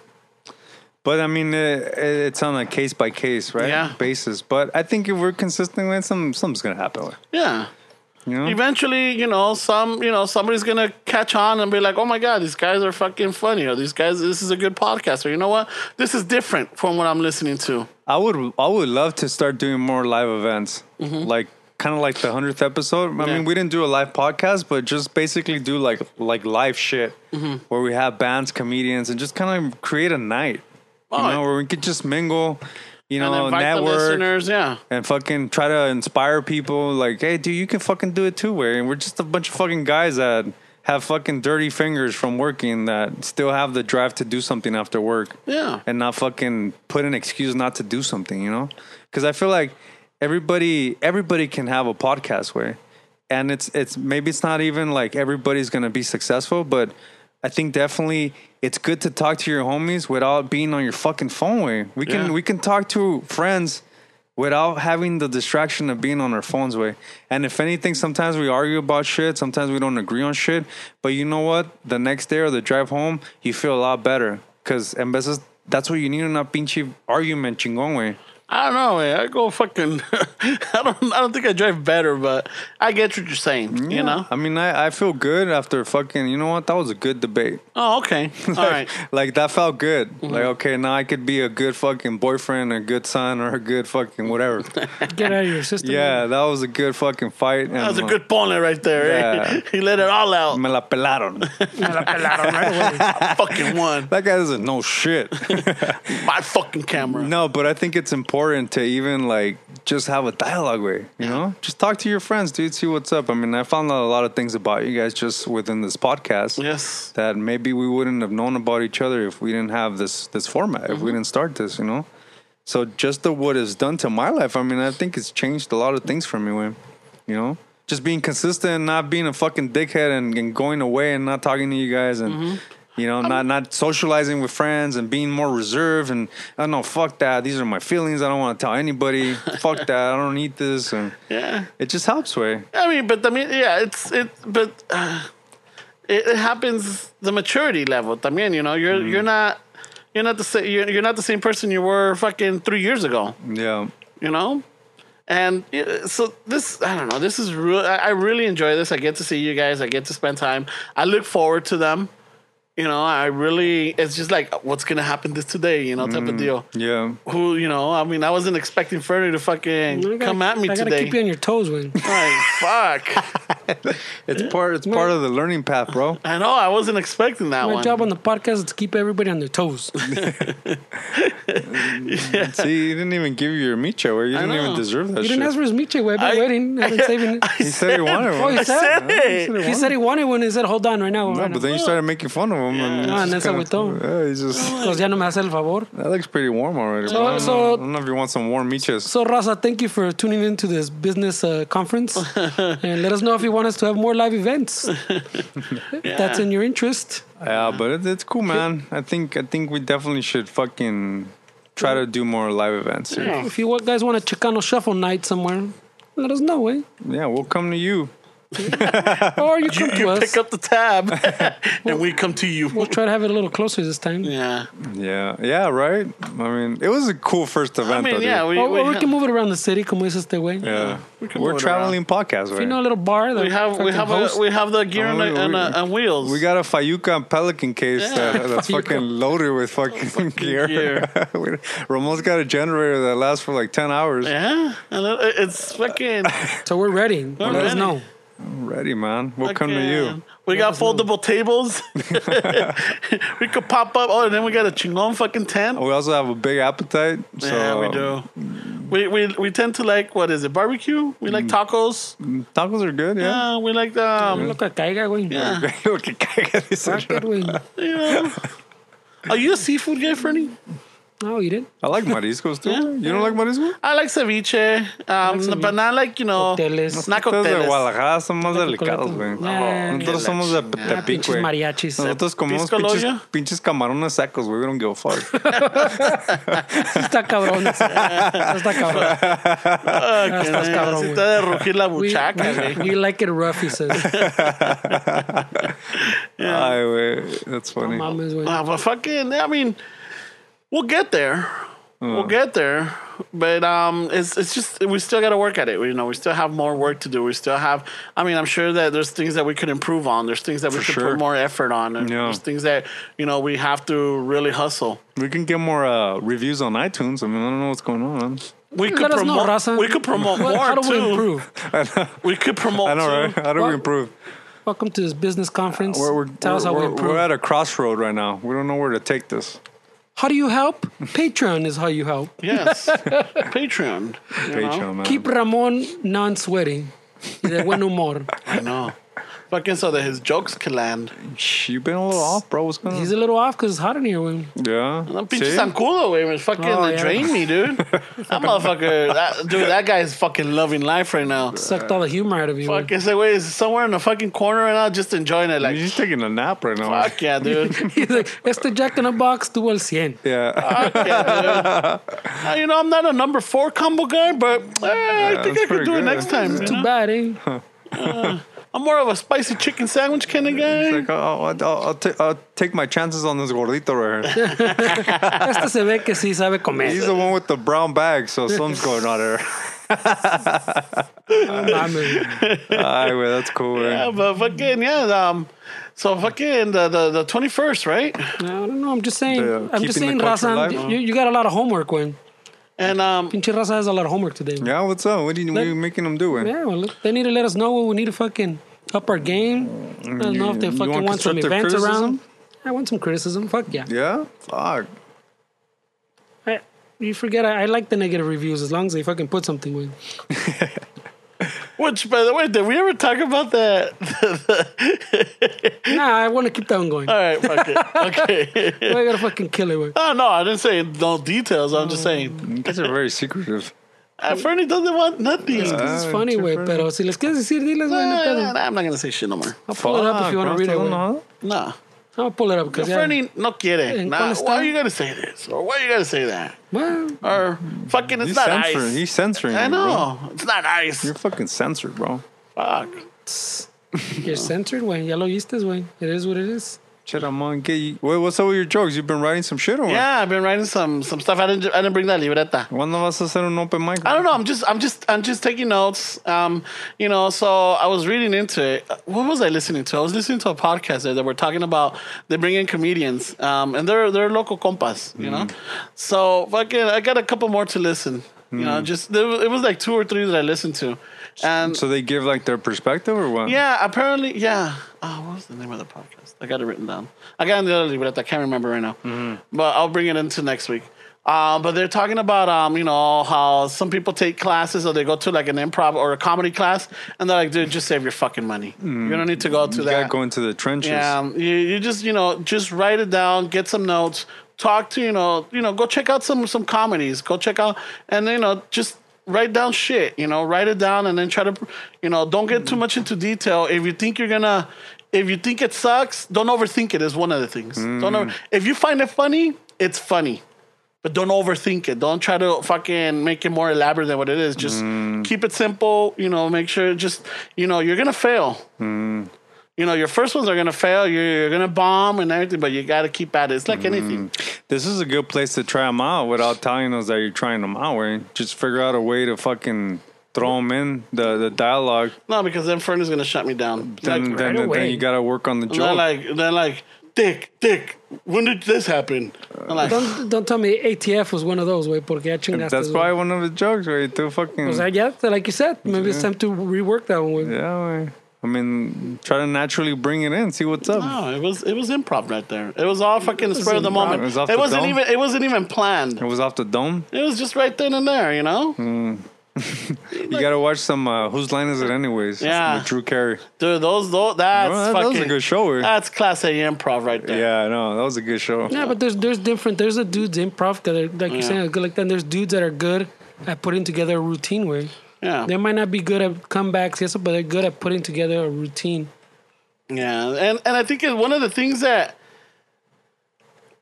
But I mean, it, it's on a case by case, right? Yeah. Basis. But I think if we're consistent with it, some, something's gonna happen. With, yeah. it, you know. Eventually, you know, some you know somebody's gonna catch on and be like, "Oh my god, these guys are fucking funny," or "These guys, this is a good podcast," or you know what, this is different from what I'm listening to. I would I would love to start doing more live events, like kind of like the hundredth episode. I Mm-hmm. Yeah. mean, we didn't do a live podcast, but just basically do like like live shit Mm-hmm. where we have bands, comedians, and just kind of create a night. You Oh. know, where we could just mingle, you And know, invite the Oh, network, listeners, yeah. and fucking try to inspire people. Like, hey, dude, you can fucking do it too. Way, and we're just a bunch of fucking guys that have fucking dirty fingers from working that still have the drive to do something after work Yeah. and not fucking put an excuse not to do something, you know? Because I feel like everybody everybody can have a podcast where, and it's it's maybe it's not even like everybody's gonna be successful, but I think definitely it's good to talk to your homies without being on your fucking phone. Way we can Yeah. we can talk to friends without having the distraction of being on our phones way and if anything sometimes we argue about shit sometimes we don't agree on shit but you know what the next day or the drive home you feel a lot better because and veces that's what you need in a pinche argument chingon way I don't know. Man. I go fucking. I don't. I don't think I drive better, but I get what you're saying. You know. i mean I, I feel good after fucking you know what that was a good debate Oh, okay. All right. Mm-hmm. like that felt good like okay now i could be a good fucking boyfriend a good son or a good fucking whatever Get out of your system. yeah that was a good fucking fight and That was a good pony right there. eh? Yeah. he let it all out. me la pelaron fucking one. that guy doesn't know shit My fucking camera. No, but I think it's important to even like just have a dialogue way, you know? Just talk to your friends, dude, see what's up. I mean, I found out a lot of things about you guys just within this podcast. Yes. That maybe we wouldn't have known about each other if we didn't have this this format, if we didn't start this, you know? So just the what it's done to my life, I mean, I think it's changed a lot of things for me, man. You know? Just being consistent and not being a fucking dickhead and, and going away and not talking to you guys and you know, not not socializing with friends and being more reserved and I know, fuck that. These are my feelings. I don't want to tell anybody. fuck that. I don't need this. And Yeah. it just helps way. I mean, but I mean, yeah. It's it, but uh, it, it happens. The maturity level. I mean, you know, you're you're Mm. not. You're not the same. You're, you're not the same person you were fucking three years ago. Yeah. You know, And uh, so this, I don't know. This is real. I I really enjoy this. I get to see you guys. I get to spend time. I look forward to them. You know, I really. It's just like what's gonna happen this today. You know, type Mm. of deal. Yeah. Who you know? I mean, I wasn't expecting Fernie to fucking I gotta- come at me I gotta today. keep you on your toes, when Like, fuck. It's part. It's part of the learning path, bro. I know. I wasn't expecting that My one. job on the podcast is to keep everybody on their toes. See, he didn't even give you your micha, where you didn't even know. deserve that You shit. didn't ask for his miche. I've been I- waiting. I've been saving it. I he said he wanted Oh, one. he said, said it. he he said he wanted one. He said, hold on right now. No, right now. but then you started making fun of him. And No, it's and just that's how kinda- we told Yeah, he's just. Because ya no me hace el favor. That looks pretty warm already. So- bro. I, don't know, I so- don't know if you want some warm michas. So, Raza, thank you for tuning in to this business uh, conference. and let us know if you want us to have more live events. If that's in your interest. Yeah, but it, it's cool, man. I think I think we definitely should fucking try to do more live events. dude. If you guys want a Chicano Shuffle night somewhere, let us know, eh? Yeah, we'll come to you. Or you you, come to you us. pick up the tab, and we come to you. We'll try to have it a little closer this time. Yeah. Yeah, yeah, right. I mean, it was a cool first I event. mean, though, yeah, dude. we, Or, we, or we ha- can move it around the city, como es este way. yeah. can We are move it traveling podcast, right? You know, a little bar that we have we fucking have hosts. a, we have the gear on, Oh, we- the- on, we- uh, on wheels. we got a Fayuca Pelican case that, that's fucking Fayuca. loaded with fucking, gear. Oh, gear. We- Ramon's got a generator that lasts for like ten hours. yeah, and it- it's fucking. so we're ready. let us ready. know. I'm ready, man. We'll come to you. fucking- We got foldable tables. we could pop up. Oh, and then we got a chingon fucking tent. We also have a big appetite. Oh, So mm. yeah, we do. We, we we tend to like what is it? Barbecue. We like tacos. Tacos are good, yeah. Yeah, we like um. Lo que caiga, güey. Yeah. Lo que caiga, dice Fuck el- it, güey. You know. Are you a seafood guy, Fernie? No, you didn't. I like mariscos too. Yeah. You don't like mariscos? I like ceviche, um, ceviche. but not like you know, Cócteles. not Nosotros de cócteles. Guadalajara son más Tacos con delicados, atún. güey. Nah, Nosotros Eh, qué somos de Ah, Tepic, pinches güey. mariachis. Nosotros comemos ¿Pisco pinches, loya? pinches camarones sacos, güey. We don't give a fuck. está cabrón. está cabrón. Ah, que estás no, cabrón, así güey. te ha de rugir la We, buchaca, eh. güey. we, we like it rough, he says. Ay, güey. That's funny. Mames, güey. Ah, but fucking, I mean, we'll get there. Mm. We'll get there, but um, it's it's just we still got to work at it. You know, we still have more work to do. We still have. I mean, I'm sure that there's things that we could improve on. There's things that we For could sure. put more effort on. And Yeah. There's things that you know we have to really hustle. We can get more uh, reviews on iTunes. I mean, I don't know what's going on. man. We could Let us know, promote. Raza. we could promote more How do we too. improve? We could promote. I know, too. right? How do Well, we improve? Welcome to this business conference. We're, we're, Tell us how we're, we we're, improve. we're at a crossroad right now. We don't know where to take this. how do you help? Patreon is how you help. Yes, Patreon. You know? Patreon, man. Keep Ramon non-sweating. De buen humor. I know. Fucking so that his jokes can land. Shh, You've been a little off, bro. What's going on? He's a little off because it's hot in here, güey. yeah. That See? pinche Sancudo, güey, was fucking Oh, yeah. drained me, dude. That motherfucker, that, dude, that guy's fucking loving life right now. Sucked all the humor out of you. güey. Fucking say, wait, is somewhere in the fucking corner right now, just enjoying it. Like, He's just taking a nap right now. fuck yeah, dude. fuck He's like, este Jack in a Box tuvo el 100. Yeah. yeah, dude. Uh, you know, I'm not a number four combo guy, but eh, I think I that's could pretty do it good. next time. you Too know? bad, eh? I'm more of a spicy chicken sandwich kind of He's guy. like, I'll, I'll, I'll, I'll, ta- I'll take my chances on this gordito right here. Este se ve que sí sabe He's comer. the one with the brown bag, so something's going on there. No Ah, mames. Ay, güey, that's cool, güey. Yeah, but fucking, yeah. Um, so fucking the, the, the 21st, right? No, I don't know. I'm just saying. The- I'm just keeping saying, the culture Raza. alive. You, you got a lot of homework, when And um, Pinche Raza has a lot of homework today. man. Yeah, what's up? What are you, what are you making him do, güey? Yeah, well, look, they need to let us know when we need to fucking up our game. I don't know if they You fucking want want, some constructive events around. criticism? I want some criticism. Fuck yeah. Yeah? Fuck. I, you forget, I, I like the negative reviews as long as they fucking put something with. Which, by the way, did we ever talk about that? nah, I want to keep that one going. All right, fuck it. Okay. I gotta fucking kill it, with. Oh no, I didn't say no details. I'm just saying. You guys are very secretive. Uh, Fernie doesn't want nothing. Uh, Uh, It's funny, way, different. pero si les quieres decir, diles, güey, no Nah, nah, pedo. nah, I'm not gonna say shit no more. I'll pull it up if you want to read it, güey. No. Nah. I'll pull it up because, yeah. Fernie no quiere. ¿En Nah, cuál está? why are you gonna say this? Or why are you gonna say that? Well, Or fucking it's He's not censoring. ice. He's censoring. I you, bro. know. It's not ice. You're fucking censored, bro. Fuck. You're censored, güey. Ya lo oíste, güey. It is what it is. Shit, I'm on. Get you. Wait, what's up with your jokes? You've been writing some shit or what? Yeah, I've been writing some some stuff. I didn't I didn't bring that libreta. ¿Cuándo vas a hacer un open mic? I don't know. I'm just I'm just I'm just taking notes. Um, you know, so I was reading into it. What was I listening to? I was listening to a podcast there that were talking about they bring in comedians. Um, and they're they're local compas, you know. So fucking, I got a couple more to listen. You know, just there, was- it was like two or three that I listened to, and So they give like their perspective or what? yeah, apparently, yeah. Oh, what was the name of the podcast? I got it written down. I got it in the other libreta. I can't remember right now. Mm-hmm. But I'll bring it into next week. Um, but they're talking about, um, you know, how some people take classes or they go to like an improv or a comedy class and they're like, dude, just save your fucking money. You don't need to go to Mm. You gotta that. go into the trenches. Yeah, um, you, you just you know just write it down, get some notes, talk to you know you know go check out some some comedies, go check out and you know just write down shit, you know write it down and then try to you know don't get too much into detail. If you think you're gonna, if you think it sucks, don't overthink it. Is one of the things. Don't over, if you find it funny, it's funny. But don't overthink it. Don't try to fucking make it more elaborate than what it is. Just keep it simple. You know, make sure just, you know, you're going to fail you know, your first ones are gonna fail. You're, you're gonna bomb and everything, but you gotta keep at it. It's like Mm. anything. This is a good place to try them out without telling us that you're trying them out. Right? Just figure out a way to fucking throw them in the the dialogue. No, because then Fern is gonna shut me down. Then like, then, away. then you gotta work on the they're joke. like, they're like, Dick, Dick, when did this happen? I'm like, Uh, Don't, don't tell me ATF was one of those, way, porque ya chingaste. That's güey. probably one of the jokes, right? Too fucking. Was that, yeah, like you said, maybe it's time to rework that one, güey. Yeah, wey. I mean, try to naturally bring it in, see what's up. no, it was it was improv right there. It was all fucking spur of the improv. moment. It was off It the wasn't dome? even it wasn't even It Hmm. planned. was off the dome. It was just right then and there, you know. You gotta watch some. Uh, Whose line is it, anyways? Yeah. with Drew Carey. Dude, those those that's Well, that- that fucking Uh, was a good show, eh? That's class A improv right there. Yeah, no, that was a good show. Yeah, but there's there's different. There's a dudes improv that are like you're Yeah. saying are good like that. And there's dudes that are good at putting together a routine. Where Yeah. they might not be good at comebacks, yes, but they're good at putting together a routine. Yeah, and and I think it's one of the things that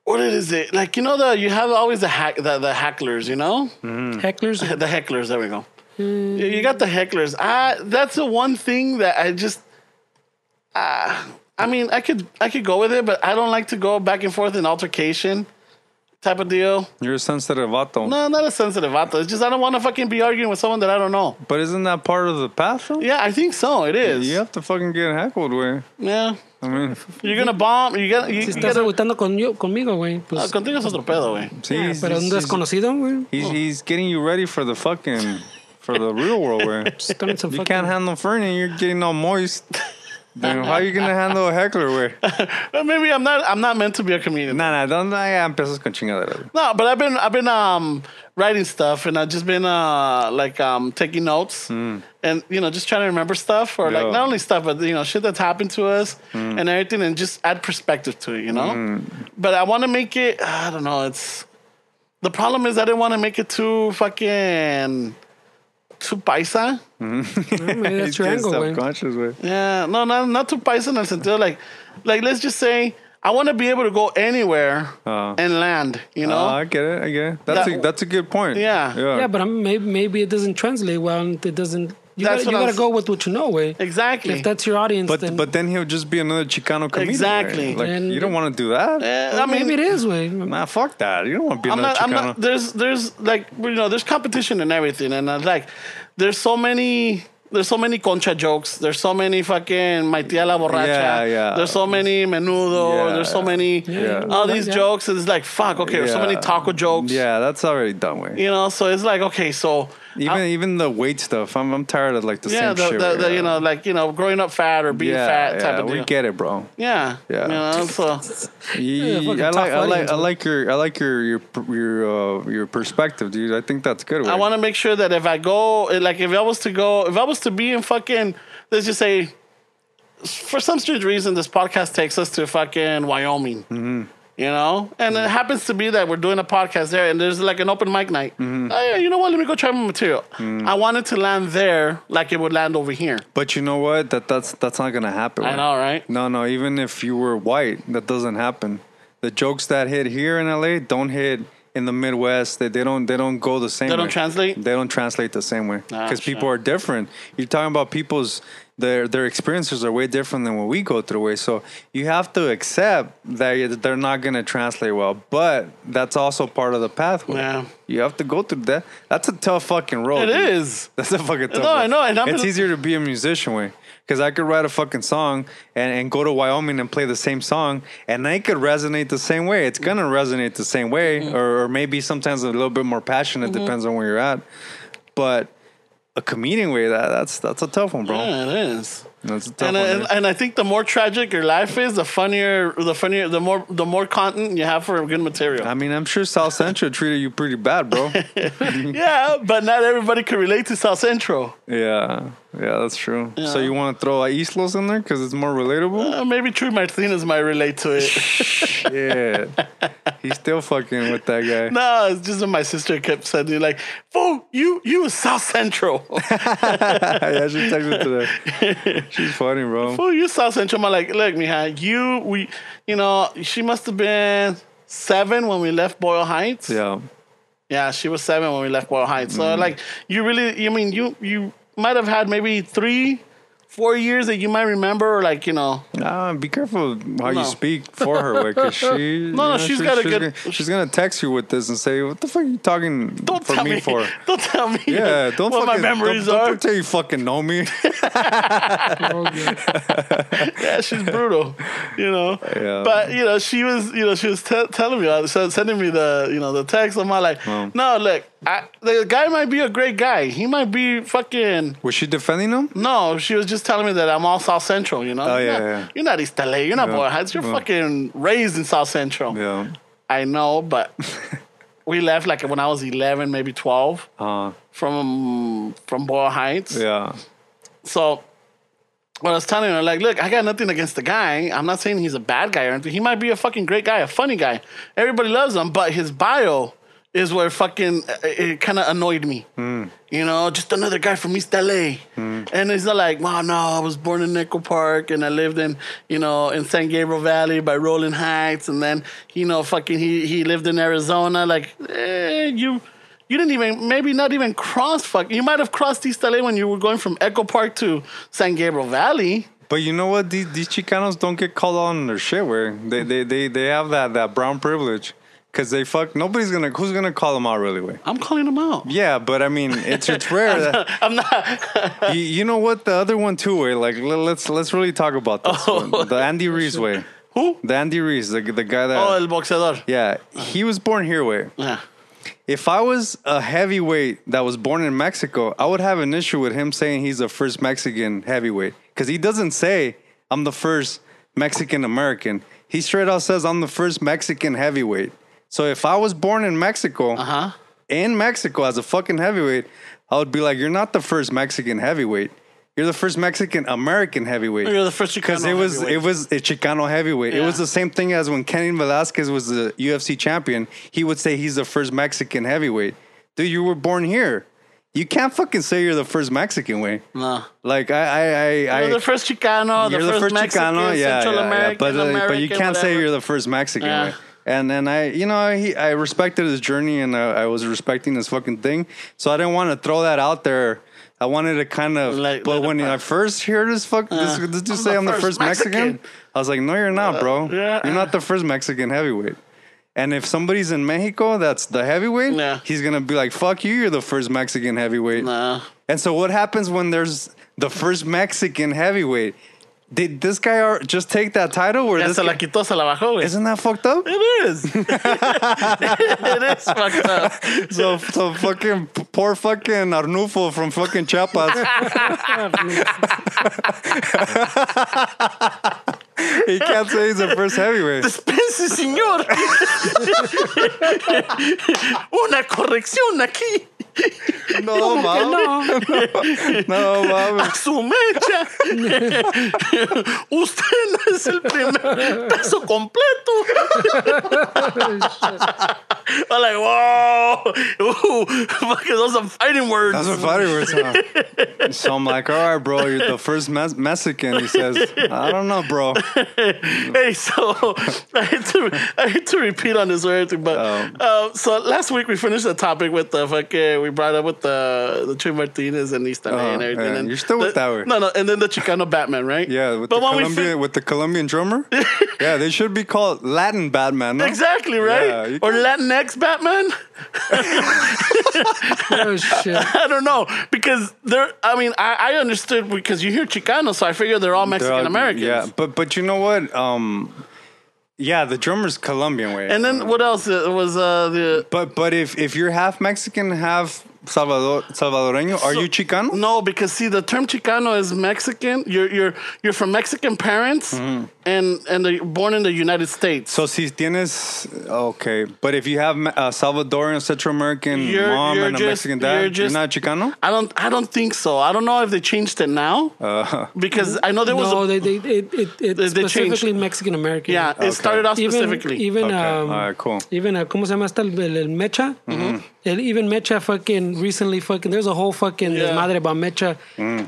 what is it like? You know, the you have always the hack the, the hacklers. You know, Hmm. Mm. Hecklers, the hecklers. There we go. You- You got the hecklers. I that's the one thing that I just. Uh, I mean, I could I could go with it, but I don't like to go back and forth in altercation type of deal. You're a sensitive vato. No, I'm not a sensitive vato. It's just I don't want to fucking be arguing with someone that I don't know. But isn't that part of the path, though? Yeah, I think so. It is. You have to fucking get heckled, way. Yeah. I mean, You're gonna bomb. You got. You, si you estás gotta. agotando con yo- conmigo, güey, pues. Contigo es otro pedo, güey. see, yeah, he's, pero un he's, he's, desconocido, güey. he's, he's getting you ready for the fucking, for the real world, way. Just throwing some You fucking- can't handle Fernie, you're getting all moist. Then how you gonna handle a heckler, way? But maybe I'm not. I'm not meant to be a comedian. Nah, nah, don't, nah, yeah, empiezas con chingadera. No, but I've been I've been um writing stuff and I've just been uh like um taking notes and you know just trying to remember stuff or like Yeah. not only stuff but you know shit that's happened to us and everything and just add perspective to it, you know. But I want to make it. I don't know. It's the problem is I didn't want to make it too fucking too paisa. Maybe that's He's getting your angle, güey. eh. self-conscious, way. Yeah, no, not not too paisa in sentido like like let's just say I want to be able to go anywhere Uh. and land, you know. Oh, I get it. I get it. That's That- a, that's a good point. Yeah. yeah. Yeah, but I'm, maybe maybe it doesn't translate well. and It doesn't. You That's gotta, you what I gotta was- go with what you know, way. Exactly. If that's your audience, but then but then he'll just be another Chicano comedian. Exactly. right? Like And- you don't want to do that. Eh, I Well, mean, maybe it is, way. Nah, fuck that. You don't want to be I'm another not, I'm Chicano. not. There's, there's like you know, there's competition and everything, and I like, there's so many, there's so many concha jokes. There's so many fucking my tía la borracha. Yeah, yeah. There's so many menudo. Yeah. There's so many Yeah. all these Yeah. jokes. It's like fuck. Okay, there's so many Yeah. taco jokes. yeah, that's already done with. You know, so it's like okay, so Even I- even the weight stuff. I'm I'm tired of like the yeah, same the, shit. the, right the, now. you know, like you know, growing up fat or being yeah, fat type yeah, of we deal. get it, bro. yeah, You Yeah. know, so You- you- fucking I like I tough like audience, I man. like your I like your your your uh, your perspective, dude. I think that's good. I right? want to make sure that if I go, like, if I was to go, if I was to be in fucking, let's just say, for some strange reason, this podcast takes us to fucking Wyoming. Mm-hmm. You know, and it happens to be that we're doing a podcast there, and there's like an open mic night. Mm-hmm. Oh, yeah, you know what? Let me go try my material. Mm. I wanted to land there, like it would land over here. But you know what? That that's that's not gonna happen. I right? know, right? No, no. Even if you were white, that doesn't happen. The jokes that hit here in LA don't hit in the Midwest that they don't they don't go the same. They don't way. translate? They don't translate the same way Ah, because people sure. are different. You're talking about people's their their experiences are way different than what we go through. Way so you have to accept that they're not gonna translate well, but that's also part of the pathway. Yeah. You have to go through that. That's a tough fucking road. It dude. is. That's a fucking tough. No, I road. know, and I'm it's gonna- easier to be a musician way because I could write a fucking song and, and go to Wyoming and play the same song, and they could resonate the same way. It's gonna resonate the same way, Mm-hmm. or, or maybe sometimes a little bit more passionate. Depends on where you're at. But a comedian way that that's that's a tough one, bro. Yeah, it is. That's a tough And, one. and, dude. and I think the more tragic your life is, the funnier, the funnier, the more, the more content you have for good material. I mean, I'm sure South Central treated you pretty bad, bro. yeah, but not everybody can relate to South Central. yeah, yeah, that's true. So Yeah. you want to throw Islos in there because it's more relatable? Uh, maybe True Martinez might relate to it. Yeah, he's still fucking with that guy. no, it's just that my sister kept sending like, "Fool, you, you is South Central. yeah, she texted today. She's funny, bro. Fool, you South Central." I'm like, "Look, mija, you, we, you know, she must have been seven when we left Boyle Heights. Yeah, Yeah, she was seven when we left Boyle Heights. Mm. So like, you really, I mean, you, you might have had maybe three, four years that you might remember, or like, you know." nah, be careful how you No. speak for her, way, cause she. no, No, no, she's got a good- Gonna, she's gonna text you with this and say, "What the fuck are you talking Don't for tell me, for?" Don't tell me. Yeah, don't what fucking, my memories don't, are. Don't pretend you fucking know me. Oh, yeah. yeah, she's brutal, you know. Yeah. But you know, she was, you know, she was te- telling me, uh, so- sending me the, you know, the text. I'm all like, Um. no, look, I, the guy might be a great guy. He might be fucking. Was she defending him? No, she was just telling me that I'm all South Central, you know. Oh, You're yeah, not- yeah. You're not East LA. You're not Yeah. Boyle Heights. You're Yeah. fucking raised in South Central. Yeah. I know, but we left like when I was 11, maybe 12 Uh, from from Boyle Heights. yeah. So what I was telling her, like, look, I got nothing against the guy. I'm not saying he's a bad guy or anything. He might be a fucking great guy, a funny guy. Everybody loves him, but his bio is where fucking it, it kind of annoyed me. You know, just another guy from East LA. Hmm. And he's not like, wow, no, I was born in Nickel Park and I lived in, you know, in San Gabriel Valley by Rolling Heights. And then, you know, fucking he, he lived in Arizona. Like, eh, you you didn't even maybe not even cross fuck. You might have crossed East LA when you were going from Echo Park to San Gabriel Valley. But you know what? These, these Chicanos don't get called out on their shit. Where they they, they, they have that, that brown privilege, cause they fuck. Nobody's gonna. Who's gonna call them out really? Way. I'm calling them out. Yeah, but I mean, it's it's rare that I'm not. you, you know what the other one too. Way like le- let's let's really talk about this. one. The Andy Reese way. Oh, Who? The Andy Reese, the the guy that. Oh, el boxeador. yeah, he was born here. Way. Yeah. If I was a heavyweight that was born in Mexico, I would have an issue with him saying he's the first Mexican heavyweight because he doesn't say I'm the first Mexican American. He straight out says I'm the first Mexican heavyweight. So if I was born in Mexico, Huh? in Mexico as a fucking heavyweight, I would be like, you're not the first Mexican heavyweight. You're the first Mexican American heavyweight. You're the first Chicano because it was it heavyweight. was a Chicano heavyweight. It was Yeah. the same thing as when Kenny Velasquez was the UFC champion. He would say he's the first Mexican heavyweight. Dude, you were born here. You can't fucking say you're the first Mexican way. No. Like I I I, I You're the first Chicano. you're Oh, the first, Mexican, Central American, but, uh, but you American, can't say whatever. you're the first Mexican. Yeah. right? And then I, you know, he, I respected his journey and uh, I, I was respecting this fucking thing. So I didn't want to throw that out there. I wanted to kind of, Like, but let it when I pass. first hear this fuck, this, Yeah. this dude I'm say the I'm the first first Mexican. Mexican. Uh, I was like, no, you're not, bro. yeah, you're not the first Mexican heavyweight. And if somebody's in Mexico that's the heavyweight, Yeah. he's gonna be like, fuck you, you're the first Mexican heavyweight. Nah. And so what happens when there's the first Mexican heavyweight? Did this guy ar- just take that title? Or Ya this se la guy- quitó, se la bajó, güey. isn't that fucked up? It is. it is fucked up. so, so fucking p- poor fucking Arnulfo from fucking Chiapas. he can't say he's the first heavyweight. Pense, señor. Una corrección aquí. No, mom. no, No, mom. su mecha. Usted no es el primer peso completo. I'm like, whoa, ooh, fucking Uh, those are fighting words. That's what funny words are. So I'm like, all right, bro, you're the first mes- Mexican. He says, I don't know, bro. hey, so I hate to I hate to repeat on this or anything, but Um. uh, so last week we finished the topic with the fucking we brought up with the the Trey Martinez and Easton Uh-huh, and everything. yeah, and you're still with the- that one. No, no, and then the Chicano Batman, right? Yeah, with, but the when we Colombian, fin- with the Colombian drummer. yeah, they should be called Latin Batman. No? exactly right Yeah, you or can- Latinx Batman. Oh shit. I don't know because they're. I mean, I, I understood because you hear Chicano, so I figure they're all They're all- Mexican Americans. Yeah, but but you know what? Um, yeah, the drummer's Colombian way. And then what else It was uh, the but but if if you're half Mexican, half Salvador Salvadoreño, are you Chicano? No, because see, the term Chicano is Mexican. You're you're you're from Mexican parents, Mm-hmm. and and they're born in the United States. So si tienes okay, but if you have me- uh, a Salvadoran Central American You're- mom you're and a just- Mexican dad, you're you're, just- not Chicano. I don't I don't think so. I don't know if they changed it now Uh, because I know there was no, a, they, they it it, it They- they specifically changed. Mexican American. yeah. It started off specifically. Even, even Okay, um, alright, cool. Even uh, ¿cómo se llama hasta el, el- el Mecha? Mm-hmm. And even Mecha fucking recently fucking there's a whole fucking Yeah. desmadre about Mecha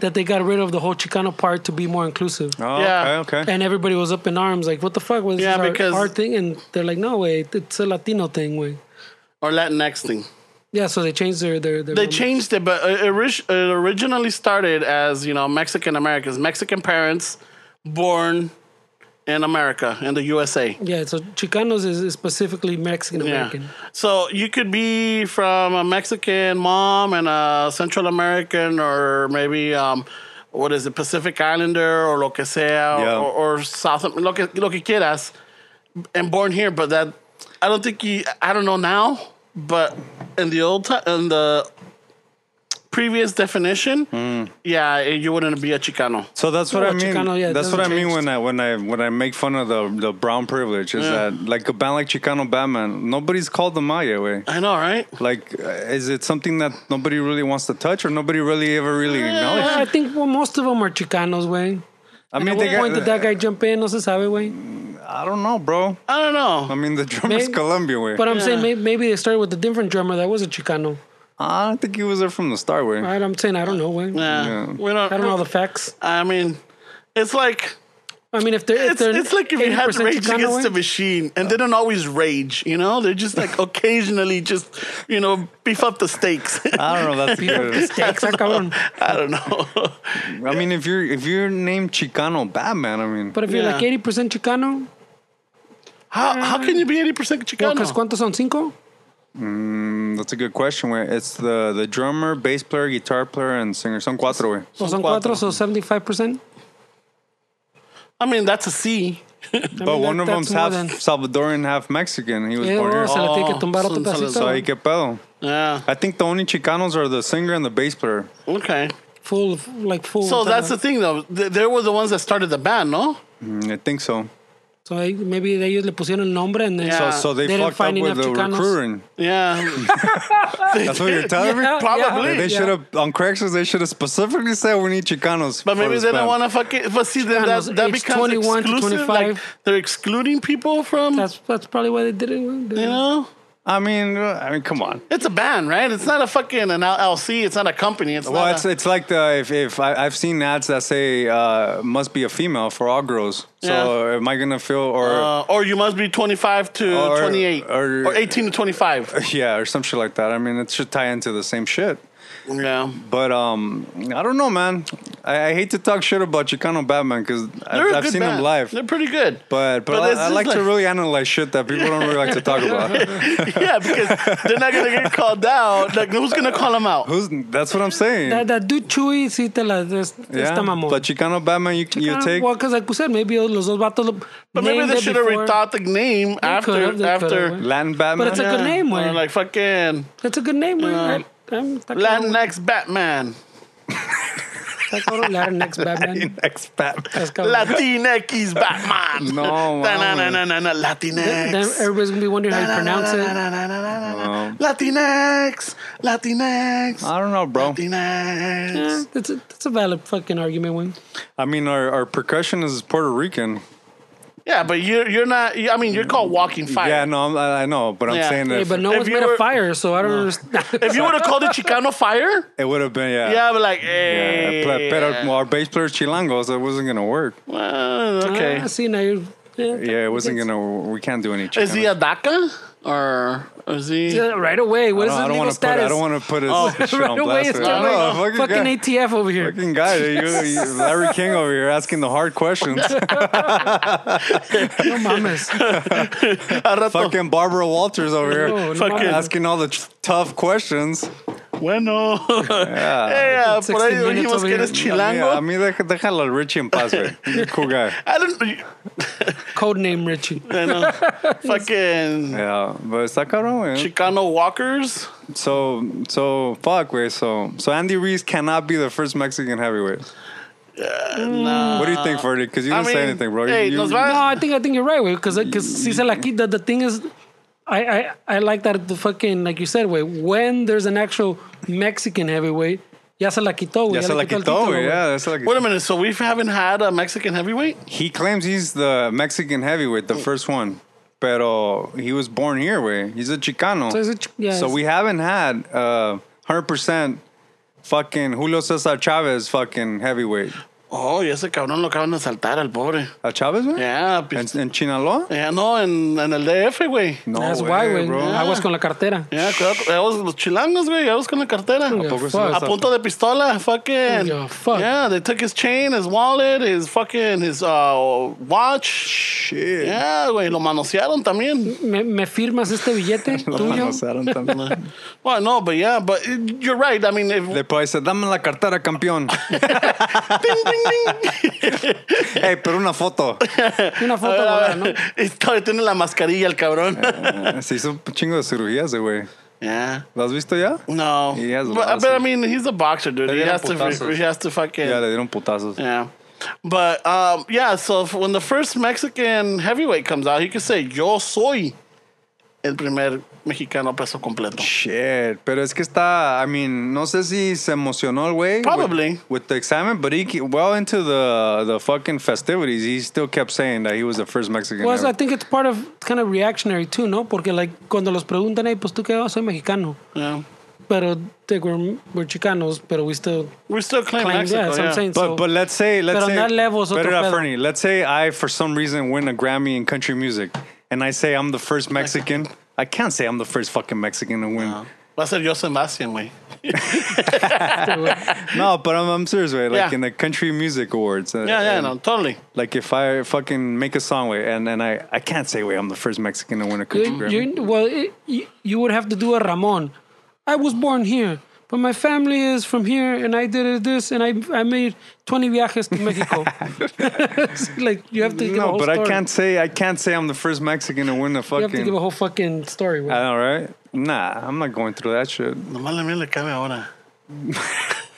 that they got rid of the whole Chicano part to be more inclusive. Mm. oh, Yeah. Okay. Okay. And everybody was up in arms, like, "What the fuck was Yeah, this our, because- our thing?" And they're like, "No, wait, it's a Latino thing, wait." or Latinx thing. Yeah, so they changed their their. their They number. changed it, but it, orig- it originally started as you know Mexican Americans, Mexican parents born in America in the USA. Yeah, so Chicanos is is specifically Mexican Yeah. American. So you could be from a Mexican mom and a Central American, or maybe um, what is it, Pacific Islander, or lo que sea, Yeah. or, or South, lo que, lo que quieras, and born here. But that, I don't think you, I don't know now, but in the old time, in the previous definition, Mm. yeah, you wouldn't be a Chicano. So that's what No, I mean. Chicano, yeah, it that's what I doesn't mean change. when I when I when I make fun of the the brown privilege is Yeah. that like a band like Chicano Batman, nobody's called them out yet. Way. I know, right? Like, uh, is it something that nobody really wants to touch or nobody really ever really Uh, Yeah, I acknowledges? think well, most of them are Chicanos, way. I At mean, what they point did got, uh, that guy jump in? No se sabe, way. I don't know, bro. I don't know. I mean, the drummer's Maybe- Colombian way. But uh, I'm Yeah. saying maybe, maybe they started with a different drummer that was a Chicano. I don't think he was there from the start. Way. Right? I'm saying I don't know, way. yeah. Yeah. We don't, I don't know the facts. I mean, it's like. I mean, if they're if It's, they're it's like if you had 80% Rage Chicano, Against way, the Machine, and they don't always rage, you know? They're just like occasionally just, you know, beef up the stakes. I don't know. That's good. Steaks, ah, cabrón. I don't know. I mean, if you're if you're named Chicano Batman, I mean, But uh, if you're Yeah. like eighty percent Chicano, How, how can you be 80% Chicano? because cuántos son cinco? mm, that's a good question. Way. It's the the drummer, bass player, guitar player, and singer. Son cuatro. Way. So Son son cuatro. cuatro, so seventy five percent. I mean, that's a C. But one of them's half Than, Salvadoran, half Mexican. He was yeah, born here. oh, se la tiene Oh, que tumbar otro son- son- pedacito. So ahí qué pedo. Yeah. I think the only Chicanos are the singer and the bass player. Okay. full, like full. So that's the a, thing, though. They, they were the ones that started the band, no? Mm, I think so. so ahí maybe they ellos le pusieron el nombre and then Yeah. So, so they, Uh, They didn't fucked up find with enough the Chicanos. recruiting. Yeah. That's what you're telling me. Probably. They should have on Craigslist. They should have specifically said we need Chicanos. But maybe they don't want to. to fucking. But see, then that, Chicanos, that age becomes 21 to exclusive. 25. Like, they're excluding people from, That's that's probably why they did it. güey. you know? I mean, uh, I mean, come on. It's a band, right? It's not a fucking an LLC. It's not a company. It's Well, not it's a, it's like the if, if I, I've seen ads that say uh, must be a female for all girls. So Yeah. am I gonna feel or uh, or you must be 25 to Or- 28 or, or- 18 to 25. yeah or some shit like that? I mean, it should tie into the same shit. yeah. But um, I don't know, man. I, I hate to talk shit about Chicano Batman because They're a I've, I've good seen band. them live. They're pretty good. But but, But I, it's I just like, to like- really analyze shit that people don't really like to talk about. yeah, because they're not going to get called out. Like, who's going to call them out? Who's that's what I'm saying. That, that dude Chuy sí te la es, yeah, está mamón. but Chicano Batman, you you Kind of- take well, because like we said, maybe los dos vatos. Lo, But maybe named they it should have before. rethought the name after. could've, they after could've. Latin Batman. But it's a good name, Or güey. like fucking That's a good name, güey. Yeah. I- I'm- está cabrón, Latinx Batman, está cabrón. Latinx Batman. next Batman. That's cabrón. Latinx Batman. No, Da-na-na-na-na-na, Then Latinx. everybody's gonna be wondering how you pronounce it. Na-na-na-na-na-na-na-na. Um, Latinx, Latinx, I don't know, bro. Latinx. Yeah, that's a, that's a valid fucking argument, güey. I mean, our, our percussionist is Puerto Rican. Yeah, but you're you're not. I mean, you're called walking fire. Yeah, no, I'm, I I know, but I'm Yeah. saying that Hey, but no If one's you made were- a fire, so I don't understand. If you would have called it Chicano fire, it would have been yeah. yeah, but like, eh, Yeah, hey, but- but our- our bass player Chilango, so it wasn't gonna work. well, okay. Ah, see now you're. Yeah, it wasn't gonna. We can't do any. Is he Chicano. a DACA or is he? Yeah, Right away. What No, is I his don't legal want to put. I status? Oh, don't want to put his shit on right away, blast. it's right now. John Wayne. No, fucking, fucking guy, ATF over here. fucking guy. You, you, Larry King over here asking the hard questions. No mames. Al rato, fucking Barbara Walters over here. No, no Fucking- mames. Asking all the t- tough questions. Bueno. yeah, Yeah. por 60 ahí dijimos minutes que eres over here. Yeah, I chilango. mean, déjalo Richie in paz, güey. He's a Cool guy. I don't. Code name Richie. I know. Fucking Yeah, but está cabrón, güey. Chicano walkers. So, so fuck, wait. So, so Andy Reese cannot be the first Mexican heavyweight. What do you think, Ferdy? Because you Uh, I didn't say mean, anything, bro. hey, you, nos you- va- No, I think I think you're right, way because because see, se la quita. The thing is, I I I like that the fucking like you said, way when there's an actual Mexican heavyweight, ya se la quitó, güey. ya se la le quitó el quitó, título, güey. güey. Yeah, that's like Wait a minute. So we haven't had a Mexican heavyweight. he claims he's the Mexican heavyweight, Oh. the first one. Pero he was born here, way. He's a Chicano. So, it's a ch- yeah, So it's- we haven't had uh, 100% fucking Julio Cesar Chavez fucking heavyweight. Oh, y ese cabrón lo acaban de saltar al pobre. A Chavez, man? Yeah, In, pis- in Chinaloa? yeah, no, en, en el DF, güey. No, That's why, way, güey. Aguas con la cartera. Yeah, cuidado, aguas los chilangos, güey, aguas con la cartera. Yeah, poco se fuck. A punto de pistola, fucking. Yeah, fuck. Yeah, they took his chain, his wallet, his fucking, his uh, watch. Shit. Yeah, güey, lo manosearon también. ¿Me, me firmas este billete tuyo? Manosearon también. Well, no, but yeah, but you're right. I mean, if, They probably said, dame la cartera, campeón. hey, pero una foto. Una foto, güey, ¿no? y todavía tiene la mascarilla el cabrón. Eh, Se hizo un chingo de cirugías, eh, güey. yeah. ¿Lo has visto ya? No. He has a lot but, of but I stuff. mean, he's a boxer, dude. They He did has, putazos. to, he has to fucking. Ya le dieron putazos. Yeah. But um, yeah, so if, when the first Mexican heavyweight comes out, he can say, Yo soy el primer mexicano peso completo. Shit, pero es que está, I mean, no sé si se emocionó el güey. with- Probably. With, the excitement, but he, ke- well into the, the fucking festivities, he still kept saying that he was the first Mexican. Well, ever. Pues, I think it's part of kind of reactionary too, ¿no? Porque like cuando los preguntan, hey, pues tú qué, "Oh, soy mexicano, Yeah. pero they were, we're chicanos, pero we still We still claim, claim, Mexico. yeah, that's what yeah. I'm saying. But so, but let's say let's Pero say that level is otro better pedo. Fernie. Let's say I for some reason win a Grammy in country music, and I say I'm the first Mexican. I can't say I'm the first fucking Mexican to win. No, Va a ser yo Sebastian, güey. but I'm, I'm serious, right? Like Yeah. in the country music awards. uh, Yeah, yeah, and, no, totally. Like if I fucking make a song, way, and and I I can't say, wait, I'm the first Mexican to win a country you, Grammy. you, well, it, you, you would have to do a Ramon. I was born here, but my family is from here, and I did this, and I I made 20 viajes to Mexico. It's like you have to give a no, whole but I story. can't say I can't say I'm the first Mexican to win a You have to fucking. give a whole fucking story. I Ah. güey. know, right? Nah, I'm not going through that shit. Nomás la mía le cabe ahora.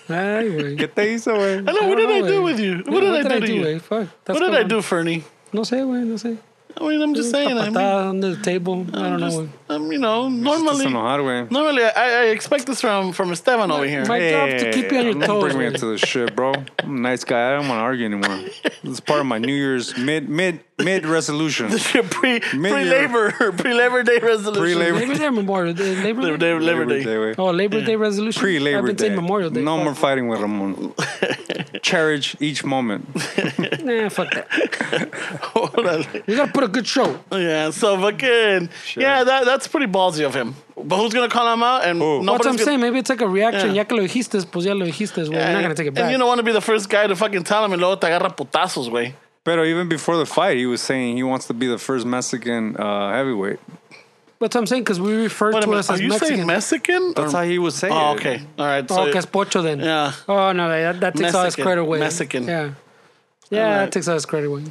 Ay, güey. ¿Qué te hizo, güey? Hello, what don't did I know, do güey. with you? Yeah, What did I do to güey? you? Fuck. That's What did I gone. do, Fernie? No sé, güey, no sé. I mean, I'm just saying. I mean, Patada under the table. I don't know. just, güey. um, you know, Estás normally, enojado, güey. normally I, I expect this from from Esteban over here. My job to keep you on your Don't toes. bring me güey. into this shit, bro. I'm a nice guy. I don't want to argue anymore. This is part of my New Year's mid mid mid resolution. pre pre Mid-year. labor pre labor day resolution. Pre-labor- Labor Day, Memorial Day, Labor Labor Day. Day, Labor Day. way. Oh, Labor Day resolution. Pre I've Labor been Day. saying Memorial Day. Oh. No Fuck. more fighting with Ramon. Cherish each moment. Nah, fuck that. Órale. We gotta put a good show. yeah, so fucking yeah, that that's pretty ballsy of him. But who's gonna call him out? And Who? That's what nobody's I'm gonna- saying. Maybe it's like a reaction. Yeah. Ya que lo dijiste, pues ya lo dijiste. We're Yeah, not gonna take it And back. you don't want to be the first guy to fucking tell him, and luego te agarra putazos, güey. Pero even before the fight, he was saying he wants to be the first Mexican uh, heavyweight. That's what I'm saying because we refer Wait a to minute, us are as you saying Mexican. Mexican? That's how he was saying. oh, it. okay, all right. So Oh, que es pocho then. Yeah. Oh no, that, that takes all his Mexican. credit away. Mexican. Yeah. Yeah, Alright. that takes all his credit away.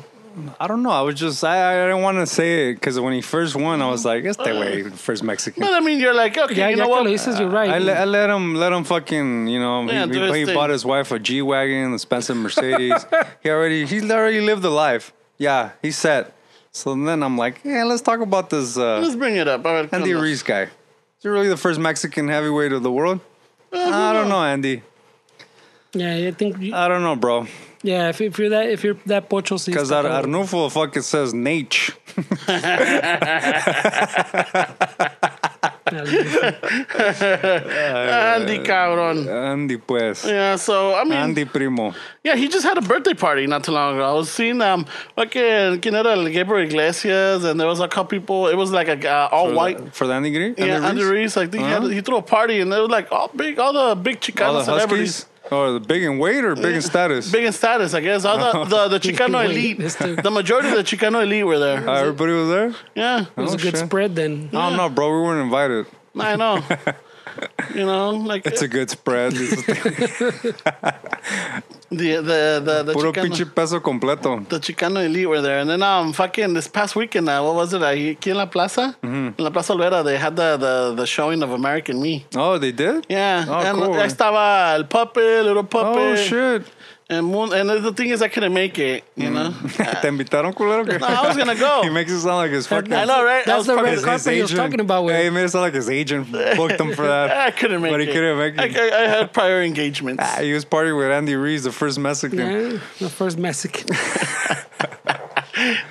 I don't know. I was just I, I didn't want to say it because when he first won, I was like, "It's the way first Mexican." but I mean, you're like, okay, Yeah, you ya know que lo what? dices, you're right. I, le- I let him let him fucking you know Yeah, he, do he- his he thing. bought his wife a G wagon, expensive Mercedes. he already he's already lived the life. Yeah, he's set. So then I'm like, yeah, let's talk about this uh, Let's bring it up. A ver, Andy ¿qué onda? Reese guy. Is he really the first Mexican heavyweight Uh, of the world? I don't know, Andy. yeah, I think you, I don't know, bro. Yeah, if, if you're that if you're that pocho, sí Because está Ar- cabrón. Arnulfo fucking says Nate. eh, Andy Cabron. Andy pues. Yeah, so I mean, Andy primo. yeah, he just had a birthday party not too long ago. I was seeing um, fucking quien era el Gabriel Iglesias, and there was a couple people. It was like a uh, all white. For the Andy Gre- Andy yeah, Andy Ruiz? Reese. I think he, Uh-huh. had, he threw a party, and they were like all big, all the big Chicano All the celebrities. Huskies. Or the big in weight or big in status. Big in status, I guess. All the, the, the Chicano Wait, elite, this dude. the majority of the Chicano elite were there. Uh, everybody was there? yeah, It was Oh, a good shit. spread then. I don't know, bro. We weren't invited. I know. you know, like It's a good spread. the the the, the Puro Chicano- pinche peso completo. the Chicano Elite were there, and then um fucking this past weekend, uh, what was it? Uh, here in La Plaza, Mm-hmm. in La Plaza Olvera, they had the, the the showing of American Me. Oh, they did? Yeah, Oh, and cool. there estaba el puppet, little puppet. Oh, shit. Mm. And Moon, and the thing is, I couldn't make it. You know, Te invitaron, culero? Ah. no, I was gonna go. He makes it sound like his fucking. I know, right? I was That's the fucking- red carpet he was talking about. With. Hey, it made it sound like his agent booked him for that. I couldn't make But it. he couldn't make it. I, I, I had prior engagements. Ah, He was partying with Andy Reese, the first Mexican. Yeah, the first Mexican.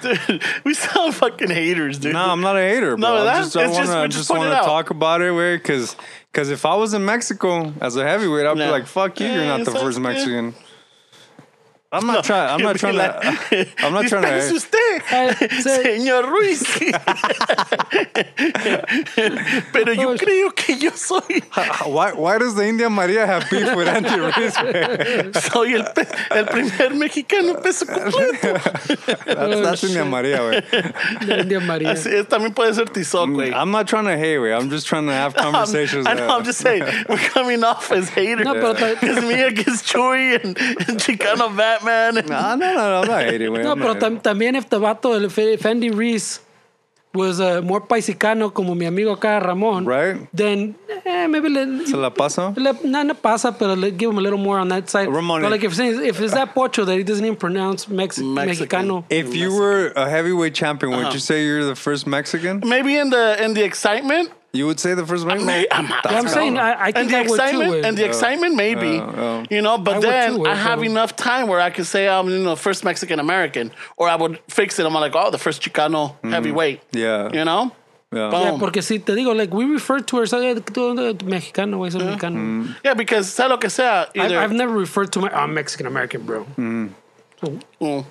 Dude, we sound fucking haters, dude. No, I'm not a hater, bro. that- I just don't it's just- want we to just just point want it to out. talk about it, way because because if I was in Mexico as a heavyweight, I'd Yeah. be like, "Fuck you, you're Yeah, not the it's first like, yeah. Mexican." I'm not trying. I'm not trying to. I'm not trying "Dispense to. usted, Eh, se- señor Ruiz. Pero yo creo que yo soy, Why? Why does the India Maria have beef with Andy Ruiz? man? soy el, pe- el primer mexicano peso completo. Oh, That's, that's India Maria. way. the Indian Maria. Así es, también puede ser Tizoc, güey. I'm not trying to hate. Way. I'm just trying to have I'm- Mm, conversations. I know, I'm just saying, we're coming off as haters. No, pero ta- Because me against Chewy and, and Chicano Batman. And, Ah, Ah, No, no, no, I'm not hating. Way. No, I'm not pero tam- también if the vato, el Fe- if Andy Reese was uh, more paisicano como mi amigo acá Ramón, Right. then eh, maybe le, Se la paso. le, no, no pasa, pero le, give him a little more on that side. Ramón, But eh. like if, it's- if it's that pocho that he doesn't even pronounce Mex- Mexican. Eh, Mexicano, If you were a heavyweight champion, would Uh-huh. you say you're the first Mexican? maybe in the in the excitement, You would say the first Mexican. May- I'm, Yeah, I'm saying I, I and think the I would too. excitement, güey. and the excitement, maybe, yeah. you know. But I would then too, güey, I have pero- enough time where I could say I'm, you know, first Mexican American, or I would fix it. I'm like, oh, the first Chicano heavyweight. Yeah. you know. Yeah. Boom. Mm-hmm. Yeah, porque si te digo, like we refer to ourselves eh, tú, eh, mexicano, güey, soy mexicano. Yeah, because sea lo que sea, Uh-huh. I've, Mm-hmm. either I've never referred to my I'm Mexican American, bro. So Mm.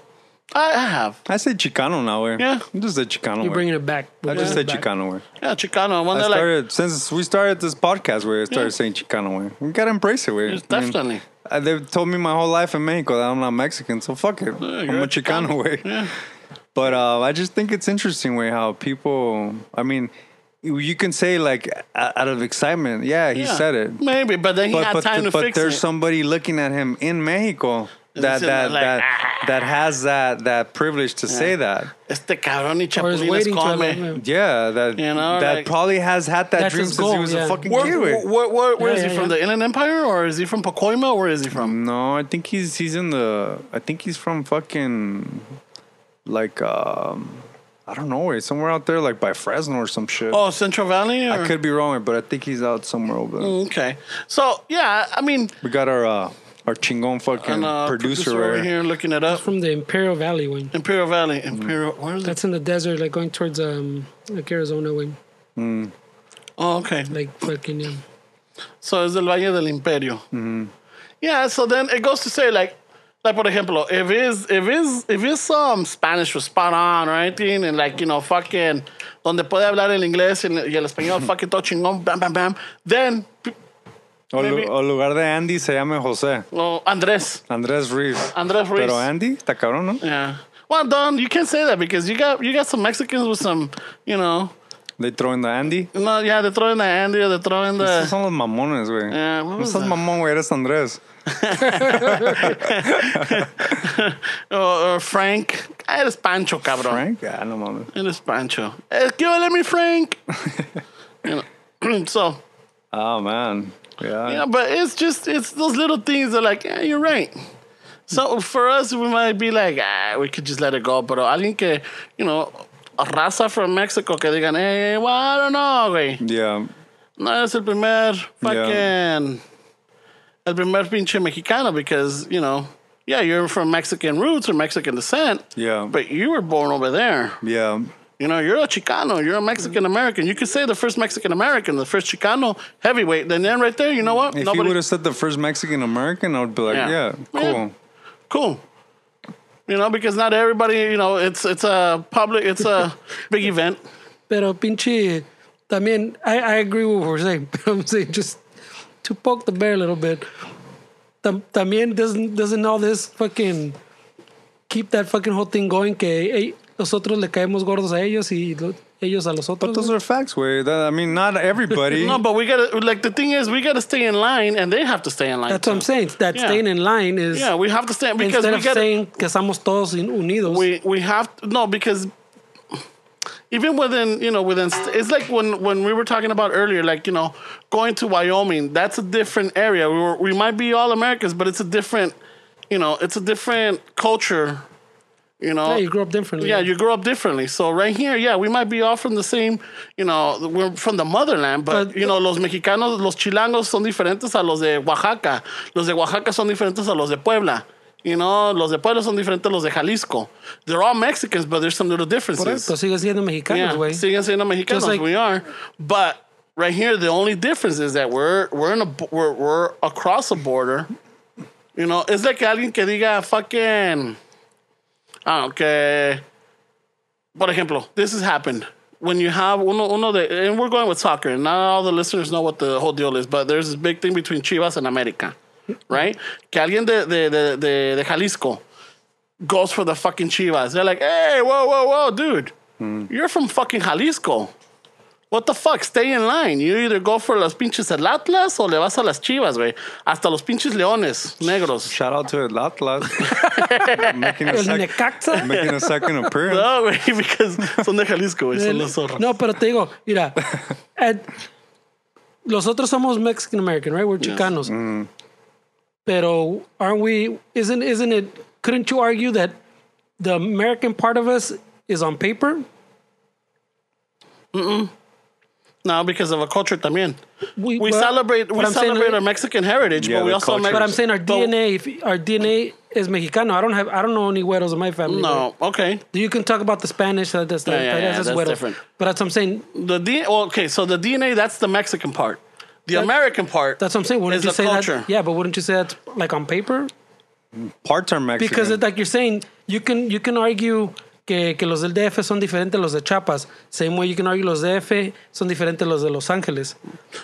I, I have. I say Chicano now. Way. Yeah. I'm just a Chicano. you're way. bringing it back. I just say Back. Chicano. Way. Yeah, Chicano. When I they're like, started since we started this podcast. Way I started saying Chicano. Way. We gotta embrace it. Way. Yes, I mean, definitely. uh, they've told me my whole life in Mexico that I'm not Mexican, so fuck it. I'm you're a a Chicano. Way. But uh, I just think it's interesting way how people. I mean, you- you can say like o- out of excitement. Yeah, he yeah, said it. Maybe, but then he but had but, time to th- but fix there's it. somebody looking at him in Mexico that sitting there that like, "Ah." that, that has that that privilege to say that. este cabrón y Or is chapulines waiting to come. Yeah, that You know, that like- probably has had that That's dream his since goal, he was yeah. a fucking Where, kid. where, wait. where, where Yeah, is he yeah, from? yeah. The Inland Empire, or is he from Pacoima, or is he from? No, I think he's he's in the. I think he's from fucking like um I don't know, wait, somewhere out there like by Fresno or some shit. Oh, Central Valley. Or? Mm, I could be wrong, but I think he's out somewhere over there. Okay. So yeah, I mean, We got our uh, our chingon fucking and, uh, producer, producer, over over here. here looking it up. From the Imperial Valley wing. Imperial Valley. Imperial. Where is it? That's in the desert, like going towards um like Arizona wing. Oh, okay. Like fucking yeah. So it's the Valle del Imperio. Mm-hmm. Yeah. So then it goes to say like. Like for example, if his if his if his um Spanish was spot on or anything, and like you know fucking donde puede hablar el inglés y el- y el español fucking todo chingón, bam bam bam, then p- O, lu- maybe- o lugar de Andy se llama José. oh, Andrés Andrés Ruiz. Andrés Ruiz. Pero Andy, está cabrón, ¿no? Yeah. Well, Don, you can't say that because you got you got some Mexicans with some you know They throw in the Andy. No, yeah, they throw in the Andy or they throw in Estos the. son los mamones, güey. Yeah, what no was seas that? mamón, güey, eres Andrés. Or, or Frank. Eres Pancho, cabrón. Frank? Yeah, no mames. Eres Pancho. Es que ole mi Frank. you know. so, Oh, man. Yeah. yeah, but it's just, it's those little things that, like, yeah, you're right. So for us, we might be like, ah, we could just let it go. But alguien que, you know, a raza from Mexico que digan, hey, well, I don't know, güey. Yeah. No es el primer fucking. El primer pinche mexicano because, you know, yeah, you're from Mexican roots or Mexican descent. Yeah. But you were born over there. Yeah. You know, you're a Chicano, you're a Mexican American. You could say the first Mexican American, the first Chicano heavyweight. Then, then right there, you know what? If you would have said the first Mexican American, I would be like, Yeah. yeah, Yeah. cool. cool. You know, because not everybody, you know, it's it's a public, it's a big event. Pero pinche, también, I, I agree with what we're saying, but I'm saying just to poke the bear a little bit. Tam, también doesn't, doesn't all this fucking keep that fucking whole thing going que hey, nosotros le caemos gordos a ellos y lo- ellos a los otros. But those güey. are facts, way. That I mean, not everybody. No, but we gotta like the thing is we gotta stay in line, and they have to stay in line. That's what too. I'm saying. That Yeah. staying in line is Yeah, we have to stay because instead we of gotta saying que estamos todos in- unidos. we we have to, no because even within you know within st- it's like when when we were talking about earlier like you know going to Wyoming that's a different area we were we might be all Americans but it's a different you know it's a different culture you know yeah, you grow up differently. yeah, you grow up differently. So right here, yeah, we might be all from the same, you know, we're from the motherland, but, But- you know, los mexicanos, los chilangos son diferentes a los de Oaxaca. Los de Oaxaca son diferentes a los de Puebla. You know, los de Puebla son diferentes a los de Jalisco. They're all Mexicans, but there's some little differences. Correcto, siguen siendo mexicanos, Yeah, güey. siguen siendo mexicanos, Just like- we are. But right here, the only difference is that we're we're in a bo- we're, we're across a border. You know, it's like alguien que diga fucking, I don't que, por ejemplo, this has happened. When you have uno, uno de, and we're going with soccer, and not all the listeners know what the whole deal is, but there's this big thing between Chivas and America, right? Que alguien de, de, de, de, de Jalisco goes for the fucking Chivas. They're like, hey, whoa, whoa, whoa, dude. You're from fucking Jalisco. What the fuck? Stay in line. You either go for los pinches el Atlas o le vas a las Chivas, güey. Hasta los pinches leones negros. Shout out to Atlas making a El sec- Necaxa. making a second appearance. No, güey, because son de Jalisco, güey. Son El- los zorros. no, pero te digo, mira, at- los otros somos Mexican American, right? We're Chicanos. Mm. Pero aren't we? Isn't isn't it? Couldn't you argue that the American part of us is on paper? No, because of a culture también. We, We but- celebrate but we I'm saying- celebrate our Mexican heritage, Yeah, but we the also culture. make But I'm saying our but- DNA, if our DNA is Mexicano. I don't have, I don't know any güeros in my family. güey. No, okay. You can talk about the Spanish. That, that's, Yeah, that, yeah, that- yeah, that's, that's güeros. different. But that's what I'm saying. The D well, okay, so the DNA, that's the Mexican part. The American part That's what I'm saying. Wouldn't Is you the say culture. that? Yeah, but wouldn't you say that's like on paper? Parts are Mexican. Because it, like you're saying, you can you can argue que, que los del DF son diferentes a los de Chiapas. Same way you can argue los DF son diferentes a los de Los Ángeles.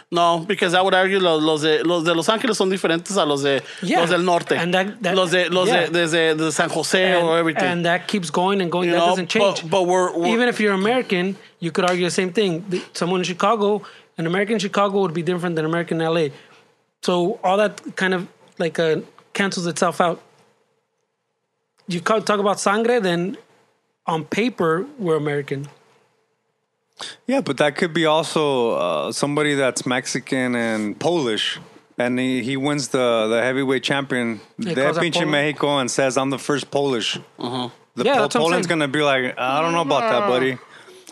No, because I would argue los, los, de, los de Los Ángeles son diferentes a los de Yeah. los del norte. And that- that- los de los yeah. de, desde, de San Jose or And, everything. and that keeps going and going. You that know, doesn't change. but- but we're- we're- even if you're American, you could argue the same thing. The- Someone in Chicago, an American in Chicago would be different than American in LA. So all that kind of like uh, cancels itself out. You ca- talk about sangre, then on paper we're American. yeah, but that could be also uh, somebody that's Mexican and Polish, and he, he wins the, the heavyweight champion. Yeah, They cause I'm pinch in Polish. Mexico and says, "I'm the first Polish." Uh-huh. The Yeah, Pol- that's what I'm Poland's saying. gonna be like, "I don't know about that, buddy."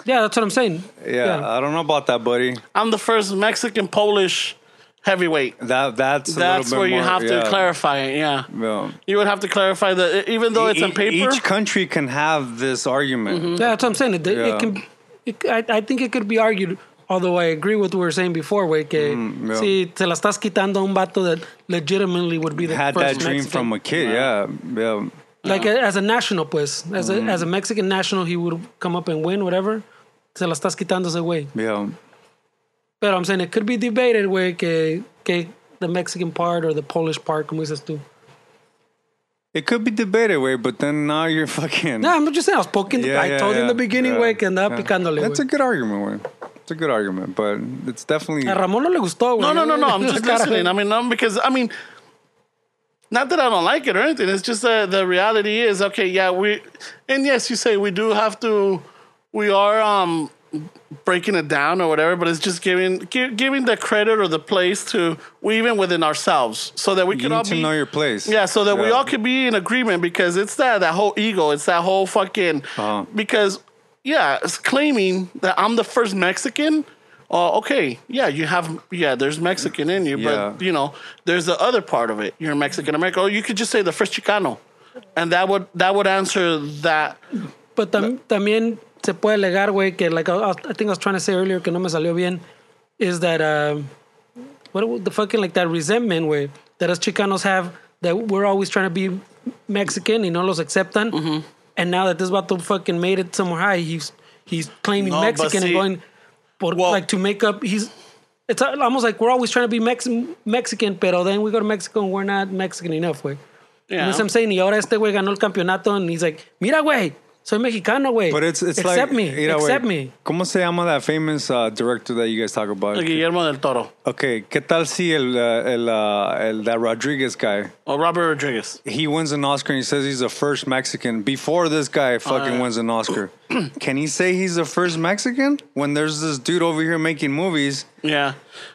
Yeah, that's what I'm saying. Yeah, I don't know about that, buddy. I'm the first Mexican Polish heavyweight. That that's a That's little where bit you more- have to yeah. clarify it. Yeah. Yeah. You would have to clarify that, e- even though it's on E- paper. Each country can have this argument. Yeah, that's what I'm saying. It, it Yeah. can. It, I, I think it could be argued. Although I agree with what we were saying before, wey, que Mm, yeah. si te la estás quitando a un vato that legitimately would be the Had that first dream Mexican. from a kid. Yeah, yeah. like a- as a national, pues, as Mm. a as a Mexican national, he would come up and win whatever. Se la estás quitando ese güey. Yeah. But I'm saying it could be debated, güey, que que the Mexican part or the Polish part, como dices tú. It could be debated, way, but then now you're fucking. No, I'm just saying. I was poking. Yeah, I yeah, told you in yeah, the beginning, yeah, güey, que andaba yeah. picándole. That's güey. a good argument, way. It's a good argument, but it's definitely. A Ramón no le gustó, güey. no, no, no, no. I'm just La cara. listening. I mean, no, because, I mean, not that I don't like it or anything. It's just that the reality is, okay, yeah, we, and yes, you say we do have to, we are, um, breaking it down or whatever, but it's just giving gi- giving the credit or the place to we even within ourselves, so that we You can need all to be know your place. yeah, so that we Yeah. all could be in agreement because it's that that whole ego, it's that whole fucking Uh-huh. because yeah, it's claiming that I'm the first Mexican oh, okay, yeah, you have, yeah, there's Mexican in you, Yeah. but you know, there's the other part of it. You're Mexican American. Or you could just say the first Chicano, and that would that would answer that. But tam- también se puede alegar, güey, que like I, I I think I was trying to say earlier que no me salió bien, is that um, what the fucking like that resentment, güey, that us Chicanos have that we're always trying to be Mexican y no los aceptan. And now that this vato fucking made it somewhere high, he's he's claiming No, but Mexican see- and going por, Well- like to make up. He's it's almost like we're always trying to be Mex- Mexican, pero then we go to Mexico and we're not Mexican enough, güey. You know Yeah. what I'm saying? Y ahora este güey ganó el campeonato and he's like, mira, güey, soy mexicano, güey. But it's it's like accept me, you know, accept wait, me. ¿Cómo se llama that famous uh, director that you guys talk about? Guillermo del Toro Okay, ¿qué tal si el uh, el, uh, el that Rodriguez guy? or Robert Rodriguez. He wins an Oscar and he says he's the first Mexican before this guy Ah, fucking yeah. wins an Oscar. Can he say he's the first Mexican when there's this dude over here making movies? Yeah,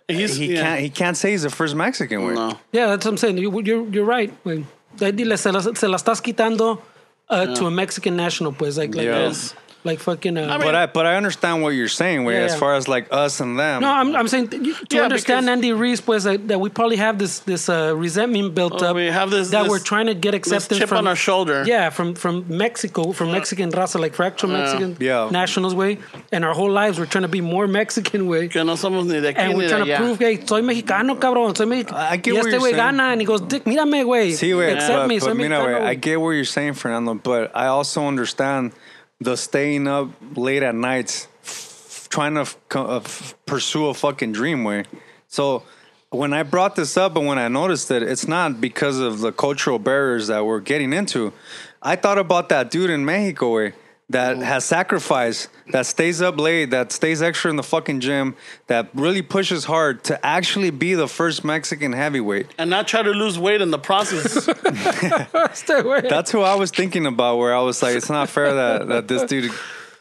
he's He yeah. can't. He can't say he's the first Mexican. Way. no. Yeah, that's what I'm saying. You, you're, you're right, güey. Ahí Dile, se la, se la estás quitando uh, to a Mexican national, pues. Like, like, Yeah. uh, like fucking... Uh, mean- But I but I understand what you're saying. Way Yeah, as yeah. far as like us and them. no, I'm, I'm saying th- you- to Yeah, understand because- Andy Reese, pues, that, that we probably have this this uh, resentment built Oh, up. we have this- that this- we're trying to get This acceptance chip from on our shoulder. Yeah, from from Mexico, from Mexican raza, like for actual Mexican Yeah. nationals way. And our whole lives we're trying to be more Mexican way. que no somos ni de aquí And ni we're de trying to allá. Eh, prove, hey, soy mexicano, cabrón, soy mexicano. I- I get y what este you're güey Ah, saying. gana, and he goes, dick, mírame, güey. See, wait, accept but, me, soy but mira, mexicano. güey, I güey." get what you're saying, Fernando, but I also understand the staying up late at nights, f- trying to f- co- uh, f- pursue a fucking dream way. So when I brought this up and when I noticed it, it's not because of the cultural barriers that we're getting into. I thought about that dude in Mexico way that has sacrificed, that stays up late, that stays extra in the fucking gym, that really pushes hard to actually be the first Mexican heavyweight. and not try to lose weight in the process. Este güey. That's who I was thinking about. Where I was like, it's not fair that, that this dude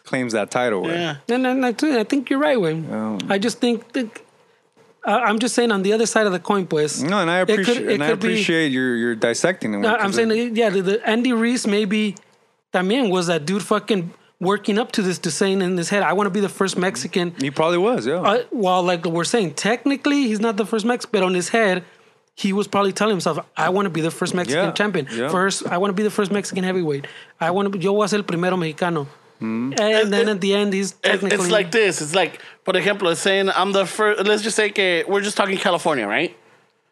claims that title. Where. yeah. No, no, no, dude, I think you're right, güey. Oh. I just think, think I, I'm just saying on the other side of the coin, pues. No, and I it could- appreciate it and I could be- appreciate your your dissecting him. No, I'm saying, that, yeah, the, the Andy Reese maybe también was that dude fucking working up to this, to saying in his head, I want to be the first Mexican. he probably was. Yeah, Uh, well, like we're saying, technically he's not the first Mexican, but on his head, he was probably telling himself, "I want to be the first Mexican Yeah, champion. yeah. First, I want to be the first Mexican heavyweight. I want to. Yo voy a ser el primero mexicano." Mm-hmm. And, then it- at the end, he's It- technically. it's like this. It's like, por ejemplo, it's saying I'm the first. Let's just say que we're just talking California, right?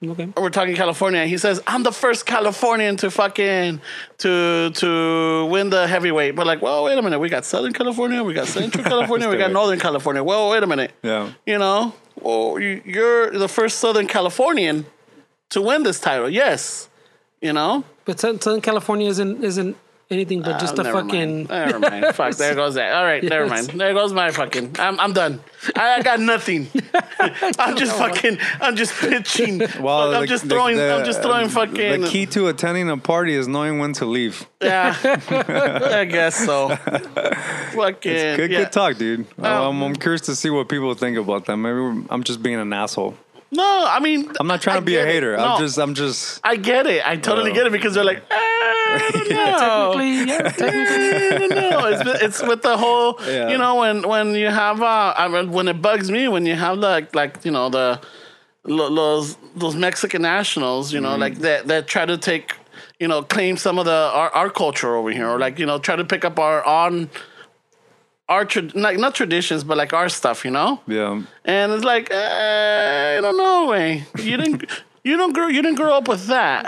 Okay. We're talking California. He says I'm the first Californian to fucking to to win the heavyweight. But like, well, wait a minute. We got Southern California. We got Central California. we got Stupid. Northern California. Well, wait a minute. Yeah. You know, well, you, you're the first Southern Californian to win this title. Yes. You know. But South- Southern California isn't isn't anything but just Oh, a never fucking. Mind. Never mind. Fuck. There goes that. All right. Never Yes. mind. There goes my fucking. I'm I'm done. I, I got nothing. I'm just fucking. I'm just pitching. Fuck, I'm the- just the- throwing. the- I'm just throwing fucking. The key to attending a party is knowing when to leave. Yeah. I guess so. Fucking. Good, yeah. good talk, dude. Um, I'm, I'm curious to see what people think about that. Maybe we're- I'm just being an asshole. No, I mean. I'm not trying I to be a get it. hater. No, I'm just, I'm just. I get it. I totally Oh. get it because they're like. "Ah, I don't know." Technically, yeah, technically. no, it's it's with the whole Yeah. you know when when you have uh I mean, when it bugs me when you have like like you know the lo- los those Mexican nationals you know like that that try to take you know claim some of the our, our culture over here or like you know try to pick up our on our trad like not traditions but like our stuff you know Yeah, and it's like uh, I don't know way you didn't you don't grow you didn't grow up with that.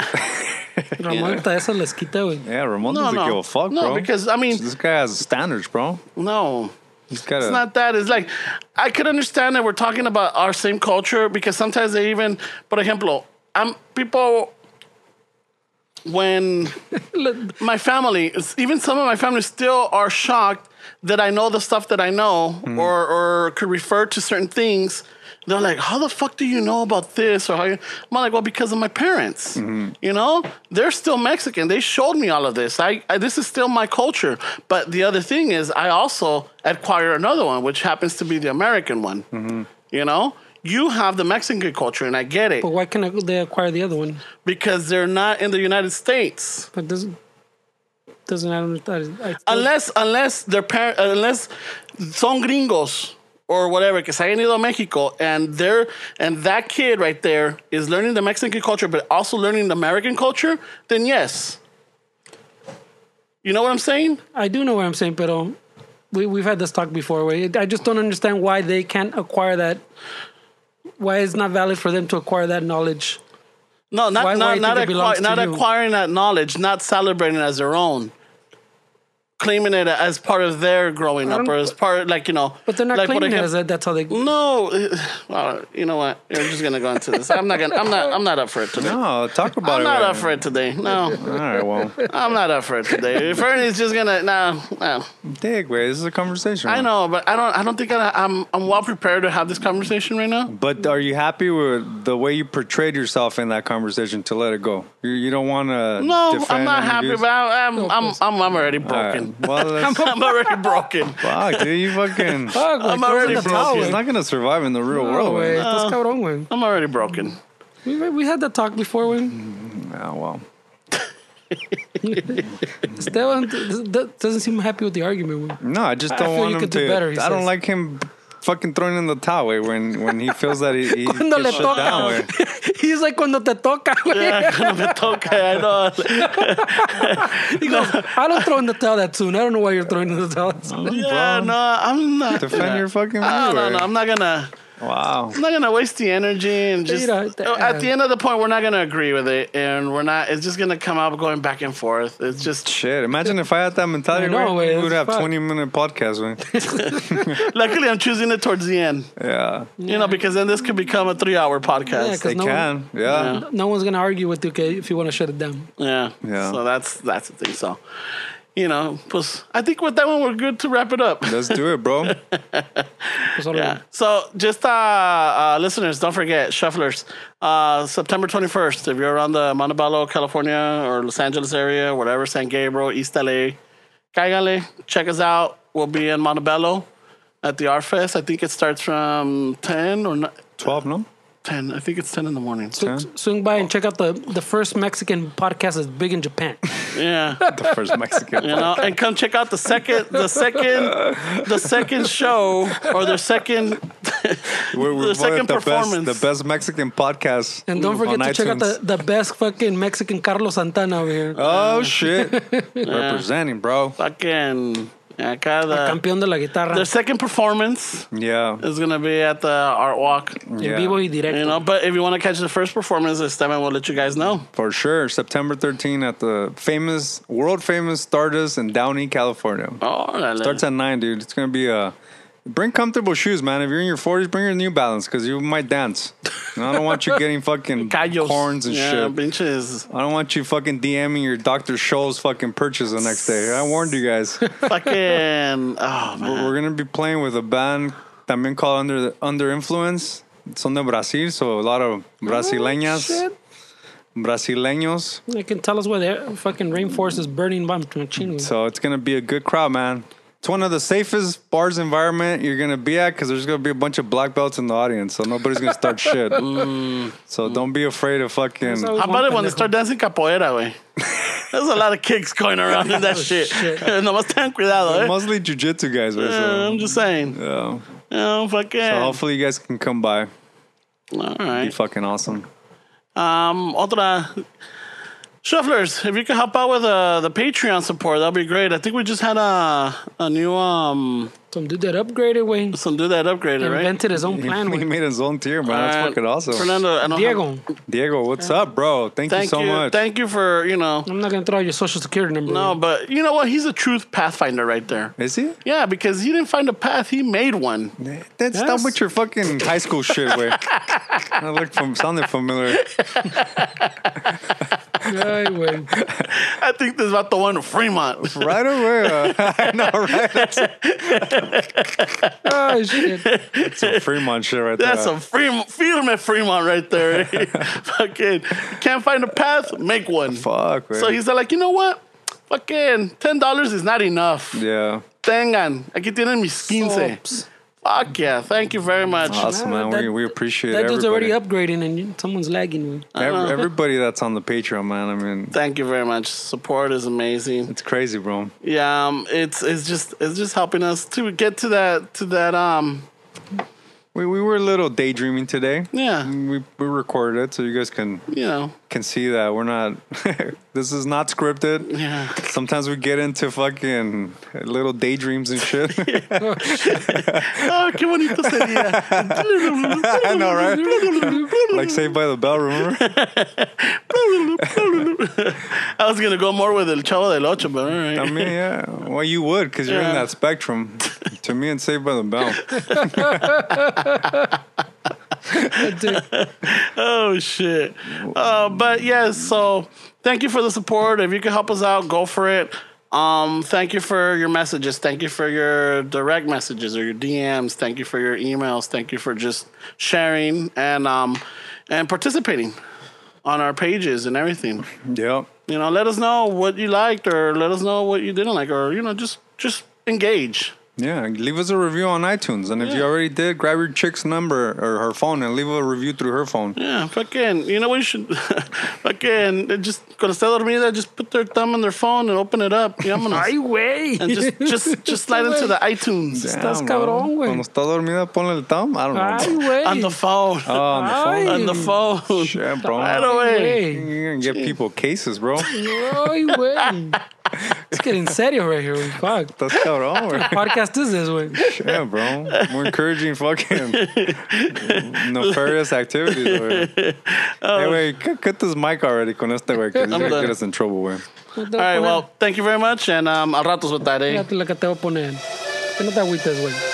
Ramón, hasta eso les quita, güey. yeah. Ramon No, doesn't no. give a fuck, No, bro. because, I mean- this guy has standards, bro. No. He's got It's not that. It's like I could understand that we're talking about our same culture because sometimes they even, por ejemplo, I'm people when my family, even some of my family, still are shocked that I know the stuff that I know or or could refer to certain things. They're like, "How the fuck do you know about this?" Or how you? I'm like, "Well, because of my parents. You know, they're still Mexican. They showed me all of this. I, I this is still my culture. But the other thing is, I also acquire another one, which happens to be the American one. You know." You have the Mexican culture, and I get it But why can they acquire the other one? because they're not in the United States. But doesn't doesn't I don't I, I unless unless their parent unless son gringos or whatever que se hayan ido a Mexico and they're and that kid right there is learning the Mexican culture but also learning the American culture, then yes. You know what I'm saying? I do know what I'm saying, but um, we we've had this talk before. Where it- I just don't understand why they can't acquire that. Why it's not valid for them to acquire that knowledge? No, not Why- why not you not, think it belongs acqui- to not you? acquiring that knowledge, not celebrating it as their own, claiming it as part of their growing up don't- or as part like you know. But they're not like, por claiming it ejem- as that. That's how they. No, eh, well, you know what? You're just gonna go into this. I'm not gonna. I'm not. I'm not up for it today. No, talk about I'm it. not right up for it today. No, All right, well, I'm not up for it today. Fernie's just gonna. No, no. dig, way. This is a conversation. I man. know, but I don't. I don't think I, I'm. I'm well prepared to have this conversation right now. But are you happy with the way you portrayed yourself in that conversation to let it go? You, you don't want to. No, I'm not happy. But I'm. I'm. I'm, I'm, I'm already broken. Well, that's, I'm already broken. fuck, dude, you fucking. Fuck, I'm I'm already already the broke. towel. He's not gonna survive in the real world. No, way. man. That's cabrón, güey. I'm already broken. We, we had that talk before when Ah, well, Esteban d- d- doesn't seem happy with the argument. güey. no, I just I don't feel want you him could to. do better, I he don't says. like him fucking throwing in the towel way, when when he feels that he, he Cuando le gets shut down. way. toca. He's like, cuando te toca, güey. okay, I know. He goes, I don't throw in the towel that soon. I don't know why you're throwing in the towel that soon. Yeah, no, I'm not. Defend your fucking view. No, no, way. no. I'm not gonna. Wow. I'm not gonna waste the energy and just. know, th- at the end of the point, we're not gonna agree with it, and we're not. It's just gonna come up going back and forth. It's just. Shit, imagine if I had that mentality, I know, way, way, we would that's have fucked. 20 minute podcast, man. Luckily, I'm choosing it towards the end. Yeah, You know, because then this could become a three-hour Yeah, podcast. 'cause they no one- can. yeah. No one's gonna argue with you okay, if you want to shut it down. Yeah. Yeah. So that's that's the thing. So, you know, plus I think with that one we're good to wrap it up. Let's do it, bro. That's all I Yeah. want. So just uh, uh, listeners, don't forget Shufflers, uh, September 21st. If you're around the Montebello, California, or Los Angeles area, whatever, San Gabriel, East LA, cáigale, check us out. We'll be in Montebello at the Art Fest. I think it starts from 10 or not, 12, no? 10. I think it's 10 in the morning. So, Swing by and check out the, the first Mexican podcast that's big in Japan. Yeah. The first Mexican. You know, and come check out the second, the second, the second show or the second. We're, the second the performance. Best, the best Mexican podcast. And Mm, don't forget on to check out iTunes. the, the best fucking Mexican Carlos Santana over here. Oh, shit. Representing, bro. Fucking. Acá the, Campeón de la guitarra. their second performance Yeah. is gonna be at the art walk. En vivo y directo. You know, but if you want to catch the first performance this time, I will let you guys know. For sure. September 13 at the famous, world famous Stardust in Downey, California. Oh, Starts at 9, dude. It's going to be a. Bring comfortable shoes, man. If you're in your 40s, bring your New Balance because you might dance. And I don't want you getting fucking corns and yeah, shit. Pinches. I don't want you fucking DMing your Dr. Scholl's fucking purchase the next day. I warned you guys. Fucking. Oh, man. We're gonna be playing with a band también called Under Under Influence. Son de Brasil, so a lot of brasileñas, Shit. brasileños. They can tell us where the fucking rainforest is burning by machine. So it's gonna be a good crowd, man. It's one of the safest bars environment you're gonna be at because there's gonna be a bunch of black belts in the audience, so nobody's gonna start shit. So don't be afraid of fucking. So- How about it when they start dancing capoeira, way? There's a lot of kicks going around in that Oh, shit. shit. no más ten cuidado, eh? Mostly jujitsu guys, right? Yeah, So, I'm just saying. yeah. Oh, fucking. So hopefully you guys can come by. All Be right. fucking awesome. Um, otra. Shufflers, if you could help out with uh, the Patreon support, that'd be great. I think we just had a a new um Some dude that upgraded way some dude that upgraded, right? invented his own He, plan. he güey. made his own tier, man. That's Uh, fucking awesome. Fernando, I don't Diego, Have, Diego, what's up, bro? Thank, thank you so much. Thank you for you know. I'm not gonna throw out your social security number. No, güey. but you know what? He's a truth pathfinder right there. Is he? Yeah, because he didn't find a path, he made one. That's not Yes. what your fucking high school shit way. I looked from sounded familiar. Ay, güey. I think this is about the one in Fremont. Right away. uh, I know, right? That's Ay, shit. some Fremont shit right That's there. some Fremont, film at Fremont right there. Fucking can't find a path, make one. fuck, man. So he's like, you know what? Fucking ten dollars is not enough. yeah. Tengan, aquí tienen mis quince. Soaps. Fuck yeah, thank you very much. Awesome, man. Nah, we, that- we appreciate That dude's everybody. already upgrading and you- someone's lagging. güey. Ev- everybody that's on the Patreon, man. I mean, Thank you very much. Support is amazing. it's crazy, bro. Yeah, um, it's it's just it's just helping us to get to that to that um We we were a little daydreaming today. Yeah. We we recorded it so you guys can You know. can see that we're not. this is not scripted. Yeah. Sometimes we get into fucking little daydreams and shit. Oh, qué bonito sería. I know, right? like Saved by the Bell, remember? I was gonna go more with El Chavo del Ocho, but all right. I mean, yeah. Well, you would because you're Yeah. in that spectrum. to me, it's Saved by the Bell. Oh shit. Uh, but yes, so thank you for the support. If you can help us out, go for it. Um, thank you for your messages. Thank you for your direct messages or your DMs. Thank you for your emails. Thank you for just sharing and um and participating on our pages and everything. yep. You know, let us know what you liked or let us know what you didn't like or you know, just just engage. Yeah, leave us a review on iTunes, and if you Yeah. already did, grab your chick's number or her phone and leave a review through her phone. Yeah, fucking. You know we should fucking they just cuando esté dormida, just put their thumb in their phone and open it up. Llámanos. way. and just just just slide into the iTunes Estás Damn, cabrón, güey. Cuando está dormida, ponle el thumb. I don't know. Ay, güey. on the phone Oh, on the phone. Ay. on the phone. Shit, bro. Right away. Ay, güey. You're gonna get people cases, bro. Ay, güey. It's getting serio right here, güey. Fuck. That's cabrón, güey. Podcast is this, güey. Yeah, bro. We're encouraging fucking nefarious activities, güey. Oh. Hey, wait, cut, cut this mic already con este, güey, because it's gonna done. get us in trouble, güey. All right, well, thank you very much, and um, al ratos with that, eh? Fíjate lo que te voy a poner. Que no te agüites, güey.